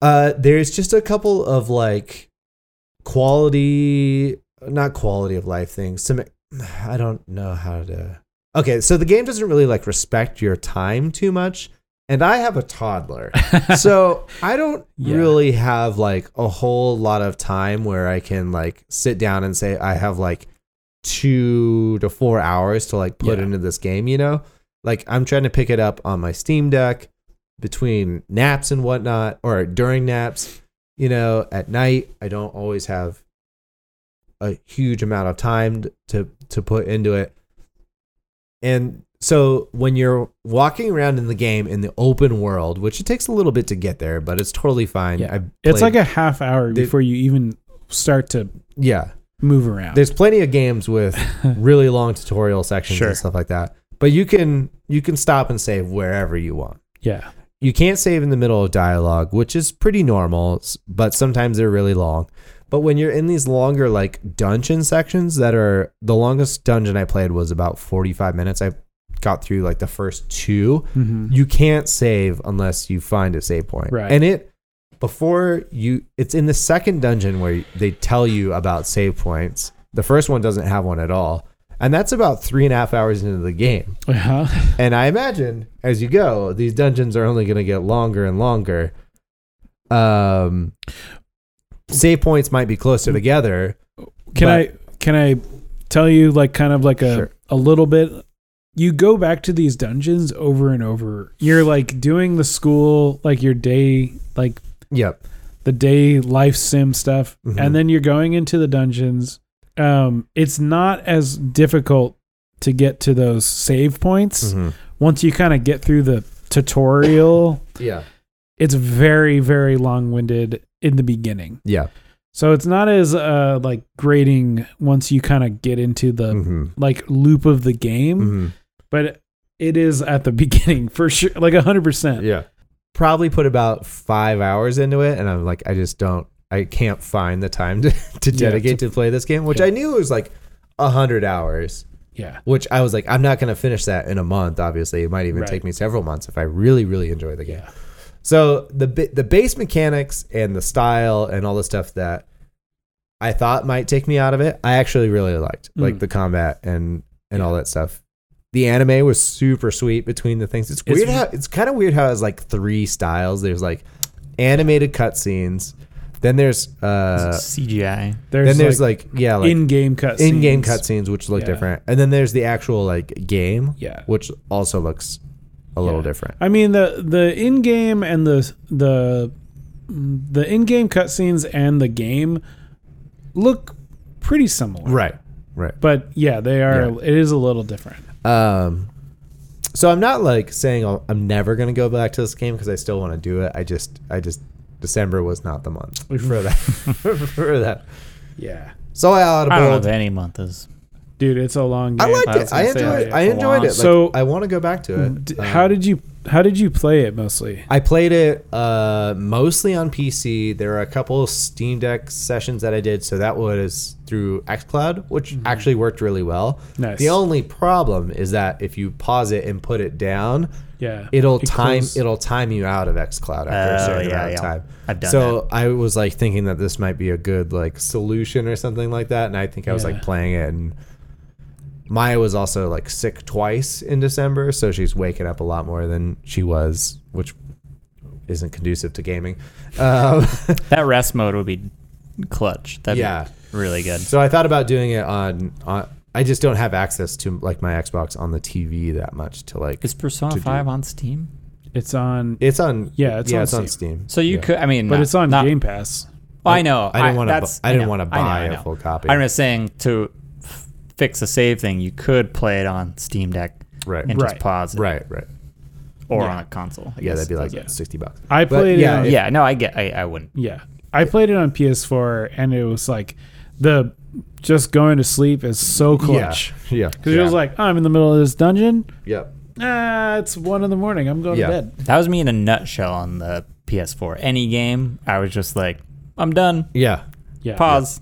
Speaker 3: uh there's just a couple of like quality not quality of life things some *sighs* i don't know how to okay so the game doesn't really like respect your time too much and i have a toddler so i don't
Speaker 2: Yeah.
Speaker 3: really have like a whole lot of time where i can like sit down and say i have like two to four hours to like put
Speaker 2: Yeah.
Speaker 3: into this game you know like i'm trying to pick it up on my steam deck between naps and whatnot or during naps you know at night i don't always have a huge amount of time t- to to put into it and so when you're walking around in the game in the open world which it takes a little bit to get there but it's totally fine
Speaker 2: Yeah.
Speaker 3: I
Speaker 2: It's
Speaker 3: played-
Speaker 2: like a half hour
Speaker 3: They-
Speaker 2: before you even start to
Speaker 3: yeah
Speaker 2: move around.
Speaker 3: there's plenty of games with really long tutorial sections
Speaker 2: Sure.
Speaker 3: and stuff like that but you can you can stop and save wherever you want
Speaker 2: yeah.
Speaker 3: you can't save in the middle of dialogue, which is pretty normal, s- but sometimes they're really long. But when you're in these longer like dungeon sections that are the longest dungeon I played was about 45 minutes. I got through like the first two.
Speaker 2: Mhm.
Speaker 3: You can't save unless you find a save point.
Speaker 2: Right.
Speaker 3: And it before you it's in the second dungeon where they tell you about save points. The first one doesn't have one at all. And that's about three and a half hours into the game.
Speaker 2: Uh-huh.
Speaker 3: And I imagine as you go, these dungeons are only going to get longer and longer. Um, save points might be closer together.
Speaker 2: Can
Speaker 3: But-
Speaker 2: I can I tell you like kind of like a
Speaker 3: Sure.
Speaker 2: a little bit you go back to these dungeons over and over. You're like doing the school like your day like
Speaker 3: Yep.
Speaker 2: the day life sim stuff
Speaker 3: Mhm.
Speaker 2: and then you're going into the dungeons. Um it's not as difficult to get to those save points
Speaker 3: Mm-hmm.
Speaker 2: once you kind of get through the tutorial.
Speaker 3: Yeah.
Speaker 2: It's very very long-winded in the beginning.
Speaker 3: Yeah.
Speaker 2: So it's not as uh like grading once you kind of get into the
Speaker 3: hmm
Speaker 2: like loop of the game,
Speaker 3: Mm-hmm.
Speaker 2: but it is at the *laughs* beginning for sure, like hundred percent.
Speaker 3: Yeah. Probably put about five hours into it, and I'm like, I just don't, I can't find the time to, *laughs* to
Speaker 2: Yeah,
Speaker 3: dedicate to play this game, which I knew was like a hundred hours.
Speaker 2: Yeah,
Speaker 3: Which I was like, I'm not going to finish that in a month. Obviously, it might even
Speaker 2: Right.
Speaker 3: take me several months if I really, really enjoy the game. So the bi- the base mechanics and the style and all the stuff that I thought might take me out of it, I actually really liked, like
Speaker 2: Mm.
Speaker 3: the combat and and all that stuff. The anime was super sweet between the things. It's
Speaker 2: It's-
Speaker 3: weird how it's kind of weird how it's like three styles. There's like animated cutscenes, then there's uh,
Speaker 4: CGI.
Speaker 2: There's
Speaker 3: then there's like, yeah, like
Speaker 2: in-game cutscenes.
Speaker 3: in-game cutscenes which look
Speaker 2: Yeah.
Speaker 3: different, and then there's the actual like game,
Speaker 2: Yeah.
Speaker 3: which also looks a little
Speaker 2: Yeah.
Speaker 3: different.
Speaker 2: I mean the the in-game and the the the in-game cutscenes and the game look pretty similar,
Speaker 3: Right, right.
Speaker 2: But yeah, they are. It is a little
Speaker 3: *laughs*
Speaker 2: different.
Speaker 3: Um, so I'm not like saying I'll, I'm never gonna go back to this game because I still want to do it. I just, I just, December was not the month *laughs* for that. for that.
Speaker 2: *laughs* Yeah,
Speaker 3: So I
Speaker 4: I don't know
Speaker 3: audible.
Speaker 4: if any month is.
Speaker 2: dude, it's a long
Speaker 3: I
Speaker 2: game.
Speaker 3: liked
Speaker 4: I
Speaker 3: it.
Speaker 4: was
Speaker 3: I
Speaker 4: gonna say,
Speaker 3: enjoyed.
Speaker 4: like,
Speaker 3: I
Speaker 4: it's a
Speaker 3: enjoyed it.
Speaker 4: long-
Speaker 3: Like,
Speaker 2: So-
Speaker 3: I want to go back to it.
Speaker 2: D-
Speaker 3: Um,
Speaker 2: how did you how did you play it mostly?
Speaker 3: I played it uh, mostly on PC. There are a couple of Steam Deck sessions that I did, so that was through XCloud, which
Speaker 4: Mm-hmm.
Speaker 3: actually worked really well.
Speaker 2: Nice.
Speaker 3: The only problem is that if you pause it and put it down,
Speaker 2: Yeah.
Speaker 3: it'll
Speaker 2: It
Speaker 3: time
Speaker 2: goes-
Speaker 3: it'll time you out of xcloud after a
Speaker 4: Oh,
Speaker 3: certain
Speaker 4: yeah,
Speaker 3: amount of
Speaker 4: yeah.
Speaker 3: time
Speaker 4: I've done
Speaker 3: so i was like thinking that this might be a good like solution or something like that and i think i was
Speaker 2: Yeah.
Speaker 3: like playing it and maya was also like sick twice in december so she's waking up a lot more than she was which isn't conducive to gaming *laughs* um,
Speaker 4: That rest mode would be clutch. That'd
Speaker 3: Yeah.
Speaker 4: be really good.
Speaker 3: So I thought about doing it on, on. I just don't have access to like my Xbox on the TV that much to like.
Speaker 4: Is Persona
Speaker 3: To do.
Speaker 4: 5 on Steam?
Speaker 2: It's on,
Speaker 3: It's on.
Speaker 2: Yeah, it's on
Speaker 3: it's on Steam.
Speaker 4: So you
Speaker 3: Yeah.
Speaker 4: could, I mean,
Speaker 2: but
Speaker 4: not-
Speaker 2: it's on
Speaker 4: not-
Speaker 2: Game Pass.
Speaker 4: Well, I know.
Speaker 3: I didn't want
Speaker 4: that's-
Speaker 3: to. I didn't
Speaker 4: know,
Speaker 3: want to
Speaker 4: I know,
Speaker 3: buy
Speaker 4: I
Speaker 3: a
Speaker 4: know.
Speaker 3: full copy.
Speaker 4: I'm just saying to f- fix the save thing, you could play it on Steam Deck
Speaker 3: right.
Speaker 4: and
Speaker 2: Right.
Speaker 4: just pause it,
Speaker 3: Right. Right.
Speaker 4: Or
Speaker 2: Yeah.
Speaker 4: on a console. I
Speaker 3: Yeah,
Speaker 4: guess.
Speaker 3: that'd be like
Speaker 4: yeah.
Speaker 3: sixty bucks.
Speaker 2: I
Speaker 3: But
Speaker 2: played
Speaker 3: yeah,
Speaker 2: it. on-
Speaker 3: it-
Speaker 4: Yeah, no, I get. I, I wouldn't.
Speaker 2: Yeah. I played it on PS4 and it was like the just going to sleep is so clutch.
Speaker 3: Yeah. Yeah.
Speaker 2: Because
Speaker 3: yeah.
Speaker 2: it was like, oh, I'm in the middle of this dungeon.
Speaker 3: Yep.
Speaker 2: Ah, it's one in the morning. I'm going
Speaker 3: Yeah.
Speaker 2: to bed.
Speaker 4: That was me in a nutshell on the PS4. Any game, I was just like, I'm done.
Speaker 3: Yeah.
Speaker 2: Yeah.
Speaker 4: Pause.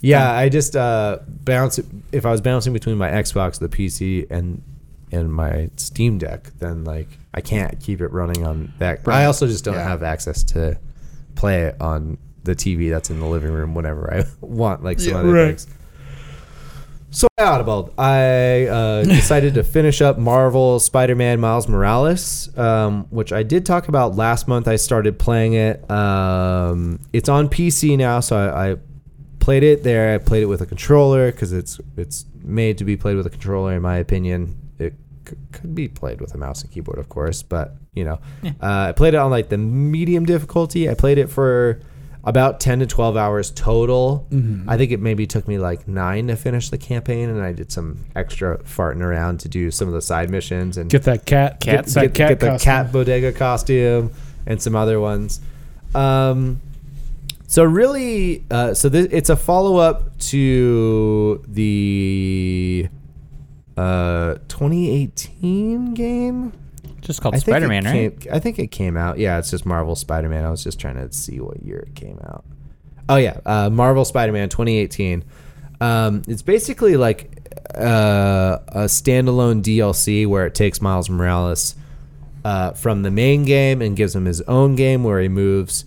Speaker 3: Yeah, I just uh, bounce. If I was bouncing between my Xbox, the PC, and and my Steam Deck, then like I can't keep it running on that. I also just don't
Speaker 4: Yeah.
Speaker 3: have access to play it on the TV that's in the living room whenever I *laughs* want, like some other
Speaker 2: right.
Speaker 3: things. So Audible, I uh, decided to finish up Marvel Spider-Man Miles Morales, um, which I did talk about last month. I started playing it. Um, it's on PC now, so I, I played it there. I played it with a controller because it's it's made to be played with a controller, in my opinion. It c- could be played with a mouse and keyboard, of course, but you know, uh, I played it on like the medium difficulty. I played it for about 10 to 12 hours total. I think it maybe took me like nine to finish the campaign, and I did some extra farting around to do some of the side missions and
Speaker 2: Get that cat.
Speaker 4: Cat-
Speaker 2: Get, that
Speaker 3: get,
Speaker 2: cat
Speaker 3: get the
Speaker 2: costume.
Speaker 3: cat bodega costume and some other ones. Um, so really, uh, so this, it's a follow up to the uh, 2018 game.
Speaker 4: Just called
Speaker 3: I think it
Speaker 4: Spider Man, right?
Speaker 3: came- I think it came out. Yeah, it's just Marvel Spider Man. I was just trying to see what year it came out. Oh yeah, uh, Marvel Spider Man 2018. Um, it's basically like uh, a standalone DLC where it takes Miles Morales uh, from the main game and gives him his own game where he moves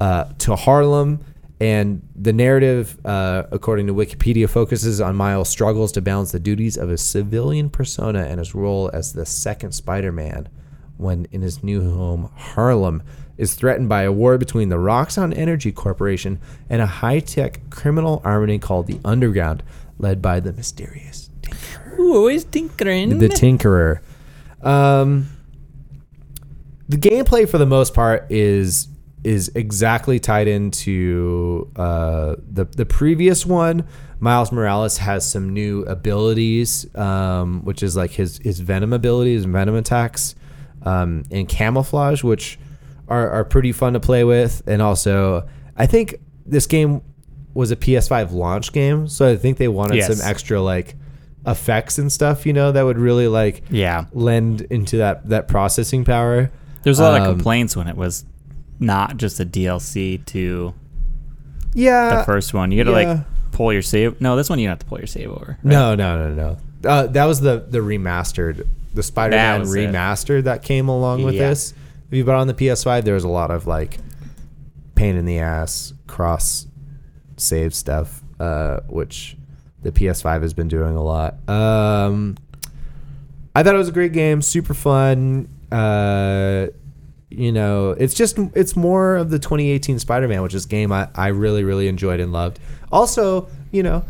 Speaker 3: uh, to Harlem. And the narrative, uh, according to Wikipedia, focuses on Miles' struggles to balance the duties of his civilian persona and his role as the second Spider Man when, in his new home, Harlem is threatened by a war between the Roxxon Energy Corporation and a high tech criminal army called the Underground, led by the mysterious
Speaker 4: Ooh, always tinkering.
Speaker 3: the Tinkerer. Um, the gameplay, for the most part, is is exactly tied into uh, the the previous one. Miles Morales has some new abilities, um, which is like his his venom abilities, his venom attacks, um, and camouflage, which are, are pretty fun to play with. And also, I think this game was a PS5 launch game, so I think they wanted
Speaker 4: Yes.
Speaker 3: some extra like effects and stuff, you know, that would really like
Speaker 4: yeah.
Speaker 3: lend into that that processing power.
Speaker 4: There's a lot of
Speaker 3: Um,
Speaker 4: complaints when it was not just a DLC to the
Speaker 3: Yeah.
Speaker 4: first one. You got to
Speaker 3: Uh, yeah.
Speaker 4: like pull your save. No, this one you don't have to pull your save over.
Speaker 3: No, no, no, no. Uh, that was the the remastered, the Spider-Man
Speaker 4: was it.
Speaker 3: remastered that came along with
Speaker 4: Yeah.
Speaker 3: this. If you bought on the PS5, there was a lot of like pain in the ass cross save stuff, uh, which the PS5 has been doing a lot. Um, I thought it was a great game, super fun. Uh, you know, it's just it's more of the 2018 Spider-Man, which is a game I, I really really enjoyed and loved. Also, you know,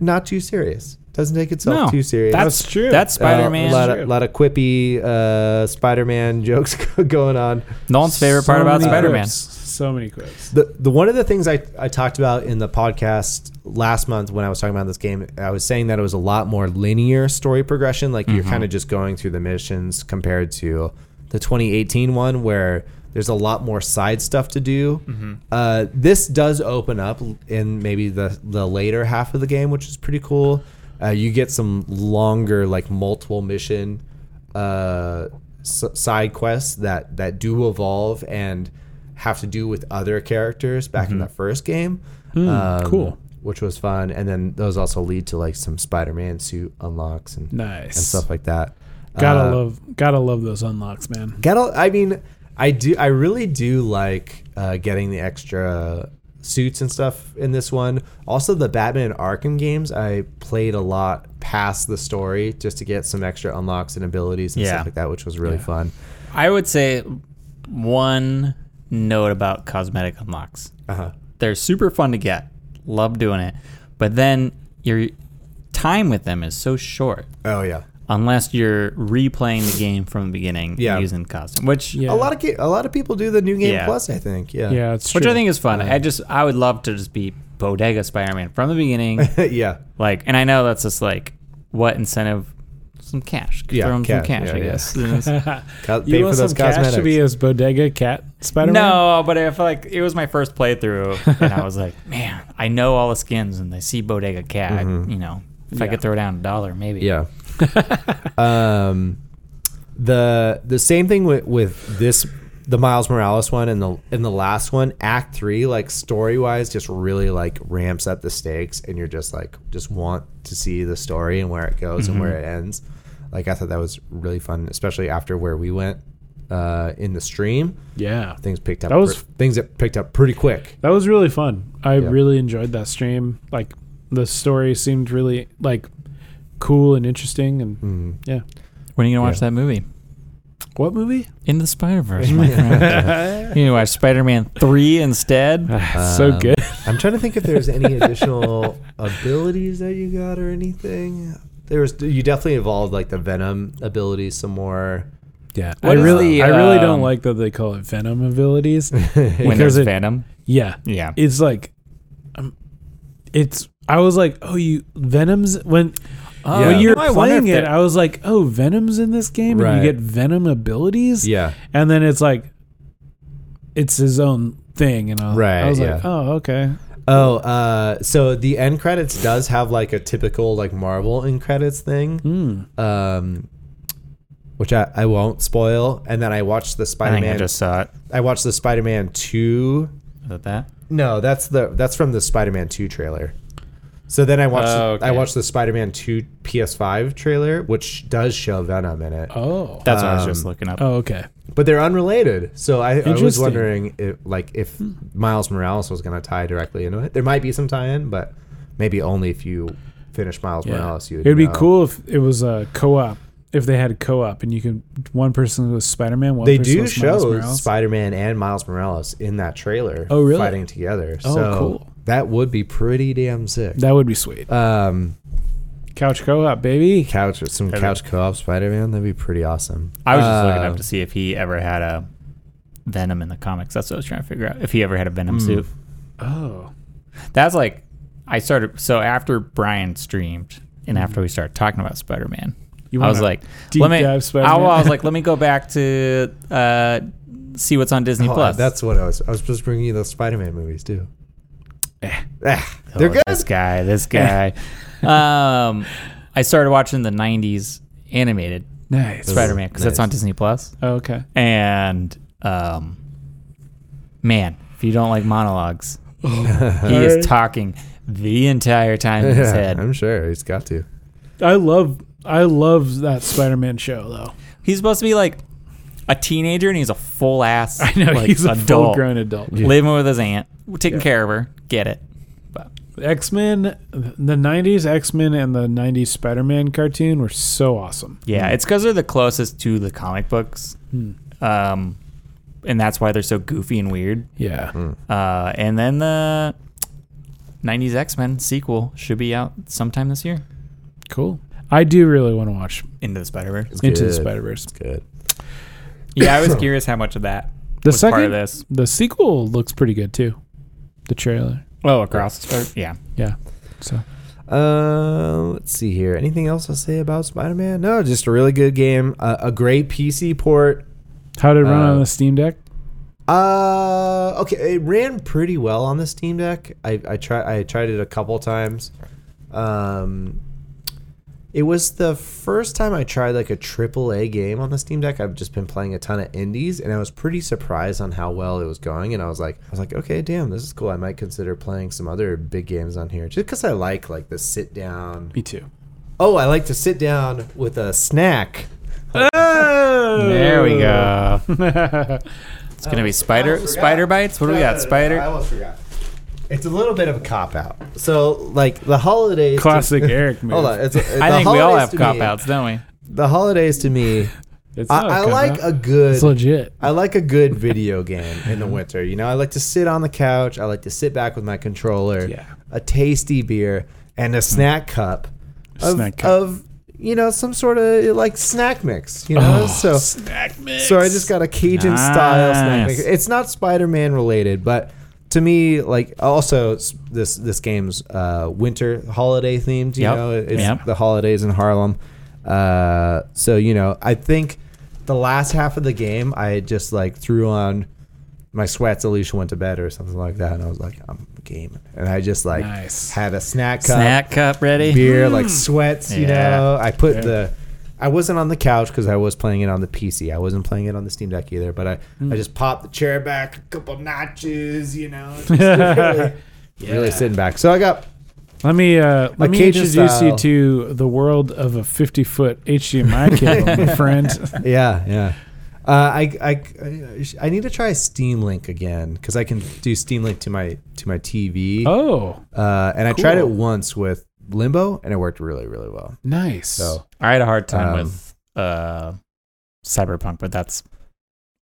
Speaker 3: not too serious. Doesn't take itself
Speaker 4: No,
Speaker 3: too serious. Uh,
Speaker 2: That's true.
Speaker 4: That's Spider Man.
Speaker 3: A lot of, lot of quippy uh, Spider-Man *laughs* jokes going on.
Speaker 4: Nolan's favorite
Speaker 2: So
Speaker 4: part about
Speaker 2: many
Speaker 4: Spider Man.
Speaker 2: quips. So many quips.
Speaker 3: The, the one of the things I, I talked about in the podcast last month when I was talking about this game, I was saying that it was a lot more linear story progression. Like you're kind of just going through the missions compared to the 2018 one, where there's a lot more side stuff to do. Uh, this does open up in maybe the, the later half of the game, which is pretty cool. Uh, you get some longer, like multiple mission uh, s- side quests that that do evolve and have to do with other characters back in the first game. Um,
Speaker 2: cool.
Speaker 3: which was fun, and then those also lead to like some Spider-Man suit unlocks and
Speaker 2: Nice.
Speaker 3: and stuff like that.
Speaker 2: Gotta
Speaker 3: Uh,
Speaker 2: love, gotta love those unlocks, man.
Speaker 3: Gotta. I mean, I do. I really do like uh, getting the extra suits and stuff in this one. Also, the Batman Arkham games I played a lot past the story just to get some extra unlocks and abilities and
Speaker 4: Yeah.
Speaker 3: stuff like that, which was really fun.
Speaker 4: I would say one note about cosmetic unlocks.
Speaker 3: Uh-huh.
Speaker 4: They're super fun to get. Love doing it. But then your time with them is so short.
Speaker 3: Oh yeah.
Speaker 4: unless you're replaying the game from the beginning
Speaker 3: Yeah.
Speaker 4: using costume, which
Speaker 2: Yeah.
Speaker 3: A lot of ki- a lot of people do the new game
Speaker 4: Yeah.
Speaker 3: plus. I think. Yeah.
Speaker 2: yeah, it's true.
Speaker 4: which I think is fun. I just I would love to just be Bodega Spider-Man from the
Speaker 2: *laughs*
Speaker 4: beginning,
Speaker 3: *laughs* yeah.
Speaker 4: like, and I know that's just like what incentive, some cash,
Speaker 3: Yeah,
Speaker 4: throw 'em
Speaker 3: cash,
Speaker 4: some cash,
Speaker 3: yeah,
Speaker 4: I
Speaker 2: *laughs*
Speaker 3: yeah.
Speaker 4: guess. And it's-
Speaker 3: Co- pay
Speaker 2: you
Speaker 3: for
Speaker 2: want
Speaker 3: those
Speaker 2: some cash
Speaker 3: cosmetics.
Speaker 2: to be as bodega cat Spider Man.
Speaker 4: no, but I feel like it was my first playthrough, and I was
Speaker 2: *laughs*
Speaker 4: like, man, I know all the skins, and I see Bodega Cat, I-
Speaker 2: Mm-hmm.
Speaker 4: you know. If I could throw down a dollar, maybe.
Speaker 2: *laughs*
Speaker 3: Yeah. um, the the same thing with with this the Miles Morales one and the and the last one, Act Three, like story wise, just really like ramps up the stakes, and you're just like just want to see the story and where it goes and where it ends. Like I thought that was really fun, especially after where we went uh, in the stream.
Speaker 2: Yeah.
Speaker 3: Things picked up.
Speaker 2: That was-
Speaker 3: pre- things that picked up pretty quick.
Speaker 2: That was really fun. I really enjoyed that stream. Like the story seemed really like cool and interesting and
Speaker 3: Mm-hmm.
Speaker 2: yeah.
Speaker 4: When are you gonna watch that movie?
Speaker 2: What movie?
Speaker 4: In the Spider Verse,
Speaker 2: *laughs*
Speaker 4: my friend. you need to watch Spider Man Three
Speaker 2: *laughs*
Speaker 4: instead.
Speaker 2: so
Speaker 3: Um,
Speaker 2: good.
Speaker 3: I'm trying to think if there's any
Speaker 4: *laughs*
Speaker 3: additional abilities that you got or anything. There was you definitely evolved like the venom ability some more.
Speaker 2: Yeah. I
Speaker 4: What is
Speaker 2: really
Speaker 4: the,
Speaker 2: I really don't
Speaker 4: um,
Speaker 2: like that they call it venom
Speaker 3: *laughs*
Speaker 2: abilities.
Speaker 4: When
Speaker 2: Because
Speaker 4: there's
Speaker 2: it-
Speaker 4: Venom.
Speaker 2: yeah.
Speaker 4: Yeah.
Speaker 2: It's like um, it's I was like, "Oh, you Venom's when
Speaker 4: Oh,
Speaker 2: when
Speaker 4: you
Speaker 2: you're
Speaker 4: know, I wonder
Speaker 2: playing
Speaker 4: if
Speaker 2: it,
Speaker 4: that-
Speaker 2: I was like, "Oh, Venom's in this game
Speaker 3: Right.
Speaker 2: and you get Venom abilities?"
Speaker 3: Yeah,
Speaker 2: And then it's like it's his own thing and all.
Speaker 3: Right,
Speaker 2: I was
Speaker 3: yeah.
Speaker 2: like, "Oh, okay."
Speaker 3: Oh, uh, so the end credits does have like a typical like Marvel end credits thing,
Speaker 4: Hmm.
Speaker 3: um, which I, I won't spoil. And then I watched the
Speaker 4: I
Speaker 3: Spider
Speaker 4: think I
Speaker 3: Man.
Speaker 4: just saw it.
Speaker 3: I watched the Spider Man two.
Speaker 4: Is that that?
Speaker 3: No, that's the that's from the Spider Man two trailer. So then I watched
Speaker 4: Oh, okay.
Speaker 3: I watched the Spider Man two PS five trailer, which does show Venom in it.
Speaker 2: Oh.
Speaker 4: That's what I was just looking up.
Speaker 2: Oh, okay.
Speaker 3: but they're unrelated. So I, I was
Speaker 2: Interesting. Hmm.
Speaker 3: wondering, if, like, if Miles Morales was going to tie directly into it. There might be some tie-in, but maybe only if you finish Miles Morales. You would
Speaker 2: It would be
Speaker 3: know.
Speaker 2: cool if it was a co-op. If they had a co-op and you could one person was Spider-Man, one
Speaker 3: They
Speaker 2: person
Speaker 3: do
Speaker 2: was Miles
Speaker 3: show
Speaker 2: Morales.
Speaker 3: Spider-Man and Miles Morales in that trailer.
Speaker 2: Oh, really?
Speaker 3: Fighting together.
Speaker 2: Oh,
Speaker 3: so
Speaker 2: cool.
Speaker 3: That would be pretty damn sick.
Speaker 2: that would be sweet.
Speaker 3: Um,
Speaker 2: Couch co-op, baby.
Speaker 3: couch some couch co-op Spider-Man. That'd be pretty awesome.
Speaker 4: I was just looking
Speaker 3: Um,
Speaker 4: up to
Speaker 2: uh,
Speaker 4: see if he ever had a Venom in the comics. That's what I was trying to figure out. If he ever had a Venom suit.
Speaker 2: Hmm. Oh,
Speaker 4: That's like I started so after Brian streamed and after we started talking about Spider Man.
Speaker 2: Mm-hmm. You
Speaker 4: I was
Speaker 2: wanna
Speaker 4: like,
Speaker 2: deep
Speaker 4: let me.
Speaker 2: dive
Speaker 4: I,
Speaker 2: Spider-Man?
Speaker 4: well, I was like, let me go back to uh, see what's on Disney
Speaker 3: oh,
Speaker 4: Plus.
Speaker 3: That's what I was. I was just bringing you those Spider-Man movies too.
Speaker 4: Eh.
Speaker 3: Ah, they're
Speaker 4: Oh,
Speaker 3: good.
Speaker 4: This guy,
Speaker 2: *laughs*
Speaker 4: this guy. um, I started watching the '90s animated
Speaker 2: nice.
Speaker 4: Spider-Man because that's
Speaker 3: nice.
Speaker 4: on Disney Plus.
Speaker 2: Oh, okay.
Speaker 4: And um, man, if you don't like
Speaker 2: *laughs*
Speaker 4: monologues,
Speaker 2: Oh.
Speaker 4: *laughs* he is talking the entire time
Speaker 3: *laughs*
Speaker 4: in his head.
Speaker 3: I'm sure he's got to.
Speaker 2: I love I love that Spider-Man show though.
Speaker 4: He's supposed to be like a teenager, and he's a full ass.
Speaker 2: *laughs* *laughs* I know
Speaker 4: like,
Speaker 2: he's a
Speaker 4: adult,
Speaker 2: *laughs* full-grown adult.
Speaker 4: living with his aunt, taking care of her. Get it? But
Speaker 2: X-Men, the '90s X-Men and the '90s Spider-Man cartoon were so awesome.
Speaker 4: Yeah, it's because they're the closest to the comic books,
Speaker 2: Hmm.
Speaker 4: um, and that's why they're so goofy and weird.
Speaker 2: Yeah.
Speaker 3: Hmm.
Speaker 4: Uh, and then the '90s X Men sequel should be out sometime this year.
Speaker 2: Cool. I do really want to watch
Speaker 4: Into the Spider Verse.
Speaker 2: Into the
Speaker 3: Good.
Speaker 2: Spider-Verse.
Speaker 3: Good.
Speaker 4: Yeah, I *laughs* was curious how much of that
Speaker 2: The
Speaker 4: was part
Speaker 2: second,
Speaker 4: of this.
Speaker 2: the sequel looks pretty good too. The trailer.
Speaker 4: Oh, across the spider. Yeah,
Speaker 2: Yeah. So
Speaker 3: Uh, let's see here. Anything else I'll say about Spider Man? No, just a really good game. Uh, a great PC port.
Speaker 2: How did it run
Speaker 3: Uh,
Speaker 2: on the Steam Deck?
Speaker 3: Uh, okay, it ran pretty well on the Steam Deck. I I tried I tried it a couple times. Um, it was the first time I tried like a triple A game on the Steam Deck. I've just been playing a ton of indies, and I was pretty surprised on how well it was going. And I was like, I was like, okay, damn, this is cool. I might consider playing some other big games on here, just because I like like the sit down.
Speaker 2: Me too.
Speaker 3: Oh, I like to sit down with a snack.
Speaker 4: there we *laughs* go. it's gonna be spider
Speaker 3: almost forgot.
Speaker 4: spider bites. What do we got?
Speaker 3: I
Speaker 4: Spider.
Speaker 3: almost forgot. It's a little bit of a cop out. So, like the holidays. to- *laughs*
Speaker 2: Classic Eric move.
Speaker 3: hold on. It's,
Speaker 4: I think we all have cop outs, don't we?
Speaker 3: The holidays to me,
Speaker 2: It's
Speaker 3: I,
Speaker 2: not
Speaker 3: I
Speaker 2: cut
Speaker 3: like
Speaker 2: out.
Speaker 3: a good.
Speaker 2: it's legit.
Speaker 3: I like a good video game in the winter. You know, I like to sit on the couch. I like to sit back with my controller,
Speaker 2: Yeah.
Speaker 3: a tasty beer, and a snack cup of,
Speaker 2: Snack cup.
Speaker 3: of you know, some sort of like snack mix. You know, so
Speaker 2: Snack mix.
Speaker 3: so I just got a Cajun style snack
Speaker 4: Nice.
Speaker 3: mix. It's not Spider Man related, but to me, like also s- this this game's uh, winter holiday themed. You
Speaker 4: Yep.
Speaker 3: know, it's
Speaker 4: Yep.
Speaker 3: the holidays in Harlem. Uh, so you know, I think the last half of the game, I just like threw on my sweats. Alicia went to bed or something like that, and I was like, I'm gaming, and I just like
Speaker 2: Nice.
Speaker 3: had a snack cup
Speaker 4: Snack cup ready.
Speaker 3: beer, like sweats. You
Speaker 4: Yeah.
Speaker 3: know, I put the. I wasn't on the couch because I was playing it on the PC. I wasn't playing it on the Steam Deck either. But I,
Speaker 2: Hmm.
Speaker 3: I just popped the chair back a couple notches. You *laughs* know, just really, really sitting back. So I got
Speaker 2: Let me uh, let me
Speaker 3: Cajun
Speaker 2: introduce
Speaker 3: style.
Speaker 2: you to the world of a 50 foot HDMI cable, my
Speaker 3: *laughs*
Speaker 2: friend.
Speaker 3: yeah, yeah. Uh, I, I I need to try Steam Link again because I can do Steam Link to my to my TV.
Speaker 2: Oh,
Speaker 3: Uh, and I tried it
Speaker 2: cool.
Speaker 3: once with Limbo, and it worked really really well.
Speaker 2: nice.
Speaker 3: So
Speaker 4: I had a hard time
Speaker 3: Um,
Speaker 4: with uh, Cyberpunk, but that's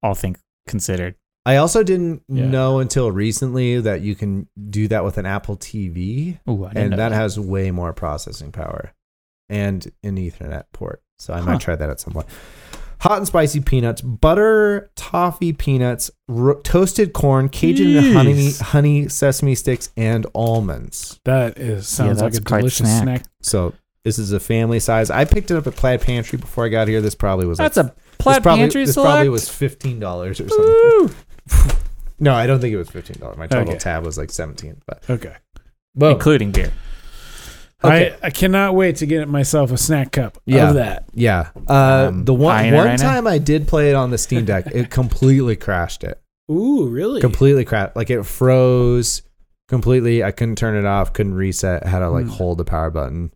Speaker 4: all things considered.
Speaker 3: I also didn't
Speaker 2: Yeah.
Speaker 3: know until recently that you can do that with an Apple TV.
Speaker 4: Ooh, I didn't
Speaker 3: and
Speaker 4: know
Speaker 3: that has way more processing power and an ethernet port so i
Speaker 4: Huh.
Speaker 3: might try that at some point hot and spicy peanuts butter toffee peanuts ro- toasted corn cajun and honey
Speaker 2: Jeez.
Speaker 3: honey sesame sticks and almonds
Speaker 2: that is sounds
Speaker 4: Yeah,
Speaker 2: like
Speaker 4: that's
Speaker 2: a
Speaker 4: quite
Speaker 2: delicious
Speaker 4: snack.
Speaker 2: snack.
Speaker 3: so this is a family size i picked it up at plaid pantry before i got here this probably was
Speaker 4: that's
Speaker 3: like,
Speaker 4: a plaid
Speaker 3: this probably,
Speaker 4: pantry
Speaker 3: this
Speaker 4: select.
Speaker 3: probably was $15 or something no i don't think it was $15 my total
Speaker 2: Okay.
Speaker 3: tab was like 17 but
Speaker 2: Okay.
Speaker 4: including beer.
Speaker 3: *laughs* Okay.
Speaker 2: I, I cannot wait to get myself a snack cup
Speaker 3: Yeah.
Speaker 2: of that.
Speaker 3: Yeah. Uh,
Speaker 4: Um,
Speaker 3: the one
Speaker 4: Iron
Speaker 3: one
Speaker 4: Arena?
Speaker 3: time I did play it on the Steam Deck,
Speaker 4: *laughs*
Speaker 3: it completely crashed it.
Speaker 2: Ooh, really?
Speaker 3: Completely crashed. Like it froze completely. I couldn't turn it off, couldn't reset, had to like
Speaker 2: Hmm.
Speaker 3: hold the power button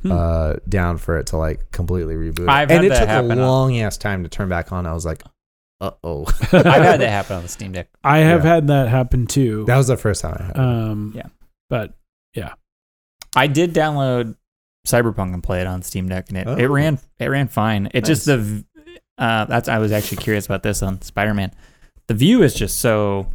Speaker 2: Hmm. *laughs*
Speaker 3: *laughs* uh down for it to like completely reboot.
Speaker 4: I've
Speaker 3: and
Speaker 4: had
Speaker 3: it
Speaker 4: that
Speaker 3: took
Speaker 4: happen
Speaker 3: a
Speaker 4: on-
Speaker 3: long ass time to turn back on. I was like, uh
Speaker 4: *laughs*
Speaker 3: oh.
Speaker 4: I've had that happen on the Steam Deck.
Speaker 2: I have
Speaker 3: Yeah.
Speaker 2: had that happen too.
Speaker 3: that was the first time I had it.
Speaker 2: um,
Speaker 4: Yeah.
Speaker 2: But
Speaker 4: I did download Cyberpunk and play it on Steam Deck, and it,
Speaker 3: Oh.
Speaker 4: it ran it ran fine. It just
Speaker 3: Nice.
Speaker 4: the v- uh, that's I was actually curious about this on Spider Man. The view is just so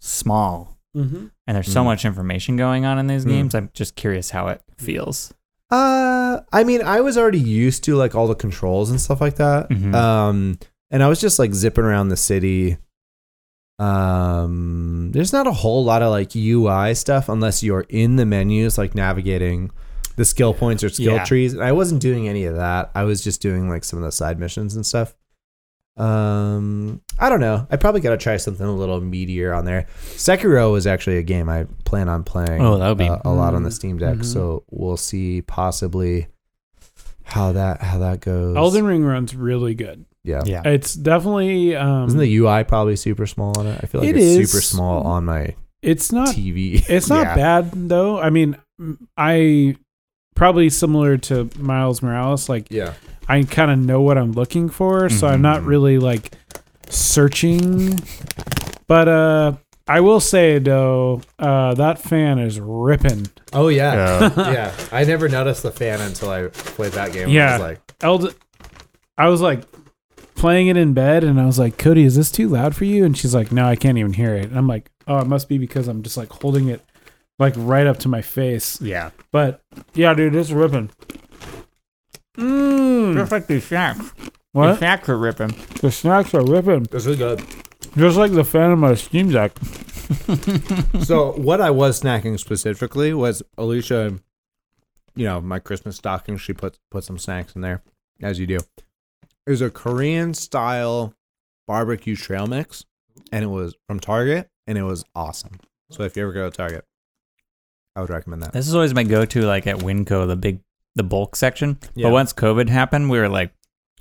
Speaker 4: small, and there's so
Speaker 3: Mm.
Speaker 4: much information going on in these
Speaker 3: Mm.
Speaker 4: games. I'm just curious how it feels.
Speaker 3: Uh, I mean, I was already used to like all the controls and stuff like that.
Speaker 4: Mhm.
Speaker 3: Um, and I was just like zipping around the city. Um, there's not a whole lot of like UI stuff unless you're in the menus, like navigating the skill points or skill
Speaker 4: Yeah.
Speaker 3: trees. And I wasn't doing any of that. I was just doing like some of the side missions and stuff. Um, I don't know. I probably got to try something a little meatier on there. Sekiro is actually a game I plan on playing
Speaker 4: Oh, that would be-
Speaker 3: uh, a lot on the
Speaker 2: Mm,
Speaker 3: Steam Deck.
Speaker 2: mhm.
Speaker 3: So we'll see possibly how that how that goes.
Speaker 2: Elden Ring runs really good.
Speaker 3: yeah.
Speaker 4: Yeah.
Speaker 2: It's definitely um,
Speaker 3: Isn't the UI probably super small on it? I feel like
Speaker 2: It
Speaker 3: it's
Speaker 2: is.
Speaker 3: super small on my
Speaker 2: it's not
Speaker 3: TV.
Speaker 2: It's not
Speaker 3: Yeah.
Speaker 2: bad though. I mean, m- I probably similar to Miles Morales. Like
Speaker 3: Yeah.
Speaker 2: I kind of know what I'm looking for, so I'm not
Speaker 3: Mhm.
Speaker 2: really like searching. But uh, I will say though, uh, that fan is ripping.
Speaker 3: Oh yeah. *laughs* Yeah. I never noticed the fan until I played that game.
Speaker 2: Yeah. Eld, I was like playing it in bed, and I was like, Cody, is this too loud for you? And she's like, No, I can't even hear it. And I'm like, Oh, it must be because I'm just like holding it like right up to my face.
Speaker 4: Yeah,
Speaker 2: But yeah, dude, it's ripping. Mmm.
Speaker 4: just like these snacks. The
Speaker 2: What?
Speaker 4: snacks are ripping.
Speaker 2: The snacks are ripping.
Speaker 3: this is good.
Speaker 2: Just like the Phantom of the Steam Deck.
Speaker 3: so what I was snacking specifically was Alicia, you know, my Christmas stocking. She put put some snacks in there, as you do. Is a Korean style barbecue trail mix, and it was from Target, and it was awesome. So if you ever go to Target, I would recommend that.
Speaker 4: This is always my go-to, like at Winco, the big, the bulk section.
Speaker 3: Yeah.
Speaker 4: But once COVID happened, we were like,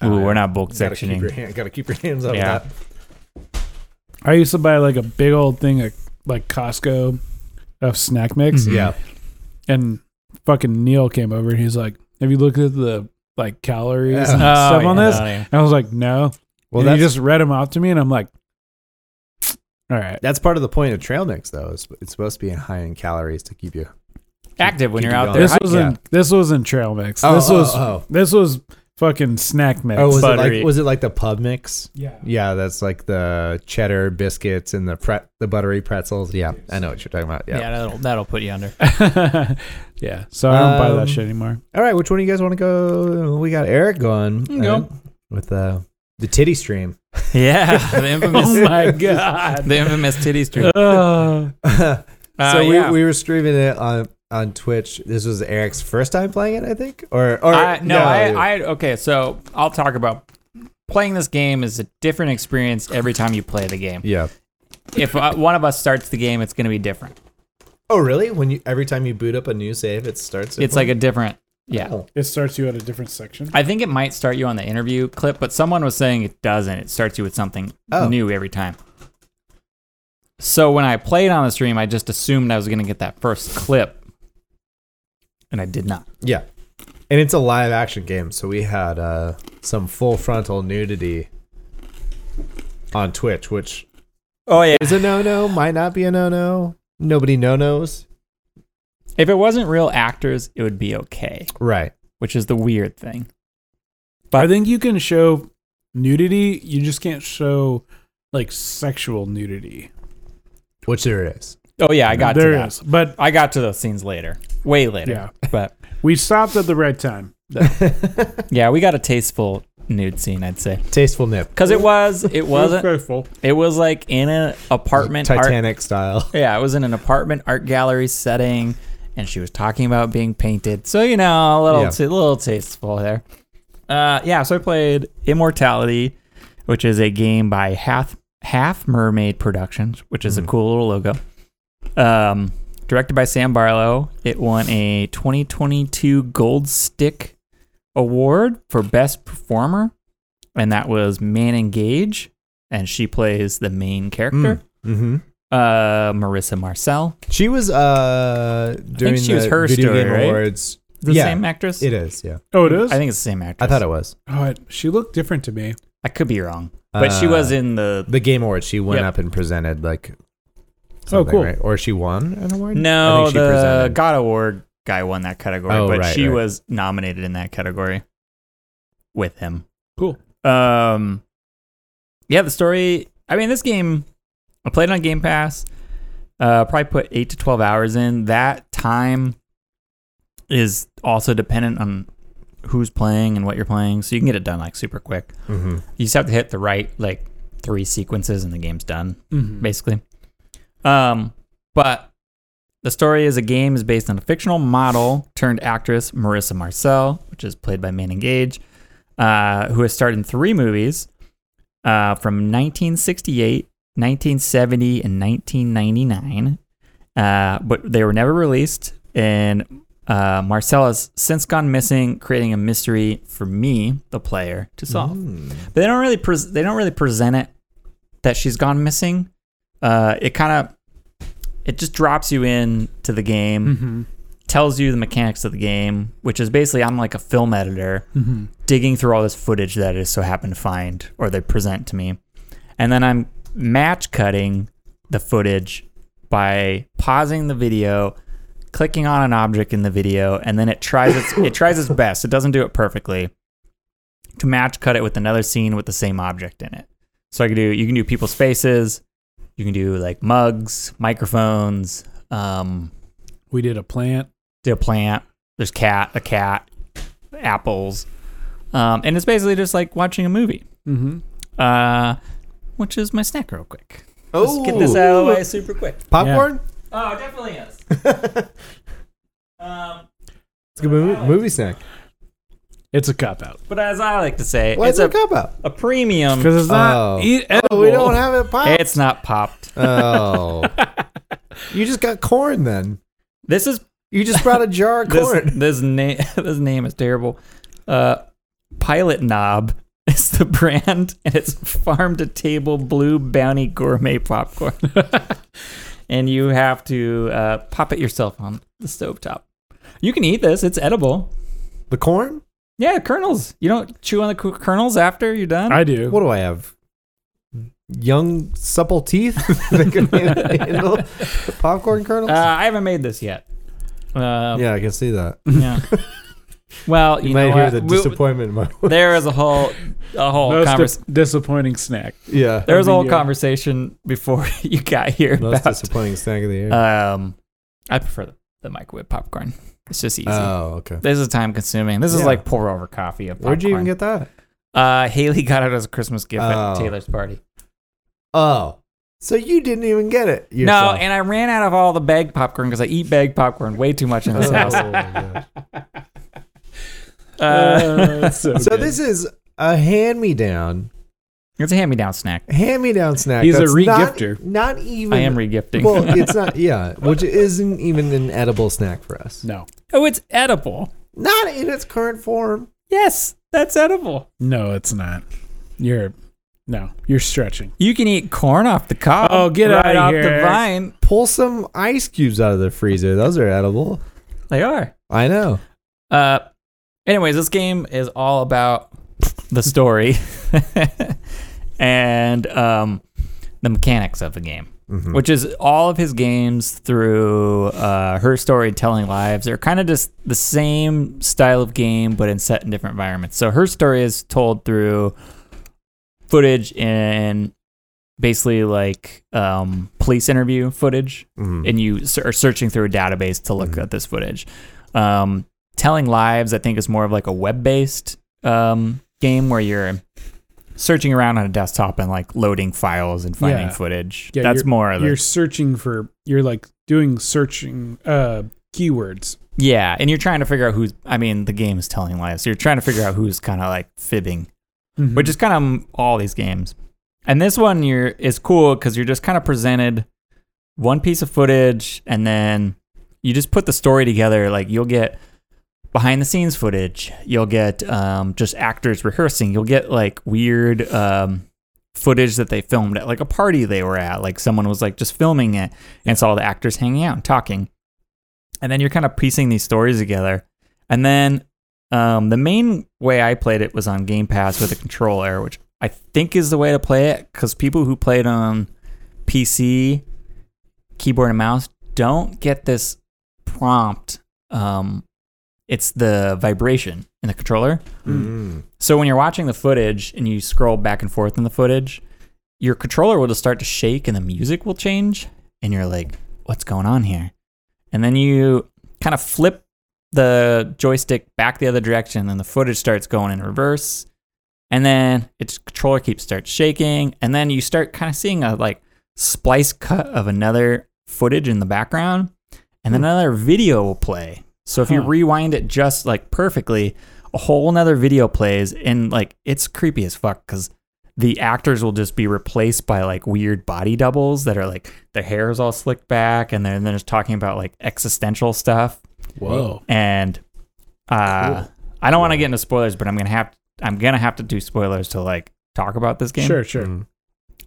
Speaker 4: "Ooh,
Speaker 3: Oh, yeah.
Speaker 4: we're not bulk
Speaker 3: Gotta keep, your *laughs*
Speaker 4: sectioning."
Speaker 3: hand, gotta keep your hands up.
Speaker 4: Yeah.
Speaker 3: That.
Speaker 2: I used to buy like a big old thing at like Costco of snack mix.
Speaker 4: Mhm.
Speaker 3: Yeah.
Speaker 2: And fucking Neil came over and he's like, Have you looked at the like calories and
Speaker 3: Oh,
Speaker 2: stuff on
Speaker 4: yeah,
Speaker 2: this?
Speaker 4: no, yeah.
Speaker 2: And I was like, No.
Speaker 3: Well,
Speaker 2: Well, and
Speaker 3: that's
Speaker 2: he just read them out to me and I'm like, All right.
Speaker 3: that's part of the point of trail mix, though. Is it's supposed to be high in calories to keep you.
Speaker 4: active when
Speaker 3: Keep
Speaker 4: you're
Speaker 3: it
Speaker 4: out
Speaker 3: going.
Speaker 4: there.
Speaker 2: This
Speaker 3: Oh, I-
Speaker 2: wasn't
Speaker 3: yeah.
Speaker 2: this wasn't trail mix. this was
Speaker 3: oh.
Speaker 2: this was fucking snack mix.
Speaker 3: Oh, was it
Speaker 1: Buttery.
Speaker 3: like was it like the pub mix?
Speaker 2: yeah.
Speaker 3: Yeah, that's like the cheddar biscuits and the pret the buttery pretzels. Yeah, I know what you're talking about. Yeah.
Speaker 4: Yeah, that'll, that'll put you under.
Speaker 2: *laughs* yeah. So I don't buy
Speaker 3: Um,
Speaker 2: that shit
Speaker 3: *laughs*
Speaker 2: anymore.
Speaker 3: All right, which one do you guys want to go? We got Eric going
Speaker 2: can go.
Speaker 3: uh, with uh, the titty stream.
Speaker 4: Yeah, *laughs* the infamous,
Speaker 2: Oh my
Speaker 3: *laughs*
Speaker 2: god.
Speaker 4: the infamous titty stream.
Speaker 2: Uh,
Speaker 3: so
Speaker 4: Uh,
Speaker 3: we,
Speaker 4: yeah.
Speaker 3: we were streaming it on on Twitch. This was Eric's first time playing it, I think. Or or
Speaker 4: I, no, I, I okay. So I'll talk about playing this game is a different experience every time you play the game.
Speaker 3: yeah.
Speaker 4: If uh, one of us starts the game, it's going to be different.
Speaker 3: Oh really? When you every time you boot up a new save, it starts.
Speaker 4: It's like a different.
Speaker 3: Oh.
Speaker 4: Yeah,
Speaker 2: it starts you at a different section.
Speaker 4: I think it might start you on the interview clip, but someone was saying it doesn't. It starts you with something
Speaker 3: Oh.
Speaker 4: new every time. So when I played on the stream, I just assumed I was going to get that first clip, and I did not.
Speaker 3: yeah, and it's a live action game, so we had uh, some full frontal nudity on Twitch, which
Speaker 4: Oh yeah.
Speaker 3: is a no no, might not be a no no. Nobody no knows.
Speaker 4: If it wasn't real actors, it would be okay,
Speaker 3: Right.
Speaker 4: which is the weird thing.
Speaker 2: I think you can show nudity. You just can't show like sexual nudity.
Speaker 3: Which there is.
Speaker 4: Oh yeah, I got
Speaker 2: There
Speaker 4: to that.
Speaker 2: is, but
Speaker 4: I got to those scenes later, way later.
Speaker 2: yeah, *laughs*
Speaker 4: But
Speaker 2: we stopped at the right time.
Speaker 4: yeah, we got a tasteful nude scene, I'd say,
Speaker 3: *laughs* Tasteful nip.
Speaker 4: because it *laughs* was it wasn't
Speaker 2: faithful.
Speaker 4: it was like in an apartment art
Speaker 3: Titanic style.
Speaker 4: *laughs* Yeah, it was in an apartment art gallery setting, and she was talking about being painted. So you know, a little,
Speaker 3: Yeah.
Speaker 4: ta- little tasteful there. Uh, yeah. So I played Immortality, which is a game by Half Half Mermaid Productions, which is a cool little logo. Um, directed by Sam Barlow, it won a 2022 Gold Stick Award for Best Performer, and that was Manning Gage, and she plays the main character
Speaker 3: Mm-hmm.
Speaker 4: uh Marissa Marcel,
Speaker 3: She was uh during
Speaker 4: she
Speaker 3: the
Speaker 4: was her
Speaker 3: video
Speaker 4: story,
Speaker 3: game
Speaker 4: right?
Speaker 3: awards.
Speaker 4: the
Speaker 3: Yeah,
Speaker 4: same actress.
Speaker 3: It is, yeah.
Speaker 2: Oh, it is.
Speaker 4: I think it's the same actress.
Speaker 3: I thought it was.
Speaker 2: oh, it, she looked different to me.
Speaker 4: I could be wrong, but she
Speaker 3: Uh,
Speaker 4: was in the.
Speaker 3: The game awards. She went
Speaker 4: Yep.
Speaker 3: up and presented like.
Speaker 2: Oh,
Speaker 3: something,
Speaker 2: cool.
Speaker 3: Right? Or she won an award. I
Speaker 4: No,
Speaker 3: think she
Speaker 4: the
Speaker 3: presented.
Speaker 4: God Award guy won that category,
Speaker 3: Oh,
Speaker 4: but
Speaker 3: right,
Speaker 4: she
Speaker 3: right.
Speaker 4: was nominated in that category with him.
Speaker 2: Cool.
Speaker 4: Um, yeah, the story. I mean, this game I played it on Game Pass. Uh, probably put eight to twelve hours in. That time is also dependent on who's playing and what you're playing, so you can get it done like super quick.
Speaker 3: Mhm.
Speaker 4: You just have to hit the right like three sequences, and the game's done
Speaker 2: Mhm.
Speaker 4: basically. Um, but the story is a game is based on a fictional model turned actress Marissa Marcel, which is played by Manning Gage, uh, who has starred in three movies uh, from 1968, 1970, and 1999. Uh, but they were never released, and uh, Marcel has since gone missing, creating a mystery for me, the player, to solve
Speaker 3: Mm.
Speaker 4: but they don't really pres they don't really present it that she's gone missing. Uh, it kind of it just drops you in to the game,
Speaker 2: Mhm.
Speaker 4: tells you the mechanics of the game, which is basically I'm like a film editor
Speaker 2: Mhm.
Speaker 4: digging through all this footage that I just so happen to find or they present to me, and then I'm match cutting the footage by pausing the video clicking on an object in the video and then it tries its it tries its best it doesn't do it perfectly to match cut it with another scene with the same object in it so i can do you can do people's faces you can do like mugs microphones um
Speaker 2: We did a plant.
Speaker 4: did a plant. There's cat, a cat, apples, um, and it's basically just like watching a movie,
Speaker 2: Mm-hmm.
Speaker 4: uh, which is my snack real quick.
Speaker 3: Oh,
Speaker 4: Let's get this out of the way super quick.
Speaker 3: popcorn.
Speaker 4: Oh, it definitely is.
Speaker 3: *laughs*
Speaker 4: um,
Speaker 3: It's a good movie, movie snack.
Speaker 2: It's a cop out
Speaker 4: but as I like to say,
Speaker 3: What's
Speaker 4: it's a,
Speaker 3: it cup up?
Speaker 4: a premium.
Speaker 2: because it's not e, eh,
Speaker 3: Oh.
Speaker 2: eat
Speaker 3: Oh, we don't have it pop.
Speaker 4: It's not popped.
Speaker 3: oh, *laughs* you just got corn then.
Speaker 4: This is
Speaker 3: You just brought a jar
Speaker 4: *laughs*
Speaker 3: of
Speaker 4: this,
Speaker 3: corn. *laughs*
Speaker 4: this name. *laughs* This name is terrible. Uh, Pilot Knob *laughs* is the brand, and it's farm to table blue bounty gourmet
Speaker 3: *laughs*
Speaker 4: popcorn. and you have to uh, pop it yourself on the stovetop. You can eat this; it's edible.
Speaker 3: The corn?
Speaker 4: Yeah, kernels. You don't chew on the cu- kernels after you're done.
Speaker 2: I do.
Speaker 3: What do I have? Young supple teeth *laughs* that can handle the popcorn kernels.
Speaker 4: uh, I haven't made this yet. Uh,
Speaker 3: *laughs* yeah, I can see that.
Speaker 4: yeah. Well, you,
Speaker 3: You,
Speaker 4: know
Speaker 3: might hear
Speaker 4: what?
Speaker 3: the
Speaker 4: We-
Speaker 3: disappointment. in
Speaker 4: *laughs*
Speaker 3: my voice.
Speaker 4: there was a whole a whole
Speaker 2: Most
Speaker 4: convers-
Speaker 2: di- disappointing snack.
Speaker 3: yeah.
Speaker 4: there was a
Speaker 2: every
Speaker 4: whole
Speaker 2: year.
Speaker 4: conversation before *laughs* you got here
Speaker 3: Most
Speaker 4: about
Speaker 3: disappointing snack of the year.
Speaker 4: um I prefer the, the microwave popcorn. It's just easy.
Speaker 3: oh, okay.
Speaker 4: this is time consuming. This
Speaker 3: Yeah.
Speaker 4: is like pour over coffee of popcorn.
Speaker 3: Where'd you even get that?
Speaker 4: Uh, Haley got it as a Christmas gift
Speaker 3: Oh.
Speaker 4: at Taylor's party.
Speaker 3: Oh, so you didn't even get it.
Speaker 4: No, and I ran out of all the bag popcorn because I eat bag popcorn way too much in
Speaker 3: *laughs*
Speaker 4: this house.
Speaker 3: Oh, and Oh.
Speaker 4: Uh,
Speaker 3: *laughs*
Speaker 2: that's
Speaker 4: *laughs*
Speaker 3: so
Speaker 2: good.
Speaker 3: this is a hand-me-down,
Speaker 4: it's a hand-me-down snack.
Speaker 3: hand-me-down snack.
Speaker 2: He's a
Speaker 3: that's not-
Speaker 2: regifter.
Speaker 3: Not, even.
Speaker 4: I am regifting.
Speaker 3: Well, it's not. Yeah, which isn't even an edible snack for us.
Speaker 2: no,
Speaker 4: *laughs* oh, it's edible.
Speaker 3: Not in its current form.
Speaker 4: Yes, that's edible.
Speaker 2: no, it's not. You're no, you're stretching.
Speaker 4: You can eat corn off the cob.
Speaker 2: Oh, get
Speaker 4: right
Speaker 2: outta
Speaker 4: off
Speaker 2: here.
Speaker 4: the vine.
Speaker 3: Pull some ice cubes out of the freezer. Those are edible.
Speaker 4: They are.
Speaker 3: I know.
Speaker 4: Uh, anyways, this game is all about the story *laughs* and um, the mechanics of the game,
Speaker 3: Mm-hmm. Hmm.
Speaker 4: which is all of his games through uh, her storytelling lives are kind of just the same style of game, but in set in different environments. So her story is told through footage in basically like um, police interview footage
Speaker 3: Mm-hmm.
Speaker 4: and you ser- are searching through a database to look
Speaker 2: Mm-hmm.
Speaker 3: Mhm.
Speaker 4: at this footage. Um, Telling Lives, I think, is more of like a web-based um, game where you're searching around on a desktop and like loading files and finding
Speaker 2: Yeah.
Speaker 4: footage.
Speaker 2: Yeah,
Speaker 4: That's more of
Speaker 2: You're
Speaker 4: it.
Speaker 2: searching for. You're like doing searching uh keywords.
Speaker 4: Yeah, and you're trying to figure out who's. I mean, the game is Telling Lies. So you're trying to figure out who's kind of like fibbing,
Speaker 2: Mhm.
Speaker 4: Mm-hmm. which is kind of all these games. And this one you're is cool because you're just kind of presented one piece of footage and then you just put the story together like you'll get behind the scenes footage you'll get um, just actors rehearsing you'll get like weird um, footage that they filmed at like a party they were at like someone was like just filming it and it's all the actors hanging out and talking and then you're kind of piecing these stories together and then um, the main way i played it was on game pass with a controller which i think is the way to play it because people who played on pc keyboard and mouse don't get this prompt um it's the vibration in the controller
Speaker 3: Mm-hmm.
Speaker 4: so when you're watching the footage and you scroll back and forth in the footage your controller will just start to shake and the music will change and you're like what's going on here and then you kind of flip the joystick back the other direction and the footage starts going in reverse and then its controller keeps starts shaking and then you start kind of seeing a like splice cut of another footage in the background and then another video will play so if you
Speaker 2: Huh.
Speaker 4: rewind it just like perfectly a whole another video plays and like it's creepy as fuck because the actors will just be replaced by like weird body doubles that are like their hair is all slicked back and they're, and they're just talking about like existential stuff
Speaker 2: whoa.
Speaker 4: and uh,
Speaker 3: Cool.
Speaker 4: I don't want to get into spoilers, but I'm gonna have I'm gonna have to do spoilers to like talk about this game.
Speaker 2: Sure, sure.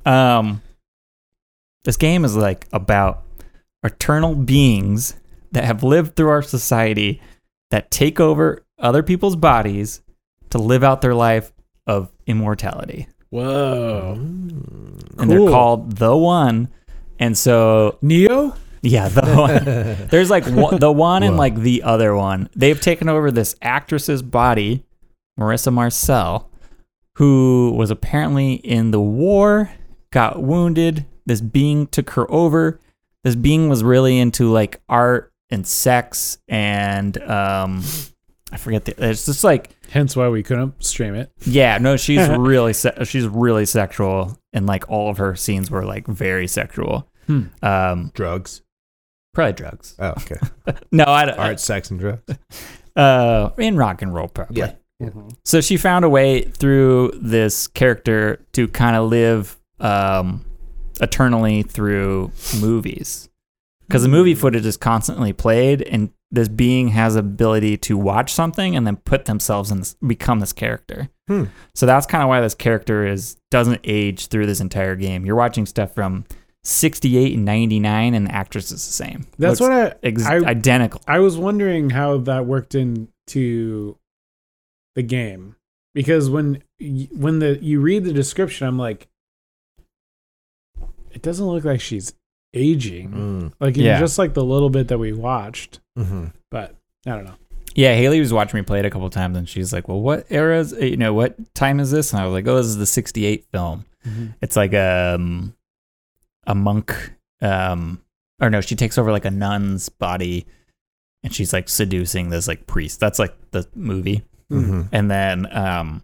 Speaker 4: Um, this game is like about eternal beings that have lived through our society that take over other people's bodies to live out their life of immortality,
Speaker 2: Whoa.
Speaker 4: Mm-hmm. and they're
Speaker 2: Cool.
Speaker 4: called the One. And so,
Speaker 2: Neo.
Speaker 4: yeah, *laughs* the One. There's like one, the one and
Speaker 3: Whoa.
Speaker 4: like the other one. They've taken over this actress's body, Marissa Marcel, who was apparently in the war, got wounded. This being took her over. This being was really into like art and sex and um I forget the it's just like
Speaker 2: Hence why we couldn't stream it.
Speaker 4: yeah, no, *laughs* she's really se- she's really sexual and like all of her scenes were like very sexual.
Speaker 2: Hmm.
Speaker 4: Um
Speaker 3: drugs.
Speaker 4: probably drugs.
Speaker 3: Oh, okay.
Speaker 4: *laughs* No, I don't
Speaker 3: Art, sex, and drugs.
Speaker 4: uh in rock and roll probably.
Speaker 3: Yeah.
Speaker 4: So she found a way through this character to kind of live um, eternally through movies, because the movie footage is constantly played, and this being has ability to watch something and then put themselves in this, become this character.
Speaker 3: Hmm.
Speaker 4: So that's kind of why this character is doesn't age through this entire game. You're watching stuff from 68 and 99, and the actress is the same.
Speaker 2: That's
Speaker 4: Looks
Speaker 2: what I
Speaker 4: ex-
Speaker 2: I-
Speaker 4: identical.
Speaker 2: I was wondering how that worked into the game because when y- when the you read the description, I'm like, it doesn't look like she's aging. Like in
Speaker 3: Mm.
Speaker 4: Yeah.
Speaker 2: just like the little bit that we watched,
Speaker 3: Mm-hmm.
Speaker 2: but I don't know.
Speaker 4: Yeah, Haley was watching me play it a couple times, and she's like, "Well, what era is you know what time is this?" And I was like, "Oh, this is the '68 film. It's like um a monk, um, or no, she takes over like a nun's body, and she's like seducing this like priest. That's like the movie.
Speaker 3: Mm-hmm.
Speaker 4: And then um,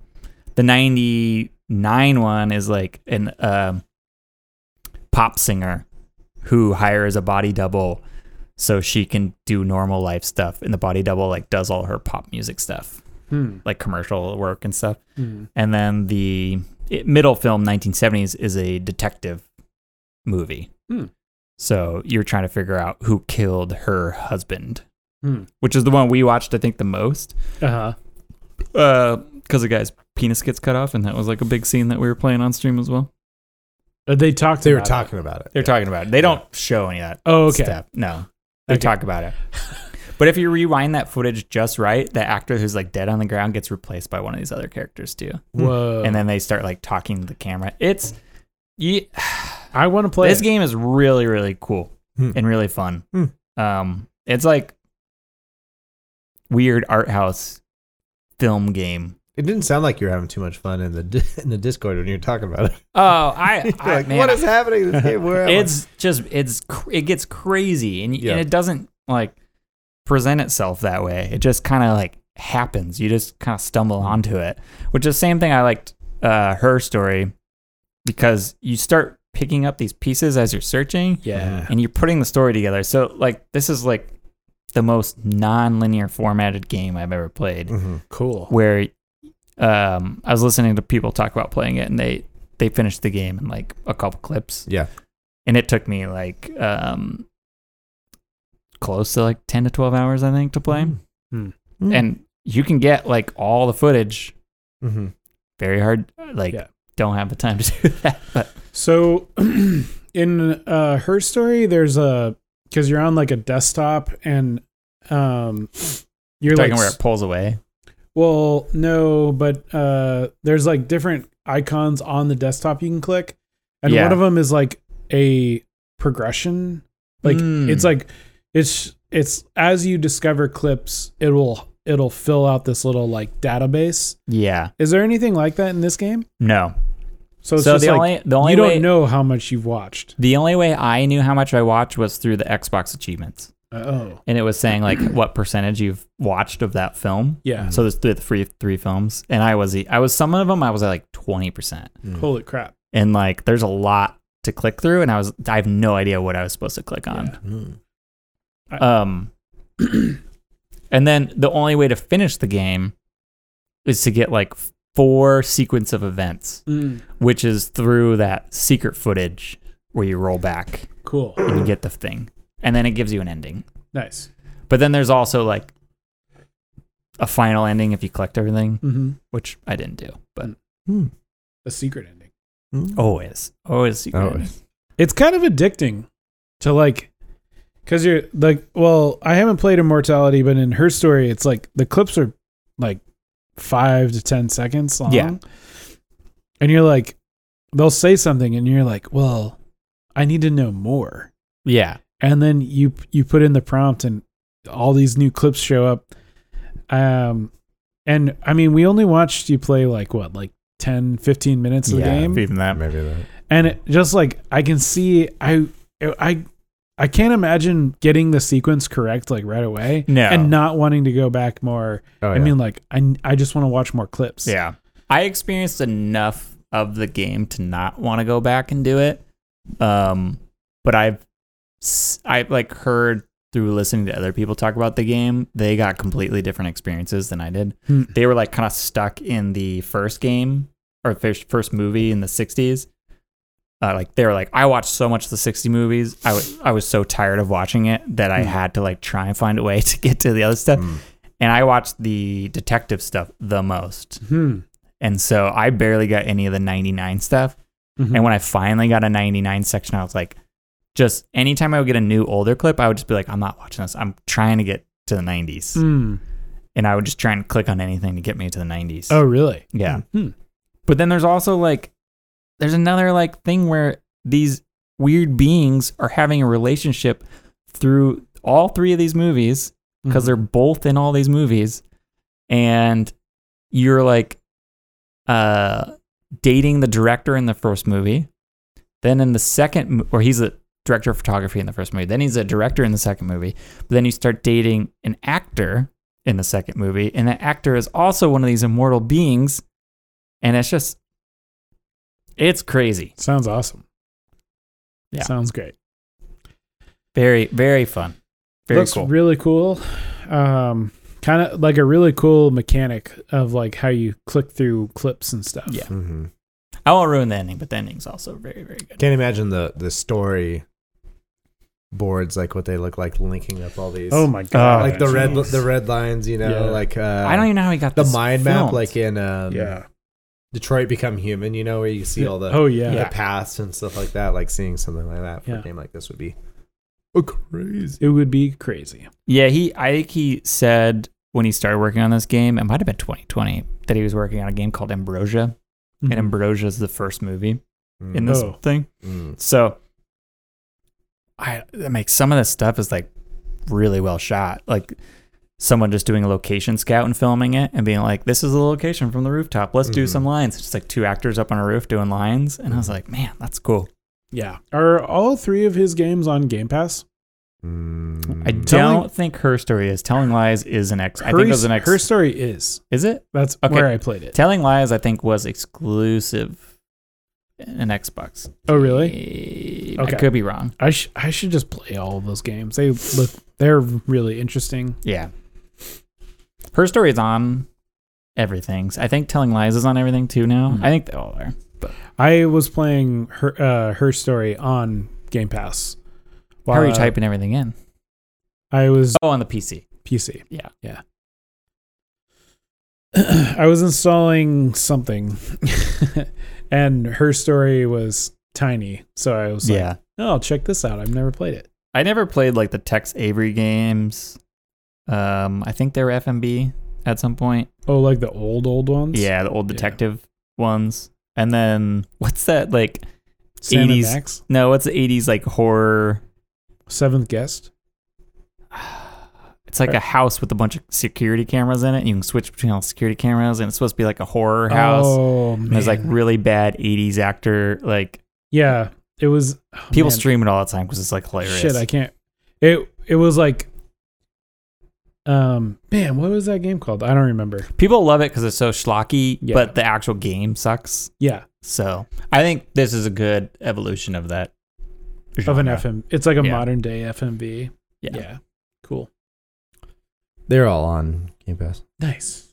Speaker 4: the '99 one is like an um pop singer who hires a body double so she can do normal life stuff, and the body double like does all her pop music stuff,
Speaker 2: Hmm.
Speaker 4: like commercial work and stuff.
Speaker 2: Hmm.
Speaker 4: And then the it- middle film, 1970s, is a detective movie.
Speaker 2: Hmm.
Speaker 4: So you're trying to figure out who killed her husband,
Speaker 2: Hmm.
Speaker 4: which is the one we watched, I think, the most.
Speaker 2: Uh-huh.
Speaker 4: Because Uh, the guy's penis gets cut off, and that was like a big scene that we were playing on stream as well.
Speaker 2: Uh, They talked.
Speaker 3: They were
Speaker 2: about it.
Speaker 3: talking about it.
Speaker 4: They're talking about it. They don't show any of that
Speaker 2: Oh, okay.
Speaker 4: stuff. No, they
Speaker 2: Okay.
Speaker 4: talk about it. *laughs* But if you rewind that footage just right, the actor who's like dead on the ground gets replaced by one of these other characters too.
Speaker 2: Whoa.
Speaker 4: and then they start like talking to the camera. It's yeah,
Speaker 2: I want to play
Speaker 4: this
Speaker 2: it.
Speaker 4: game is really really cool
Speaker 3: Hmm.
Speaker 4: and really fun.
Speaker 3: Hmm.
Speaker 4: Um, it's like weird art house film game.
Speaker 3: It didn't sound like you were having too much fun in the di- in the Discord when you were talking about it. *laughs*
Speaker 4: Oh, *laughs* I,
Speaker 3: You're
Speaker 4: I
Speaker 3: like,
Speaker 4: man,
Speaker 3: what is happening? in This game? Where am I?"
Speaker 4: it's just it's cr- it gets crazy and, y-
Speaker 3: Yeah.
Speaker 4: and it doesn't like present itself that way it just kind of like happens you just kind of stumble onto it which is the same thing i liked uh, her story because you start picking up these pieces as you're searching
Speaker 2: Yeah.
Speaker 4: and you're putting the story together so like this is like the most non-linear formatted game i've ever played
Speaker 3: Mhm.
Speaker 2: Cool.
Speaker 4: where um, I was listening to people talk about playing it, and they they finished the game in like a couple clips.
Speaker 3: Yeah.
Speaker 4: and it took me like um, close to like ten to twelve hours, I think, to play.
Speaker 2: Mm.
Speaker 4: And you can get like all the footage.
Speaker 3: Mhm.
Speaker 4: Very hard. Like,
Speaker 2: Yeah.
Speaker 4: don't have the time to do that. But
Speaker 2: So *clears throat* in uh, her story, there's a because you're on like a desktop and um, you're
Speaker 4: talking
Speaker 2: like
Speaker 4: where it pulls away.
Speaker 2: Well, no, but uh, there's like different icons on the desktop you can click, and
Speaker 4: Yeah.
Speaker 2: one of them is like a progression. Like
Speaker 4: Mm.
Speaker 2: it's like it's it's as you discover clips, it will it'll fill out this little like database.
Speaker 4: Yeah.
Speaker 2: Is there anything like that in this game?
Speaker 4: No.
Speaker 2: So it's
Speaker 4: so
Speaker 2: just
Speaker 4: the
Speaker 2: like
Speaker 4: only the only
Speaker 2: you don't
Speaker 4: way
Speaker 2: know how much you've watched.
Speaker 4: the only way I knew how much I watched was through the Xbox achievements.
Speaker 2: Oh,
Speaker 4: and it was saying like *clears throat* what percentage you've watched of that film.
Speaker 2: yeah.
Speaker 4: So there's three, three, three films, and I was I was some of them I was at like twenty percent,
Speaker 2: Holy crap!
Speaker 4: and like there's a lot to click through, and I was I have no idea what I was supposed to click on.
Speaker 3: Mm.
Speaker 4: Um, *clears throat* and then the only way to finish the game is to get like four sequence of events,
Speaker 2: Mm,
Speaker 4: which is through that secret footage where you roll back
Speaker 2: cool.
Speaker 4: and you get the thing, and then it gives you an ending.
Speaker 2: Nice.
Speaker 4: But then there's also like a final ending if you collect everything,
Speaker 2: hmm
Speaker 4: which I didn't do. But
Speaker 3: Mm.
Speaker 2: A secret ending.
Speaker 3: Mm.
Speaker 4: always, always secret.
Speaker 3: Oh,
Speaker 4: ending.
Speaker 2: it's kind of addicting to like because you're like well i haven't played immortality but in her story it's like the clips are like five to ten seconds long
Speaker 4: Yeah.
Speaker 2: and you're like they'll say something and you're like well i need to know more
Speaker 4: Yeah,
Speaker 2: and then you you put in the prompt and all these new clips show up um and i mean we only watched you play like what like 10 15 minutes of the
Speaker 3: Yeah,
Speaker 2: game
Speaker 4: even that.
Speaker 3: maybe that.
Speaker 2: and it, just like I can see, I, I, I can't imagine getting the sequence correct like right away,
Speaker 4: No.
Speaker 2: and not wanting to go back more.
Speaker 3: Oh,
Speaker 2: I
Speaker 3: yeah.
Speaker 2: mean, like I, I just want to watch more clips.
Speaker 4: Yeah, I experienced enough of the game to not want to go back and do it. Um, but I've s- I've like heard through listening to other people talk about the game, they got completely different experiences than I did.
Speaker 2: Hmm.
Speaker 4: They were like kind of stuck in the first game or first first movie in the '60s. Uh, like they were like, I watched so much of the '60 movies. I was I was so tired of watching it that I had to like try and find a way *laughs* to get to the other
Speaker 3: Hmm.
Speaker 4: stuff.
Speaker 3: Mm-hmm.
Speaker 4: And I watched the detective stuff the most.
Speaker 2: Hmm.
Speaker 4: And so I barely got any of the 99 stuff.
Speaker 2: Mhm.
Speaker 4: And when I finally got a 99 section, I was like, just anytime I would get a new older clip, I would just be like, I'm not watching this. I'm trying to get to the 90s.
Speaker 2: Hmm.
Speaker 4: And I would just try and click on anything to get me to the 90s.
Speaker 2: Oh, really?
Speaker 4: yeah.
Speaker 2: Hmm.
Speaker 4: But then there's also like, there's another like thing where these weird beings are having a relationship through all three of these movies because they're both in all these movies, and you're like uh, dating the director in the first movie, then in the second, mo- or he's a director of photography in the first movie, then he's a director in the second movie, but then you start dating an actor in the second movie, and that actor is also one of these immortal beings, and it's just, it's crazy,
Speaker 2: Sounds awesome.
Speaker 4: Yeah.
Speaker 2: Sounds great.
Speaker 4: very very fun, very
Speaker 2: Looks
Speaker 4: cool.
Speaker 2: really cool. Um, kind of like a really cool mechanic of like how you click through clips and stuff.
Speaker 4: Yeah.
Speaker 3: hmm
Speaker 4: I won't ruin the ending, but the ending's also very very good.
Speaker 3: Can't imagine the the story boards like what they look like linking up all these.
Speaker 2: Oh my god.
Speaker 3: like the red
Speaker 2: Jeez.
Speaker 3: the red lines, you know,
Speaker 2: Yeah.
Speaker 3: like uh,
Speaker 4: I don't even know how he got
Speaker 3: the
Speaker 4: this
Speaker 3: mind map,
Speaker 4: filmed.
Speaker 3: like in um,
Speaker 2: Yeah.
Speaker 3: Detroit Become Human, you know, where you see all the
Speaker 2: Oh yeah.
Speaker 3: the paths and stuff like that. Like seeing something like that for
Speaker 2: Yeah.
Speaker 3: a game like this would be a crazy.
Speaker 2: It would be crazy.
Speaker 4: Yeah, he. I think he said when he started working on this game, it might have been 2020, that he was working on a game called Ambrosia,
Speaker 2: Mm-hmm.
Speaker 3: Mm-hmm.
Speaker 4: and Ambrosia is the first movie in this
Speaker 2: Oh.
Speaker 4: thing.
Speaker 3: Mm.
Speaker 4: So, I that makes some of this stuff is like really well shot. Like someone just doing a location scout and filming it and being like, "This is the location from the rooftop. Let's do
Speaker 3: Mhm.
Speaker 4: some lines." It's just like two actors up on a roof doing lines, and I
Speaker 3: Mm-hmm.
Speaker 4: was like, "Man, that's cool."
Speaker 2: Yeah. Are all three of his games on Game Pass?
Speaker 3: Mm.
Speaker 4: I
Speaker 2: Telling-
Speaker 4: don't think her story is telling lies is an ex. I think it was an ex.
Speaker 2: Her story is.
Speaker 4: is it?
Speaker 2: That's
Speaker 4: Okay.
Speaker 2: where I played it.
Speaker 4: Telling Lies, I think, was exclusive in Xbox.
Speaker 2: Oh really?
Speaker 4: Okay. I
Speaker 2: Okay.
Speaker 4: could be wrong.
Speaker 2: I sh- I should just play all of those games. They look they're really interesting.
Speaker 4: Yeah. Her story is on everything. I think Telling Lies is on everything too now.
Speaker 2: Mhm.
Speaker 4: I think they all are.
Speaker 2: I was playing her uh, her story on Game Pass.
Speaker 4: How are you
Speaker 2: while
Speaker 4: typing everything in?
Speaker 2: I was
Speaker 4: Oh, on the PC.
Speaker 2: PC.
Speaker 4: Yeah.
Speaker 2: Yeah. *clears throat* I was installing something *laughs* and her story was tiny. So I was like, oh, check this out. I've never played it.
Speaker 4: I never played like the Tex Avery games. Um, I think they were FMB at some point.
Speaker 2: Oh, like the old, old ones?
Speaker 4: Yeah, the old
Speaker 2: Yeah.
Speaker 4: detective ones. And then what's that like?
Speaker 2: Sam
Speaker 4: 80s.
Speaker 2: and Max.
Speaker 4: No, what's the 80s like horror?
Speaker 2: Seventh guest.
Speaker 4: It's like a house with a bunch of security cameras in it. And you can switch between all the security cameras, and it's supposed to be like a horror house.
Speaker 2: Oh, man.
Speaker 4: and there's like really bad '80s actor. Like
Speaker 2: yeah. It was. oh,
Speaker 4: people
Speaker 2: man.
Speaker 4: stream it all the time because it's like hilarious.
Speaker 2: Shit, I can't. It, it was like. Um, man, what was that game called? I don't remember.
Speaker 4: people love it because it's so schlocky,
Speaker 2: Yeah.
Speaker 4: but the actual game sucks.
Speaker 2: Yeah.
Speaker 4: So I think this is a good evolution of that.
Speaker 2: Of an
Speaker 4: genre.
Speaker 2: FM. It's like a
Speaker 4: Yeah.
Speaker 2: modern day FMV.
Speaker 4: Yeah.
Speaker 2: yeah. Cool.
Speaker 3: They're all on Game Pass.
Speaker 2: Nice.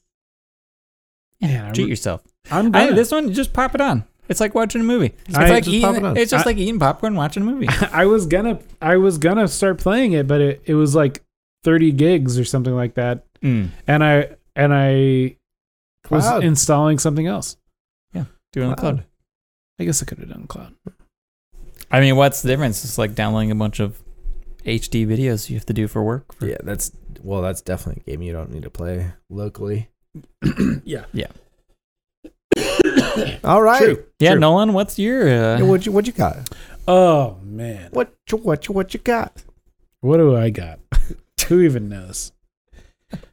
Speaker 4: Yeah,
Speaker 2: Man, I
Speaker 4: Treat
Speaker 2: re-
Speaker 4: yourself.
Speaker 2: I'm
Speaker 4: I,
Speaker 2: gonna-
Speaker 4: this one, just pop it on. It's like watching a movie. It's
Speaker 2: I-
Speaker 4: like
Speaker 3: just pop it
Speaker 4: eating.
Speaker 3: on.
Speaker 4: it's just
Speaker 2: I-
Speaker 4: like eating popcorn, watching a
Speaker 2: *laughs*
Speaker 4: movie.
Speaker 2: *laughs* I was gonna I was gonna start playing it, but it, it was like 30 gigs or something like that,
Speaker 4: Mm,
Speaker 2: and I and I was
Speaker 3: Cloud.
Speaker 2: installing something else.
Speaker 4: doing the cloud.
Speaker 2: I guess I could have done cloud.
Speaker 4: I mean, what's the difference? It's like downloading a bunch of HD videos you have to do for work. For,
Speaker 3: Yeah, that's well, that's definitely a game you don't need to play locally.
Speaker 2: *clears throat* yeah.
Speaker 3: All right.
Speaker 2: True.
Speaker 4: Yeah,
Speaker 2: True.
Speaker 4: Nolan, what's your? Uh,
Speaker 3: Yeah, what you what you got?
Speaker 2: Oh man.
Speaker 3: What you, what you, what you got?
Speaker 2: What do I got? *laughs* Who even knows?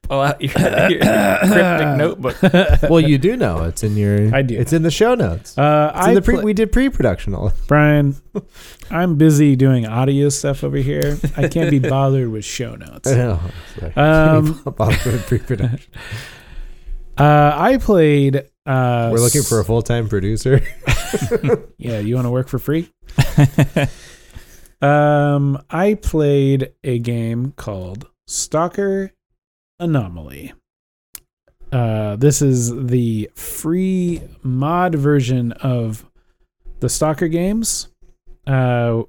Speaker 4: pull *laughs* out your, your
Speaker 2: *coughs*
Speaker 4: cryptic
Speaker 2: *laughs*
Speaker 4: notebook. *laughs*
Speaker 3: Well, you do know it's in your.
Speaker 2: I do.
Speaker 3: It's in the show notes.
Speaker 2: Uh,
Speaker 3: It's in
Speaker 2: I
Speaker 3: the pre-
Speaker 2: pla-
Speaker 3: we did pre-production. All
Speaker 2: *laughs* Brian, I'm busy doing audio stuff over here. I can't *laughs* be bothered with show notes.
Speaker 3: oh, *laughs* sorry. *laughs*
Speaker 2: Um, *laughs*
Speaker 3: pre-production.
Speaker 2: Uh, I played. Uh,
Speaker 3: We're looking for a full-time producer. *laughs*
Speaker 2: Yeah, you want to work for free? um, I played a game called Stalker Anomaly. Uh, this is the free mod version of the Stalker games. Uh,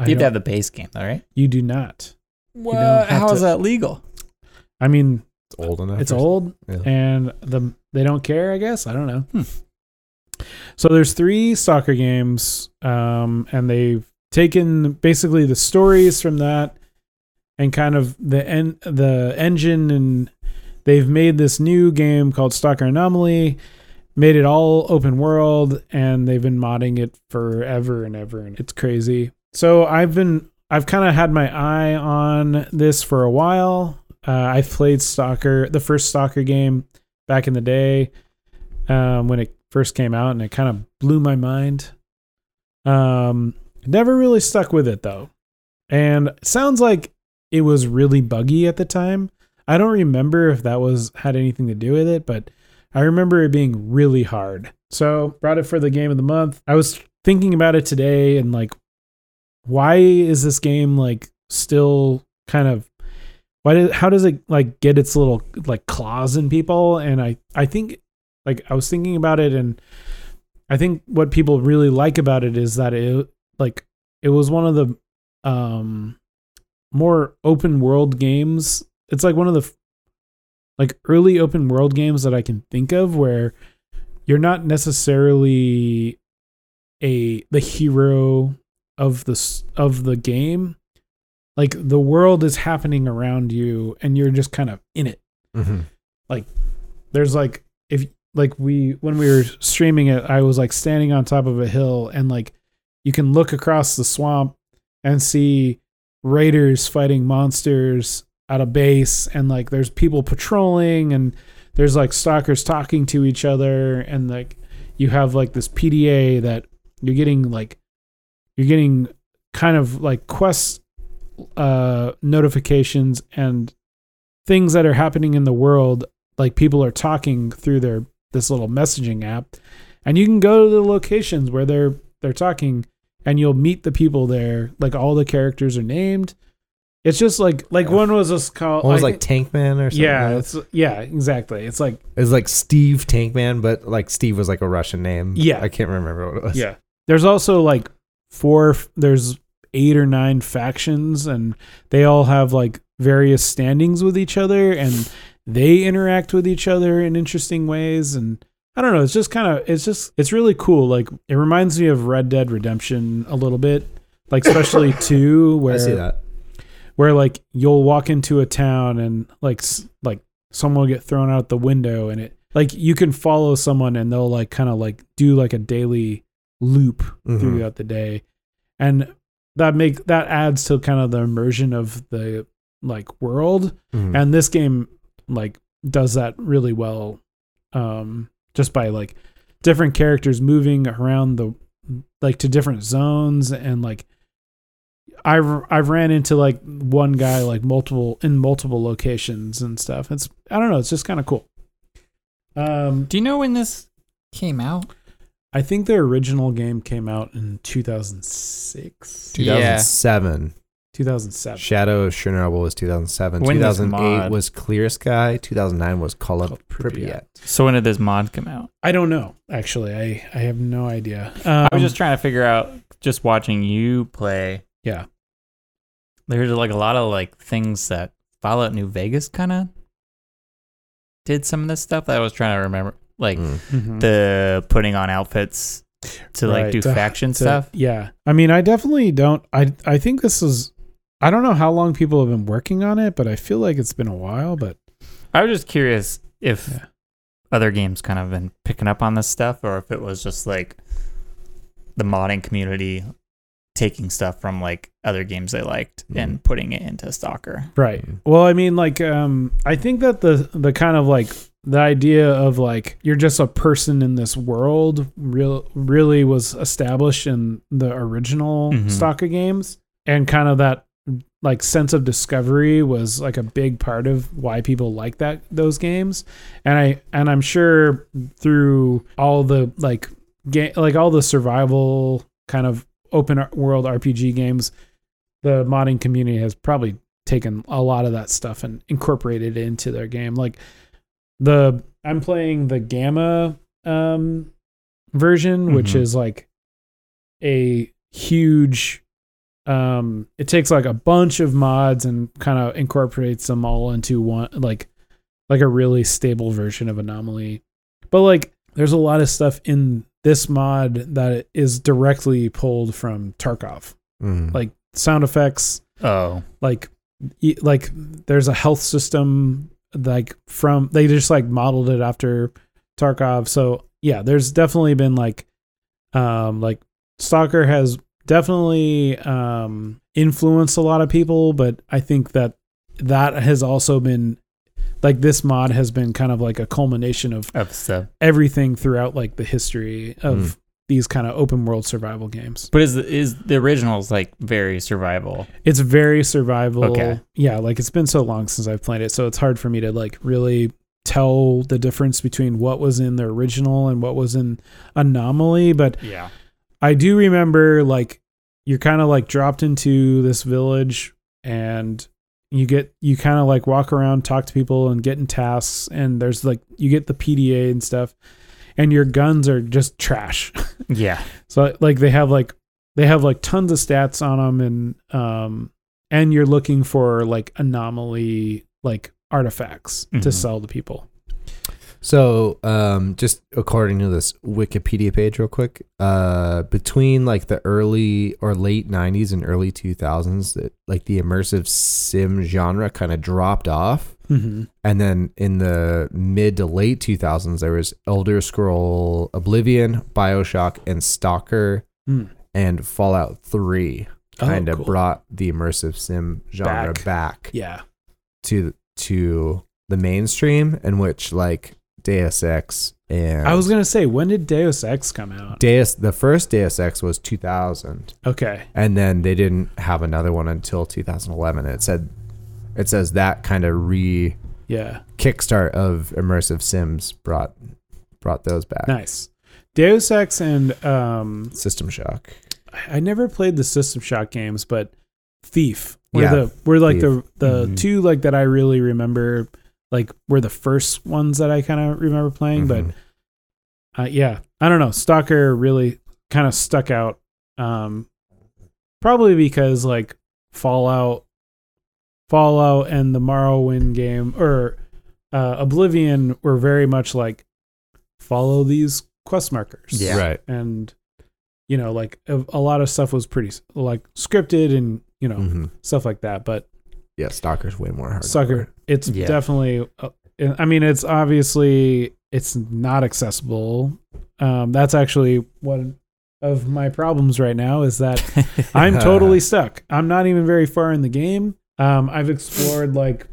Speaker 2: I
Speaker 4: You'd
Speaker 2: don't-
Speaker 4: have the base game, all right?
Speaker 2: you do not. don't
Speaker 4: Well,
Speaker 2: have
Speaker 4: how
Speaker 2: to-
Speaker 4: is that legal?
Speaker 2: I mean,
Speaker 3: It's old enough.
Speaker 2: it's
Speaker 3: or
Speaker 2: old
Speaker 3: Yeah.
Speaker 2: and the they don't care i guess i don't know
Speaker 4: Hmm.
Speaker 2: so there's three soccer games um, and they've taken basically the stories from that and kind of the en- the engine and they've made this new game called stalker anomaly made it all open world and they've been modding it forever and ever and it's crazy so i've been i've kind of had my eye on this for a while Uh, I've played Stalker, the first Stalker game back in the day um, when it first came out, and it kind of blew my mind. Um, never really stuck with it though, and it sounds like it was really buggy at the time. I don't remember if that was had anything to do with it, but I remember it being really hard. So brought it for the game of the month. I was thinking about it today and like, why is this game like still kind of why did how does it like get its little like claws in people? And I I think like I was thinking about it and I think what people really like about it is that it like it was one of the um more open world games. It's like one of the f- like early open world games that I can think of where you're not necessarily a the hero of the s- of the game. Like the world is happening around you and you're just kind of in it
Speaker 3: Mm-hmm.
Speaker 2: there's like if like we when we were streaming it i was like standing on top of a hill and like you can look across the swamp and see raiders fighting monsters at a base and like there's people patrolling and there's like stalkers talking to each other and like you have like this pda that you're getting like you're getting kind of like quest uh notifications and things that are happening in the world like people are talking through their this little messaging app and you can go to the locations where they're they're talking and you'll meet the people there like all the characters are named it's just like like one was just called
Speaker 3: One was
Speaker 2: I
Speaker 3: like
Speaker 2: think-
Speaker 3: Tankman or something.
Speaker 2: yeah
Speaker 3: like
Speaker 2: it's yeah exactly it's like
Speaker 3: It was like Steve Tankman, but like Steve was like a Russian name.
Speaker 2: Yeah.
Speaker 3: I can't remember what it was.
Speaker 2: Yeah. There's also like four, there's eight or nine factions, and they all have like various standings with each other, and they interact with each other in interesting ways. And I don't know, it's just kind of, it's just, it's really cool. Like, it reminds me of Red Dead Redemption a little bit, like,
Speaker 3: *laughs*
Speaker 2: especially two, where
Speaker 3: I see that.
Speaker 2: where like you'll walk into a town and like s- like someone will get thrown out the window and it like you can follow someone and they'll like kind of like do like a daily loop
Speaker 3: Mhm.
Speaker 2: throughout the day and that make that adds to kind of the immersion of the like world
Speaker 3: Mhm.
Speaker 2: and this game like does that really well um just by like different characters moving around the like to different zones and like i've i've ran into like one guy like multiple in multiple locations and stuff it's i don't know it's just kind of cool um
Speaker 4: Do you know when this came out?
Speaker 2: i think their original game came out in 2006
Speaker 3: 2007.
Speaker 2: 2007
Speaker 3: Shadow of Chernobyl was 2007.
Speaker 4: When was
Speaker 3: 2008
Speaker 4: mod?
Speaker 3: was Clear Sky. 2009 was Call of
Speaker 2: Call of
Speaker 3: Pripyat.
Speaker 2: Pripyat.
Speaker 4: So when did this mod come out?
Speaker 2: i don't know actually i i have no idea
Speaker 4: I was
Speaker 2: Um,
Speaker 4: just trying to figure out just watching you play.
Speaker 2: Yeah.
Speaker 4: There's like a lot of like things that Fallout New Vegas kind of did some of this stuff that I was trying to remember. Like
Speaker 3: Mm.
Speaker 4: Mm-hmm.
Speaker 2: mhm.
Speaker 4: the putting on outfits to like
Speaker 2: Right,
Speaker 4: do
Speaker 2: to-
Speaker 4: faction
Speaker 2: to-
Speaker 4: stuff.
Speaker 2: Yeah. I mean, I definitely don't I I think this is I don't know how long people have been working on it, but I feel like it's been a while, but
Speaker 4: I was just curious if
Speaker 2: Yeah.
Speaker 4: other games kind of been picking up on this stuff or if it was just like the modding community taking stuff from like other games they liked and putting it into Stalker.
Speaker 2: right.
Speaker 3: Mhm.
Speaker 2: Well, I mean, like um I think that the the kind of like the idea of like you're just a person in this world real really was established in the original
Speaker 4: Mhm.
Speaker 2: Stalker games and kind of that like sense of discovery was like a big part of why people like that those games and i and i'm sure through all the like game like all the survival kind of open ar- world rpg games the modding community has probably taken a lot of that stuff and incorporated it into their game like the i'm playing the gamma um version which
Speaker 4: Mhm.
Speaker 2: is like a huge um it takes like a bunch of mods and kind of incorporates them all into one like like a really stable version of anomaly but like there's a lot of stuff in this mod that is directly pulled from tarkov
Speaker 3: Mhm.
Speaker 2: like sound effects
Speaker 4: Oh.
Speaker 2: like e- like there's a health system like from they just like modeled it after Tarkov. So yeah, there's definitely been like um like Stalker has definitely um influenced a lot of people, but I think that that has also been like this mod has been kind of like a culmination of
Speaker 4: of stuff.
Speaker 2: everything throughout like the history of these kind of open world survival games.
Speaker 4: But is the, is the originals like very survival?
Speaker 2: It's very survival.
Speaker 4: Okay.
Speaker 2: Yeah, like it's been so long since I've played it, so it's hard for me to like really tell the difference between what was in the original and what was in Anomaly, but
Speaker 4: Yeah.
Speaker 2: I do remember like you're kind of like dropped into this village and you get you kind of like walk around, talk to people and get in tasks and there's like you get the PDA and stuff and your guns are just trash.
Speaker 4: Yeah.
Speaker 2: So like they have like they have like tons of stats on them and um and you're looking for like anomaly like artifacts to
Speaker 4: Mhm.
Speaker 2: sell to people.
Speaker 3: So, um, just according to this Wikipedia page, real quick, uh, between like the early or late '90s and early 2000s, it, like the immersive sim genre kind of dropped off,
Speaker 2: Mm-hmm.
Speaker 3: and then in the mid to late 2000s, there was Elder Scroll, Oblivion, Bioshock, and Stalker,
Speaker 2: Hmm.
Speaker 3: and Fallout Three kind of
Speaker 2: Oh, cool.
Speaker 3: brought the immersive sim genre
Speaker 2: Back.
Speaker 3: back
Speaker 2: Yeah.
Speaker 3: to to the mainstream, in which like Deus Ex and
Speaker 2: I was gonna say, when did Deus Ex come out?
Speaker 3: Deus the first Deus Ex was 2000,
Speaker 2: Okay.
Speaker 3: and then they didn't have another one until 2011. It said it says that kind of re
Speaker 2: Yeah.
Speaker 3: kickstart of immersive sims brought brought those back.
Speaker 2: Nice. Deus Ex and um
Speaker 3: System Shock.
Speaker 2: I I never played the System Shock games, but Thief were
Speaker 3: Yeah,
Speaker 2: the were like the the
Speaker 4: Mhm.
Speaker 2: two like that I really remember like were the first ones that I kind of remember playing.
Speaker 3: Mhm.
Speaker 2: But uh, yeah, I don't know. Stalker really kind of stuck out, um, probably because like Fallout, Fallout and the Morrowind game or uh, Oblivion were very much like follow these quest markers
Speaker 4: Yeah.
Speaker 3: Right.
Speaker 2: and you know like a, a lot of stuff was pretty s- like scripted and you know
Speaker 3: Mhm.
Speaker 2: stuff like that but
Speaker 3: Yeah, Stalker's way more hard.
Speaker 2: sucker it's
Speaker 4: Yeah.
Speaker 2: definitely uh, i mean it's obviously it's not accessible um that's actually one of my problems right now is that
Speaker 4: *laughs*
Speaker 2: i'm totally stuck i'm not even very far in the game um i've explored like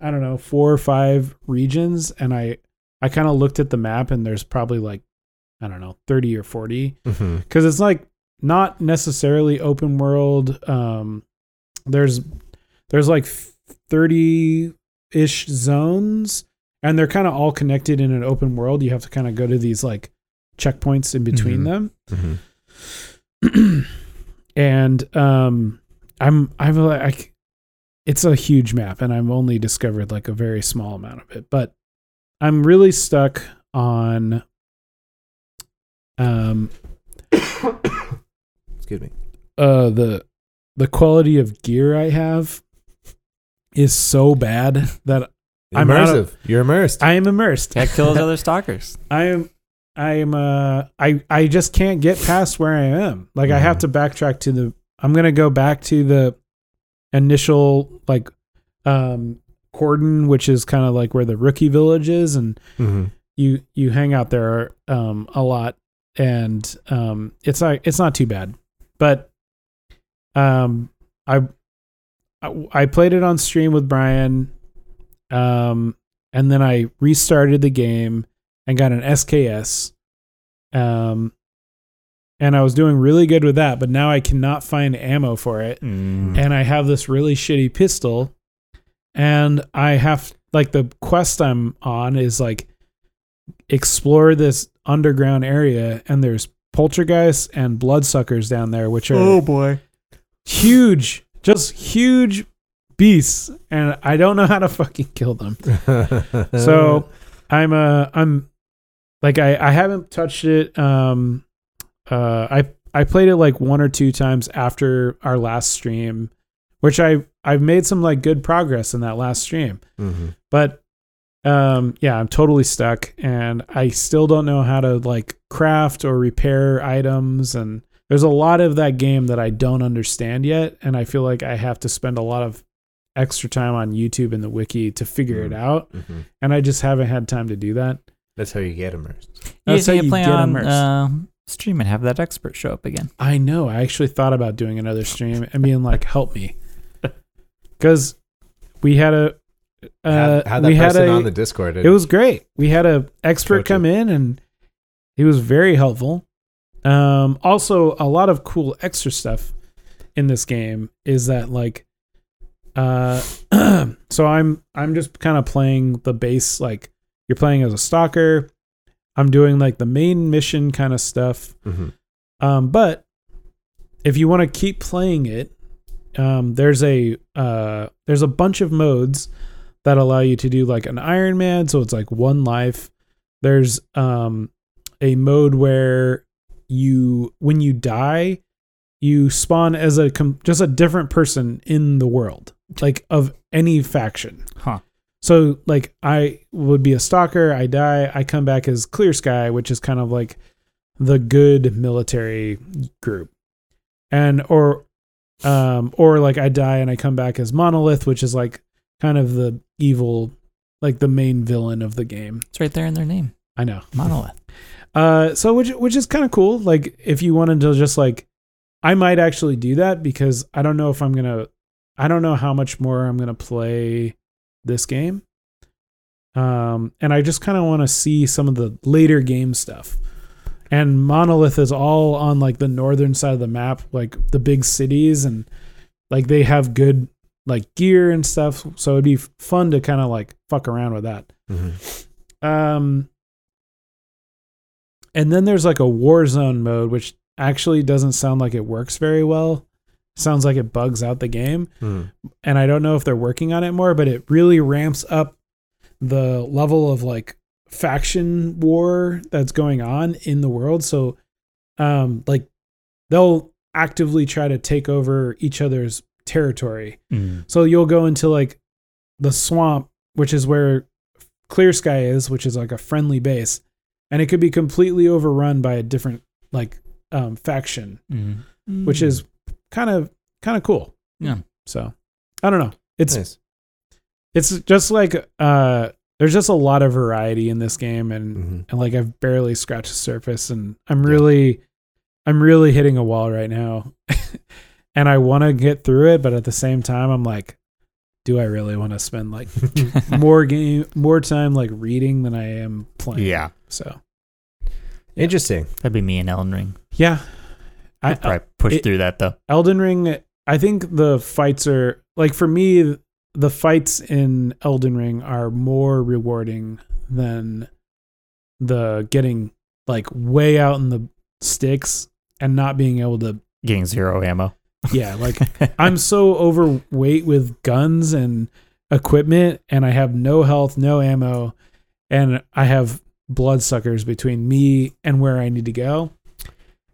Speaker 2: i don't know four or five regions and i i kind of looked at the map and there's probably like i don't know 30 or 40
Speaker 3: hmm
Speaker 2: because it's like not necessarily open world um there's there's like 30 ish zones and they're kind of all connected in an open world you have to kind of go to these like checkpoints in between
Speaker 3: Mhm.
Speaker 2: them and um i'm i'm like it's a huge map and i've only discovered like a very small amount of it but i'm really stuck on um
Speaker 3: Excuse me.
Speaker 2: uh the the quality of gear I have is so bad that I'm out
Speaker 3: Immersive.
Speaker 2: of-
Speaker 3: You're immersed.
Speaker 2: I am
Speaker 4: *laughs*
Speaker 2: immersed.
Speaker 4: that kills other stalkers.
Speaker 2: I am I am uh I I just can't get past where I am. Like I have
Speaker 3: Mhm.
Speaker 2: to backtrack to the I'm going to go back to the initial like um cordon which is kind of like where the rookie village is and
Speaker 3: Mhm.
Speaker 2: you you hang out there um a lot and um it's not it's not too bad but um i i, I played it on stream with brian um and then i restarted the game and got an sks um and i was doing really good with that but now i cannot find ammo for it
Speaker 4: Mm.
Speaker 2: and I have this really shitty pistol, and I have like the quest I'm on is like explore this underground area, and there's poltergeists and bloodsuckers down there, which are
Speaker 4: Oh, boy.
Speaker 2: huge, just huge beasts, and I don't know how to fucking kill them.
Speaker 3: Uh, *laughs*
Speaker 2: So I'm uh I'm like I I haven't touched it. Um, uh, I I played it like one or two times after our last stream, which I I've made some like good progress in that last stream,
Speaker 3: Mhm.
Speaker 2: but um yeah i'm totally stuck and i still don't know how to like craft or repair items and there's a lot of that game that i don't understand yet and i feel like i have to spend a lot of extra time on youtube and the wiki to figure it
Speaker 3: Mm.
Speaker 2: out
Speaker 3: Mhm.
Speaker 2: and I just haven't had time to do that.
Speaker 3: That's how you get immersed.
Speaker 4: You just
Speaker 2: That's how
Speaker 4: need to
Speaker 2: you
Speaker 4: play
Speaker 2: get
Speaker 4: on
Speaker 2: immersed.
Speaker 4: um, stream and have that expert show up again.
Speaker 2: I
Speaker 3: *laughs*
Speaker 2: know. I actually thought about doing another stream and being like, "Help me," because We had a uh,
Speaker 3: Had- had that
Speaker 2: we had
Speaker 3: person
Speaker 2: a
Speaker 3: on the Discord.
Speaker 2: it was great. We had a expert
Speaker 3: Coach it.
Speaker 2: come in and he was very helpful. Um, also, a lot of cool extra stuff in this game is that like, uh, *clears throat* so I'm I'm just kind of playing the base like you're playing as a stalker. I'm doing like the main mission kind of stuff.
Speaker 3: Mhm.
Speaker 2: Um, but if you want to keep playing it, um, there's a uh, there's a bunch of modes that allow you to do like an Iron Man, so it's like one life. There's um, a mode where you when you die, you spawn as a com- just a different person in the world, like of any faction.
Speaker 1: Huh.
Speaker 2: So like I would be a stalker, I die, I come back as Clear Sky, which is kind of like the good military group. And or um or like I die and I come back as Monolith, which is like kind of the evil like the main villain of the game.
Speaker 4: It's right there in their name.
Speaker 2: I know.
Speaker 4: Monolith.
Speaker 2: Uh, so which which is kind of cool. Like if you wanted to just like, I might actually do that because I don't know if I'm gonna, I don't know how much more I'm gonna play this game. Um, and I just kind of want to see some of the later game stuff. And Monolith is all on like the northern side of the map, like the big cities, and like they have good like gear and stuff. So it'd be fun to kind of like fuck around with that.
Speaker 3: Mhm.
Speaker 2: Um, and then there's like a Warzone mode, which actually doesn't sound like it works very well. Sounds like it bugs out the game,
Speaker 3: Mhm.
Speaker 2: and I don't know if they're working on it more, but it really ramps up the level of like faction war that's going on in the world. So, um, like they'll actively try to take over each other's territory so you'll go into like the swamp, which is where Clear Sky is, which is like a friendly base, and it could be completely overrun by a different like um, faction,
Speaker 4: *laughs*
Speaker 2: which is kind of kind of cool.
Speaker 4: Yeah.
Speaker 2: So I don't know. It's
Speaker 3: nice.
Speaker 2: it's just like uh, there's just a lot of variety in this game, and
Speaker 3: Mhm.
Speaker 2: and like I've barely scratched the surface and I'm really I'm really hitting a wall right now. *laughs* and I want to get through it, but at the same time I'm like do I really want to spend like
Speaker 4: Mm-hmm.
Speaker 2: more game more time like reading than I am playing?
Speaker 3: Yeah.
Speaker 2: So,
Speaker 3: Interesting.
Speaker 4: That'd be me and Elden Ring.
Speaker 2: yeah. I,
Speaker 4: I'd probably push
Speaker 2: it-
Speaker 4: through that though.
Speaker 2: Elden Ring, I think the fights are like for me, the fights in Elden Ring are more rewarding than the getting like way out in the sticks and not being able to.
Speaker 4: Getting zero ammo.
Speaker 2: *laughs* Yeah, like I'm so overweight with guns and equipment, and I have no health, no ammo, and I have bloodsuckers between me and where I need to go.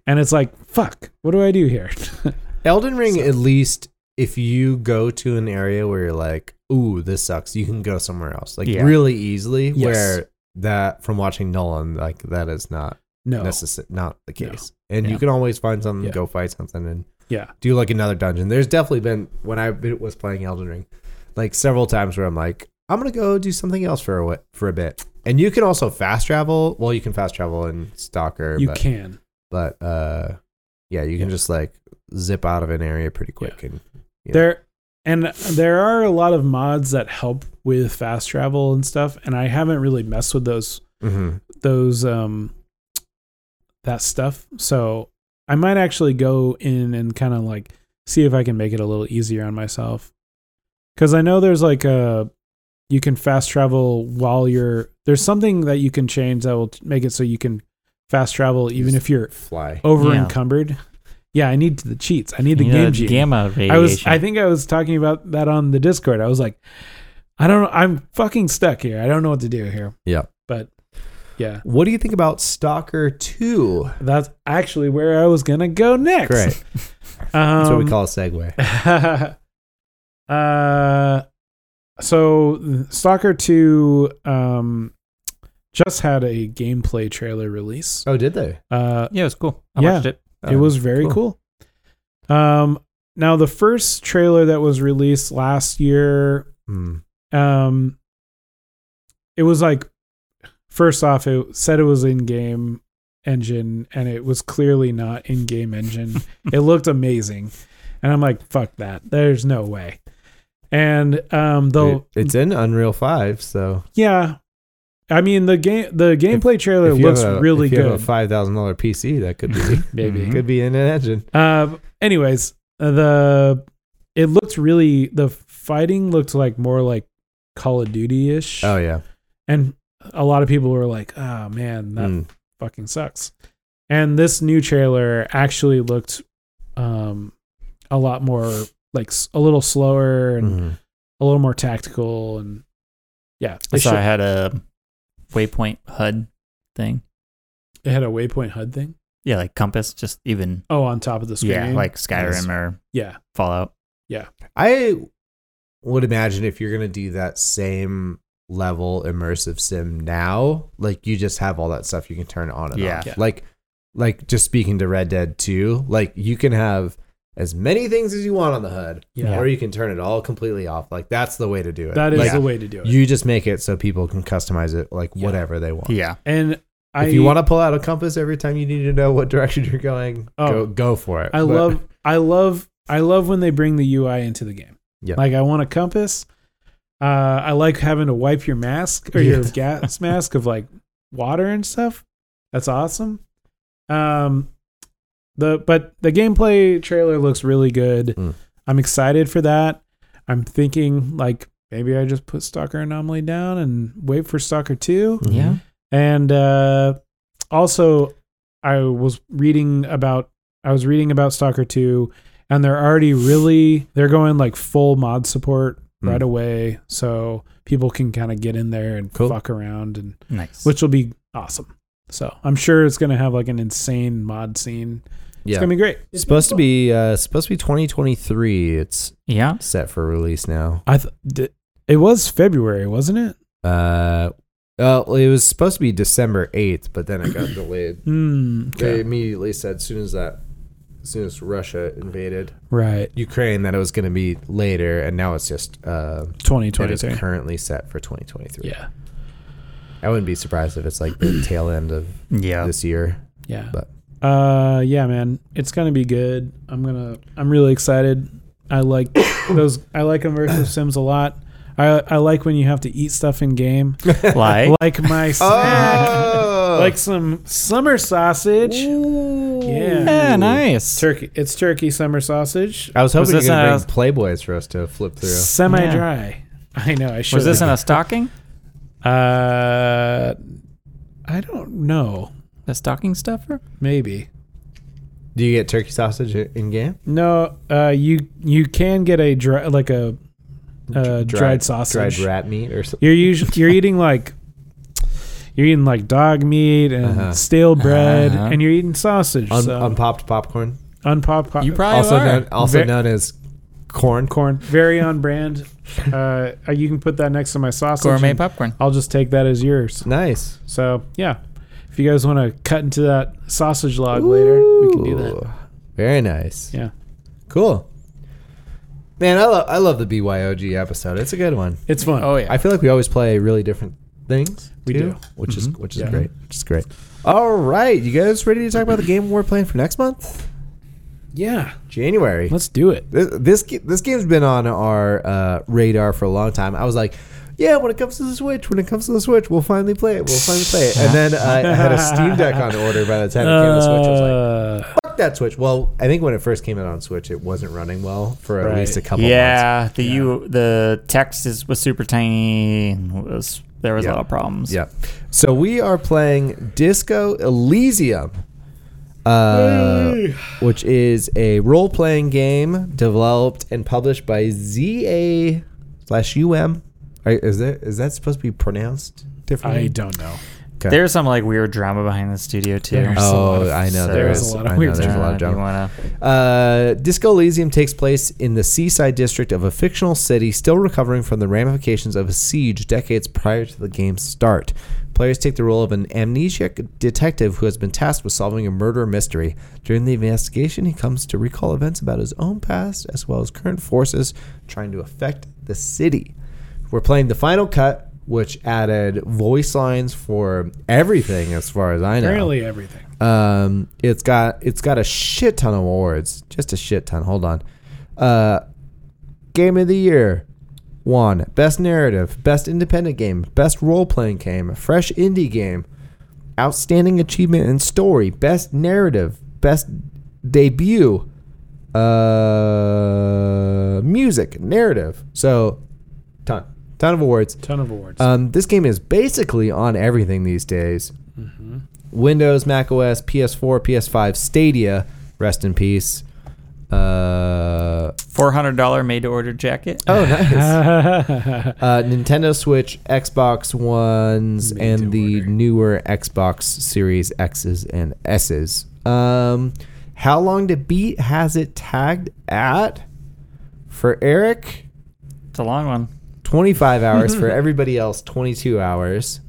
Speaker 2: And it's like, fuck, what do I do here? *laughs*
Speaker 3: Elden Ring,
Speaker 2: So-
Speaker 3: at least, if you go to an area where you're like, "Ooh, this sucks," you can go somewhere else, like
Speaker 4: Yeah.
Speaker 3: really easily.
Speaker 2: Yes.
Speaker 3: Where that, from watching Nolan, like that is not
Speaker 2: No.
Speaker 3: necessary, not the
Speaker 2: No.
Speaker 3: case. And
Speaker 4: Yeah.
Speaker 3: you can always find something,
Speaker 2: Yeah.
Speaker 3: go fight something, and
Speaker 2: Yeah.
Speaker 3: do like another dungeon. There's definitely been when I be- was playing Elden Ring, like several times where I'm like, I'm gonna go do something else for a whi- for a bit. And you can also fast travel. Well, you can fast travel in Stalker,
Speaker 2: You
Speaker 3: but
Speaker 2: can.
Speaker 3: but uh, yeah, you can
Speaker 2: Yeah.
Speaker 3: just like zip out of an area pretty quick and you know.
Speaker 2: There and there are a lot of mods that help with fast travel and stuff, and I haven't really messed with those
Speaker 3: Mm-hmm.
Speaker 2: those um that stuff. So I might actually go in and kind of like see if I can make it a little easier on myself. Cuz I know there's like a you can fast travel while you're there's something that you can change that will t- make it so you can fast travel even if you're
Speaker 3: Fly.
Speaker 2: over
Speaker 4: Yeah.
Speaker 2: encumbered. Yeah, I need the cheats. I need the
Speaker 4: You know,
Speaker 2: game cheat.
Speaker 4: gamma radiation.
Speaker 2: I was I think I was talking about that on the Discord. I was like, I don't know, I'm fucking stuck here. I don't know what to do here.
Speaker 3: Yeah.
Speaker 2: But yeah.
Speaker 3: What do you think about Stalker Two?
Speaker 2: That's actually where I was gonna go next.
Speaker 3: Great. That's
Speaker 2: Um,
Speaker 3: what we call a segue.
Speaker 2: call Um, *laughs* uh so Stalker 2 um just had a gameplay trailer release.
Speaker 3: Oh, did they?
Speaker 2: Uh
Speaker 4: yeah, it was cool. I
Speaker 2: Yeah.
Speaker 4: watched it.
Speaker 2: it
Speaker 3: Um,
Speaker 2: was very cool. Um now the first trailer that was released last year
Speaker 3: Mm.
Speaker 2: um it was like first off it said it was in game engine and it was clearly not in
Speaker 3: *laughs*
Speaker 2: game engine it looked amazing and i'm like fuck that there's no way And um,
Speaker 3: It-
Speaker 2: the
Speaker 3: it's in Unreal Five, so
Speaker 2: yeah, I mean the game the gameplay trailer
Speaker 3: if you
Speaker 2: looks
Speaker 3: have a,
Speaker 2: really
Speaker 3: if you Have
Speaker 2: good.
Speaker 3: a five thousand dollar PC that could be
Speaker 2: *laughs* Maybe.
Speaker 3: could be in an engine.
Speaker 2: Uh, anyways, the it looked really the fighting looked like more like Call of Duty ish,
Speaker 3: Oh yeah,
Speaker 2: and a lot of people were like, "Oh man, that
Speaker 3: Mm.
Speaker 2: fucking sucks." And this new trailer actually looked um a lot more like s- a little slower and
Speaker 3: Mhm.
Speaker 2: a little more tactical and yeah,
Speaker 4: I
Speaker 2: they
Speaker 4: saw
Speaker 2: should-
Speaker 4: I had a waypoint HUD thing.
Speaker 2: it had a waypoint HUD thing.
Speaker 4: Yeah, like compass, just even
Speaker 2: Oh, on top of the screen.
Speaker 4: yeah, like Skyrim or
Speaker 2: yeah,
Speaker 4: Fallout.
Speaker 3: I would imagine if you're gonna do that same level immersive sim now, like you just have all that stuff you can turn on and
Speaker 4: Yeah.
Speaker 3: off.
Speaker 2: Yeah.
Speaker 3: Like like just speaking to Red Dead 2, like you can have as many things as you want on the HUD,
Speaker 2: Yeah.
Speaker 3: or you can turn it all completely off. Like that's the way to do it.
Speaker 2: that is
Speaker 3: like,
Speaker 2: the way to do it.
Speaker 3: you just make it so people can customize it like
Speaker 2: Yeah.
Speaker 3: whatever they want.
Speaker 4: Yeah,
Speaker 2: and I,
Speaker 3: if you want to pull out a compass every time you need to know what direction you're going,
Speaker 2: Oh.
Speaker 3: go go for it.
Speaker 2: I
Speaker 3: But- *laughs* mm.
Speaker 2: love I love I love when they bring the UI into the game.
Speaker 3: Yeah.
Speaker 2: Like I want a compass. Uh, I like having to wipe your mask or your
Speaker 3: Yeah.
Speaker 2: *laughs* gas mask of like water and stuff. That's awesome. Um, the but the gameplay trailer looks really good.
Speaker 3: Mm.
Speaker 2: I'm excited for that. I'm thinking like maybe I just put Stalker Anomaly down and wait for Stalker Two.
Speaker 3: Mhm.
Speaker 4: yeah.
Speaker 2: And uh, also, I was reading about I was reading about Stalker Two, and they're already really they're going like full mod support right
Speaker 3: Mm.
Speaker 2: away, so people can kind of get in there and
Speaker 3: Cool.
Speaker 2: fuck around, and
Speaker 4: nice.
Speaker 2: which will be awesome. So I'm sure it's gonna have like an insane mod scene. It's
Speaker 3: Yeah.
Speaker 2: gonna be great.
Speaker 3: It's supposed to be uh supposed to be 2023. It's
Speaker 4: yeah,
Speaker 3: set for release now.
Speaker 2: I th- d- it was February, wasn't it?
Speaker 3: Uh well, it was supposed to be December 8th, but then it got delayed.
Speaker 2: Hmm.
Speaker 3: They
Speaker 2: okay.
Speaker 3: immediately said as soon as that as soon as Russia invaded
Speaker 2: Right.
Speaker 3: Ukraine that it was going to be later and now it's just uh it is
Speaker 2: 2023.
Speaker 3: currently set for 2023.
Speaker 2: Yeah.
Speaker 3: I wouldn't be surprised if it's like the tail end of
Speaker 4: yeah.
Speaker 2: *laughs*
Speaker 3: this year.
Speaker 2: Yeah.
Speaker 3: But-
Speaker 2: uh yeah, man. It's gonna be good. I'm gonna I'm really excited. I like those I like immersive sims a lot. I I like when you have to eat stuff in game.
Speaker 4: Like
Speaker 2: Like my snack.
Speaker 3: Oh.
Speaker 2: Like some summer sausage. Yeah.
Speaker 4: yeah, nice.
Speaker 2: Turkey it's turkey summer sausage.
Speaker 3: I was
Speaker 4: Was
Speaker 3: hoping you were
Speaker 4: this
Speaker 3: going
Speaker 4: a-
Speaker 3: to bring Playboys for us to flip through.
Speaker 2: Semi dry. *laughs* I know I should
Speaker 4: Was this in a stocking?
Speaker 2: uh I don't know.
Speaker 4: A stocking stuffer?
Speaker 2: Maybe.
Speaker 3: Do you get turkey sausage in game?
Speaker 2: No, uh you you can get a dry like a uh, dried, sausage.
Speaker 3: dried rat meat, or something.
Speaker 2: You're usually you're eating like you're eating like dog meat and
Speaker 3: Uh-huh.
Speaker 2: stale bread,
Speaker 4: Uh-huh.
Speaker 2: and you're eating sausage.
Speaker 3: Un- um,
Speaker 2: so
Speaker 3: unpopped popcorn,
Speaker 2: unpopped pop-
Speaker 4: You probably
Speaker 3: also
Speaker 4: are.
Speaker 3: known, also
Speaker 2: Ve-
Speaker 3: known as corn.
Speaker 2: corn, very on brand. Uh, you can put that next to my sausage.
Speaker 4: Gourmet
Speaker 2: and
Speaker 4: popcorn.
Speaker 2: I'll just take that as yours.
Speaker 3: Nice.
Speaker 2: So yeah, if you guys want to cut into that sausage log later, we can do that.
Speaker 3: Ooh, Very nice.
Speaker 2: Yeah,
Speaker 3: Cool. Man, I love I love the BYOG episode. It's a good one.
Speaker 2: it's fun.
Speaker 4: Oh yeah.
Speaker 3: I feel like we always play really different things.
Speaker 2: We
Speaker 3: too,
Speaker 2: do. Mm-hmm.
Speaker 3: which is which is
Speaker 2: Yeah.
Speaker 3: great. Which is great. All right, you guys ready to talk about the game we're playing for next month,
Speaker 2: Yeah,
Speaker 3: January?
Speaker 2: let's do it.
Speaker 3: This this ge- this game's been on our uh, radar for a long time. I was like, yeah, when it comes to the Switch, when it comes to the Switch, we'll finally play it. We'll finally play it. And then I I had a Steam Deck on order by the time it came to the Switch. I was like,
Speaker 2: Uh,
Speaker 3: fuck that Switch. Well, I think when it first came out on Switch, it wasn't running well for at
Speaker 2: Right.
Speaker 3: least a couple months.
Speaker 4: Yeah, the you the text is was super tiny. Was there was
Speaker 3: Yeah.
Speaker 4: a lot of problems.
Speaker 3: Yeah. So we are playing Disco Elysium. Uh, which is a role-playing game developed and published by ZA slash UM. Are- Is that is that supposed to be pronounced
Speaker 2: I
Speaker 3: differently?
Speaker 2: don't know.
Speaker 4: There's some like weird drama behind the studio too.
Speaker 2: There's a lot
Speaker 3: oh,
Speaker 2: of-
Speaker 3: I know there
Speaker 2: there's
Speaker 3: is.
Speaker 2: a lot of
Speaker 3: I know
Speaker 2: weird
Speaker 3: there's a lot of
Speaker 4: drama. You
Speaker 3: drama.
Speaker 4: wanna
Speaker 3: Uh, Disco Elysium takes place in the seaside district of a fictional city still recovering from the ramifications of a siege decades prior to the game's start. Players take the role of an amnesiac detective who has been tasked with solving a murder mystery. During the investigation, he comes to recall events about his own past as well as current forces trying to affect the city. We're playing the final cut, which added voice lines for everything, as far as I know.
Speaker 2: Apparently everything.
Speaker 3: Um, it's got it's got a shit ton of awards, just a shit ton. Hold on, uh, game of the year, won Best Narrative, Best Independent Game, Best Role Playing Game, Fresh Indie Game, Outstanding Achievement in Story, Best Narrative, Best Debut, uh, Music, Narrative. So, ton, ton of awards.
Speaker 2: Ton of awards.
Speaker 3: Um, this game is basically on everything these days.
Speaker 2: Mm-hmm.
Speaker 3: Windows, Mac OS, PS4, PS5, Stadia. Rest in peace. Uh,
Speaker 4: Four hundred dollar made to order jacket.
Speaker 3: oh,
Speaker 2: *laughs*
Speaker 3: nice. Uh, Nintendo Switch, Xbox Ones,
Speaker 2: Made to
Speaker 3: and the
Speaker 2: order.
Speaker 3: newer Xbox Series X's and S's. Um, how long to beat has it tagged at? For Eric,
Speaker 4: It's a long one.
Speaker 3: 25
Speaker 2: *laughs*
Speaker 3: hours. For everybody else, 22 hours.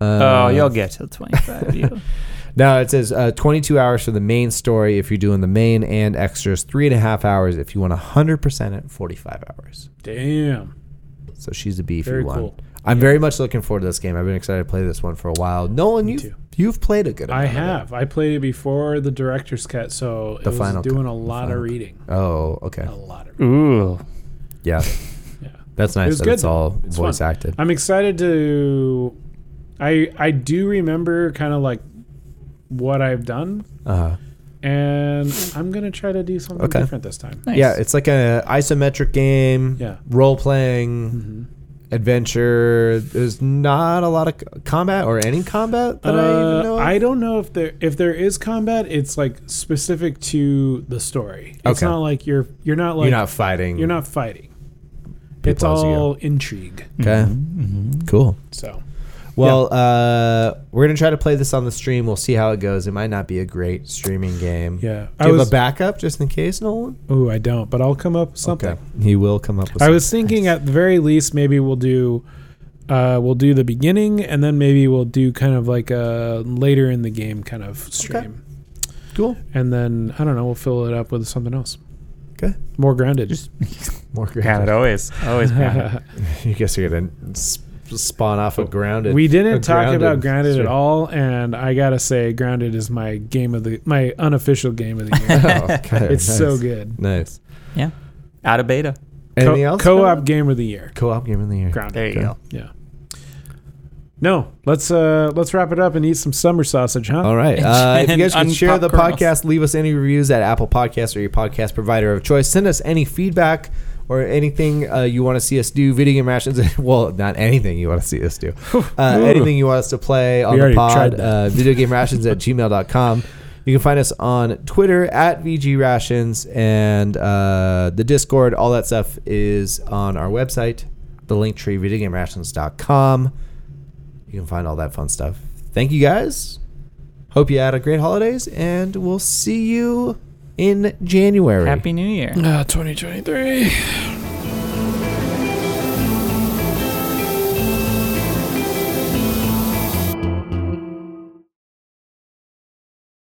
Speaker 4: oh,
Speaker 3: Uh,
Speaker 4: you'll get to twenty five.
Speaker 3: *laughs*
Speaker 4: you.
Speaker 3: No, it says uh, 22 hours for the main story if you're doing the main and extras, three and a half hours if you want 100% at 45 hours.
Speaker 2: Damn.
Speaker 3: So she's a beefy
Speaker 2: Very
Speaker 3: one.
Speaker 2: cool.
Speaker 3: I'm very much looking forward to this game. I've been excited to play this one for a while. Nolan, you
Speaker 2: too.
Speaker 3: have you've played a good.
Speaker 2: I
Speaker 3: amount of
Speaker 2: have. I played it before the director's cut, so it
Speaker 3: The
Speaker 2: was
Speaker 3: final cut.
Speaker 2: doing
Speaker 3: The
Speaker 2: a lot
Speaker 3: final
Speaker 2: of
Speaker 3: cut.
Speaker 2: reading.
Speaker 3: it. Oh, okay.
Speaker 2: A lot of reading.
Speaker 4: Ooh,
Speaker 3: Yeah,
Speaker 2: Yeah.
Speaker 3: that's
Speaker 2: *laughs* It
Speaker 3: nice.
Speaker 2: was
Speaker 3: That
Speaker 2: good,
Speaker 3: it's all
Speaker 2: though. It's
Speaker 3: voice
Speaker 2: fun.
Speaker 3: acted.
Speaker 2: I'm excited to. I I do remember kind of like what I've done,
Speaker 3: Uh,
Speaker 2: and I'm gonna try to do something
Speaker 3: Okay.
Speaker 2: different this time.
Speaker 4: nice.
Speaker 3: Yeah, it's like a isometric game.
Speaker 2: Yeah. Mm-hmm.
Speaker 3: role playing. Adventure. There's not a lot of c- combat or any combat that I
Speaker 2: Uh,
Speaker 3: even know. Of.
Speaker 2: I don't know if there if there is combat. It's like specific to the story. It's
Speaker 3: Okay.
Speaker 2: not like you're you're not like
Speaker 3: you're not fighting.
Speaker 2: you're not fighting.
Speaker 3: People
Speaker 2: it's
Speaker 3: as you go.
Speaker 2: all intrigue.
Speaker 3: Okay. Mm-hmm. Cool.
Speaker 2: So
Speaker 3: Well, uh, we're gonna try to play this on the stream. We'll see how it goes. It might not be a great streaming game.
Speaker 2: yeah,
Speaker 3: Do
Speaker 2: I
Speaker 3: you have
Speaker 2: was.
Speaker 3: a backup just in case, Nolan?
Speaker 2: oh, I don't, but I'll come up with something.
Speaker 3: He will come up with
Speaker 2: I
Speaker 3: something.
Speaker 2: was thinking at the very least maybe we'll do uh, we'll do the beginning and then maybe we'll do kind of like a later in the game kind of stream.
Speaker 3: cool.
Speaker 2: And then I don't know, we'll fill it up with something else.
Speaker 3: Okay.
Speaker 2: More grounded.
Speaker 3: More
Speaker 4: Count it
Speaker 3: grounded.
Speaker 4: always, always count it.
Speaker 3: *laughs* you guess you're going to spawn off of
Speaker 2: *laughs*
Speaker 3: grounded.
Speaker 2: we
Speaker 3: a
Speaker 2: didn't talk about grounded
Speaker 3: stream.
Speaker 2: at all and I got to say grounded is my game of the my unofficial game of the
Speaker 3: *laughs*
Speaker 2: year.
Speaker 3: *laughs* Oh, okay,
Speaker 2: it's
Speaker 3: nice.
Speaker 2: so good.
Speaker 3: Nice.
Speaker 4: Out of beta.
Speaker 3: Anything
Speaker 2: Co-
Speaker 3: else?
Speaker 2: Co-op game of the year.
Speaker 3: Co-op game of the year.
Speaker 2: Grounded.
Speaker 4: There you
Speaker 3: Okay.
Speaker 4: go.
Speaker 2: Yeah. No, let's uh let's wrap it up and eat some summer sausage, huh?
Speaker 3: All right. Uh, if you guys can
Speaker 4: And
Speaker 3: share the
Speaker 4: unpop kernels.
Speaker 3: podcast, leave us any reviews at Apple Podcasts or your podcast provider of choice. Send us any feedback or anything uh, you want to see us do. Video game rations. *laughs* well, not anything you want to see us do. Uh, anything you want us to play on
Speaker 2: We
Speaker 3: the
Speaker 2: already tried that.
Speaker 3: pod. Uh, video game rations at gmail.com. You can find us on Twitter at VG Rations and uh, the Discord. All that stuff is on our website, the linktree videogamerations.com. You can find all that fun stuff. Thank you guys. Hope you had a great holidays, and we'll see you in January.
Speaker 4: Happy New Year.
Speaker 2: Uh, 2023.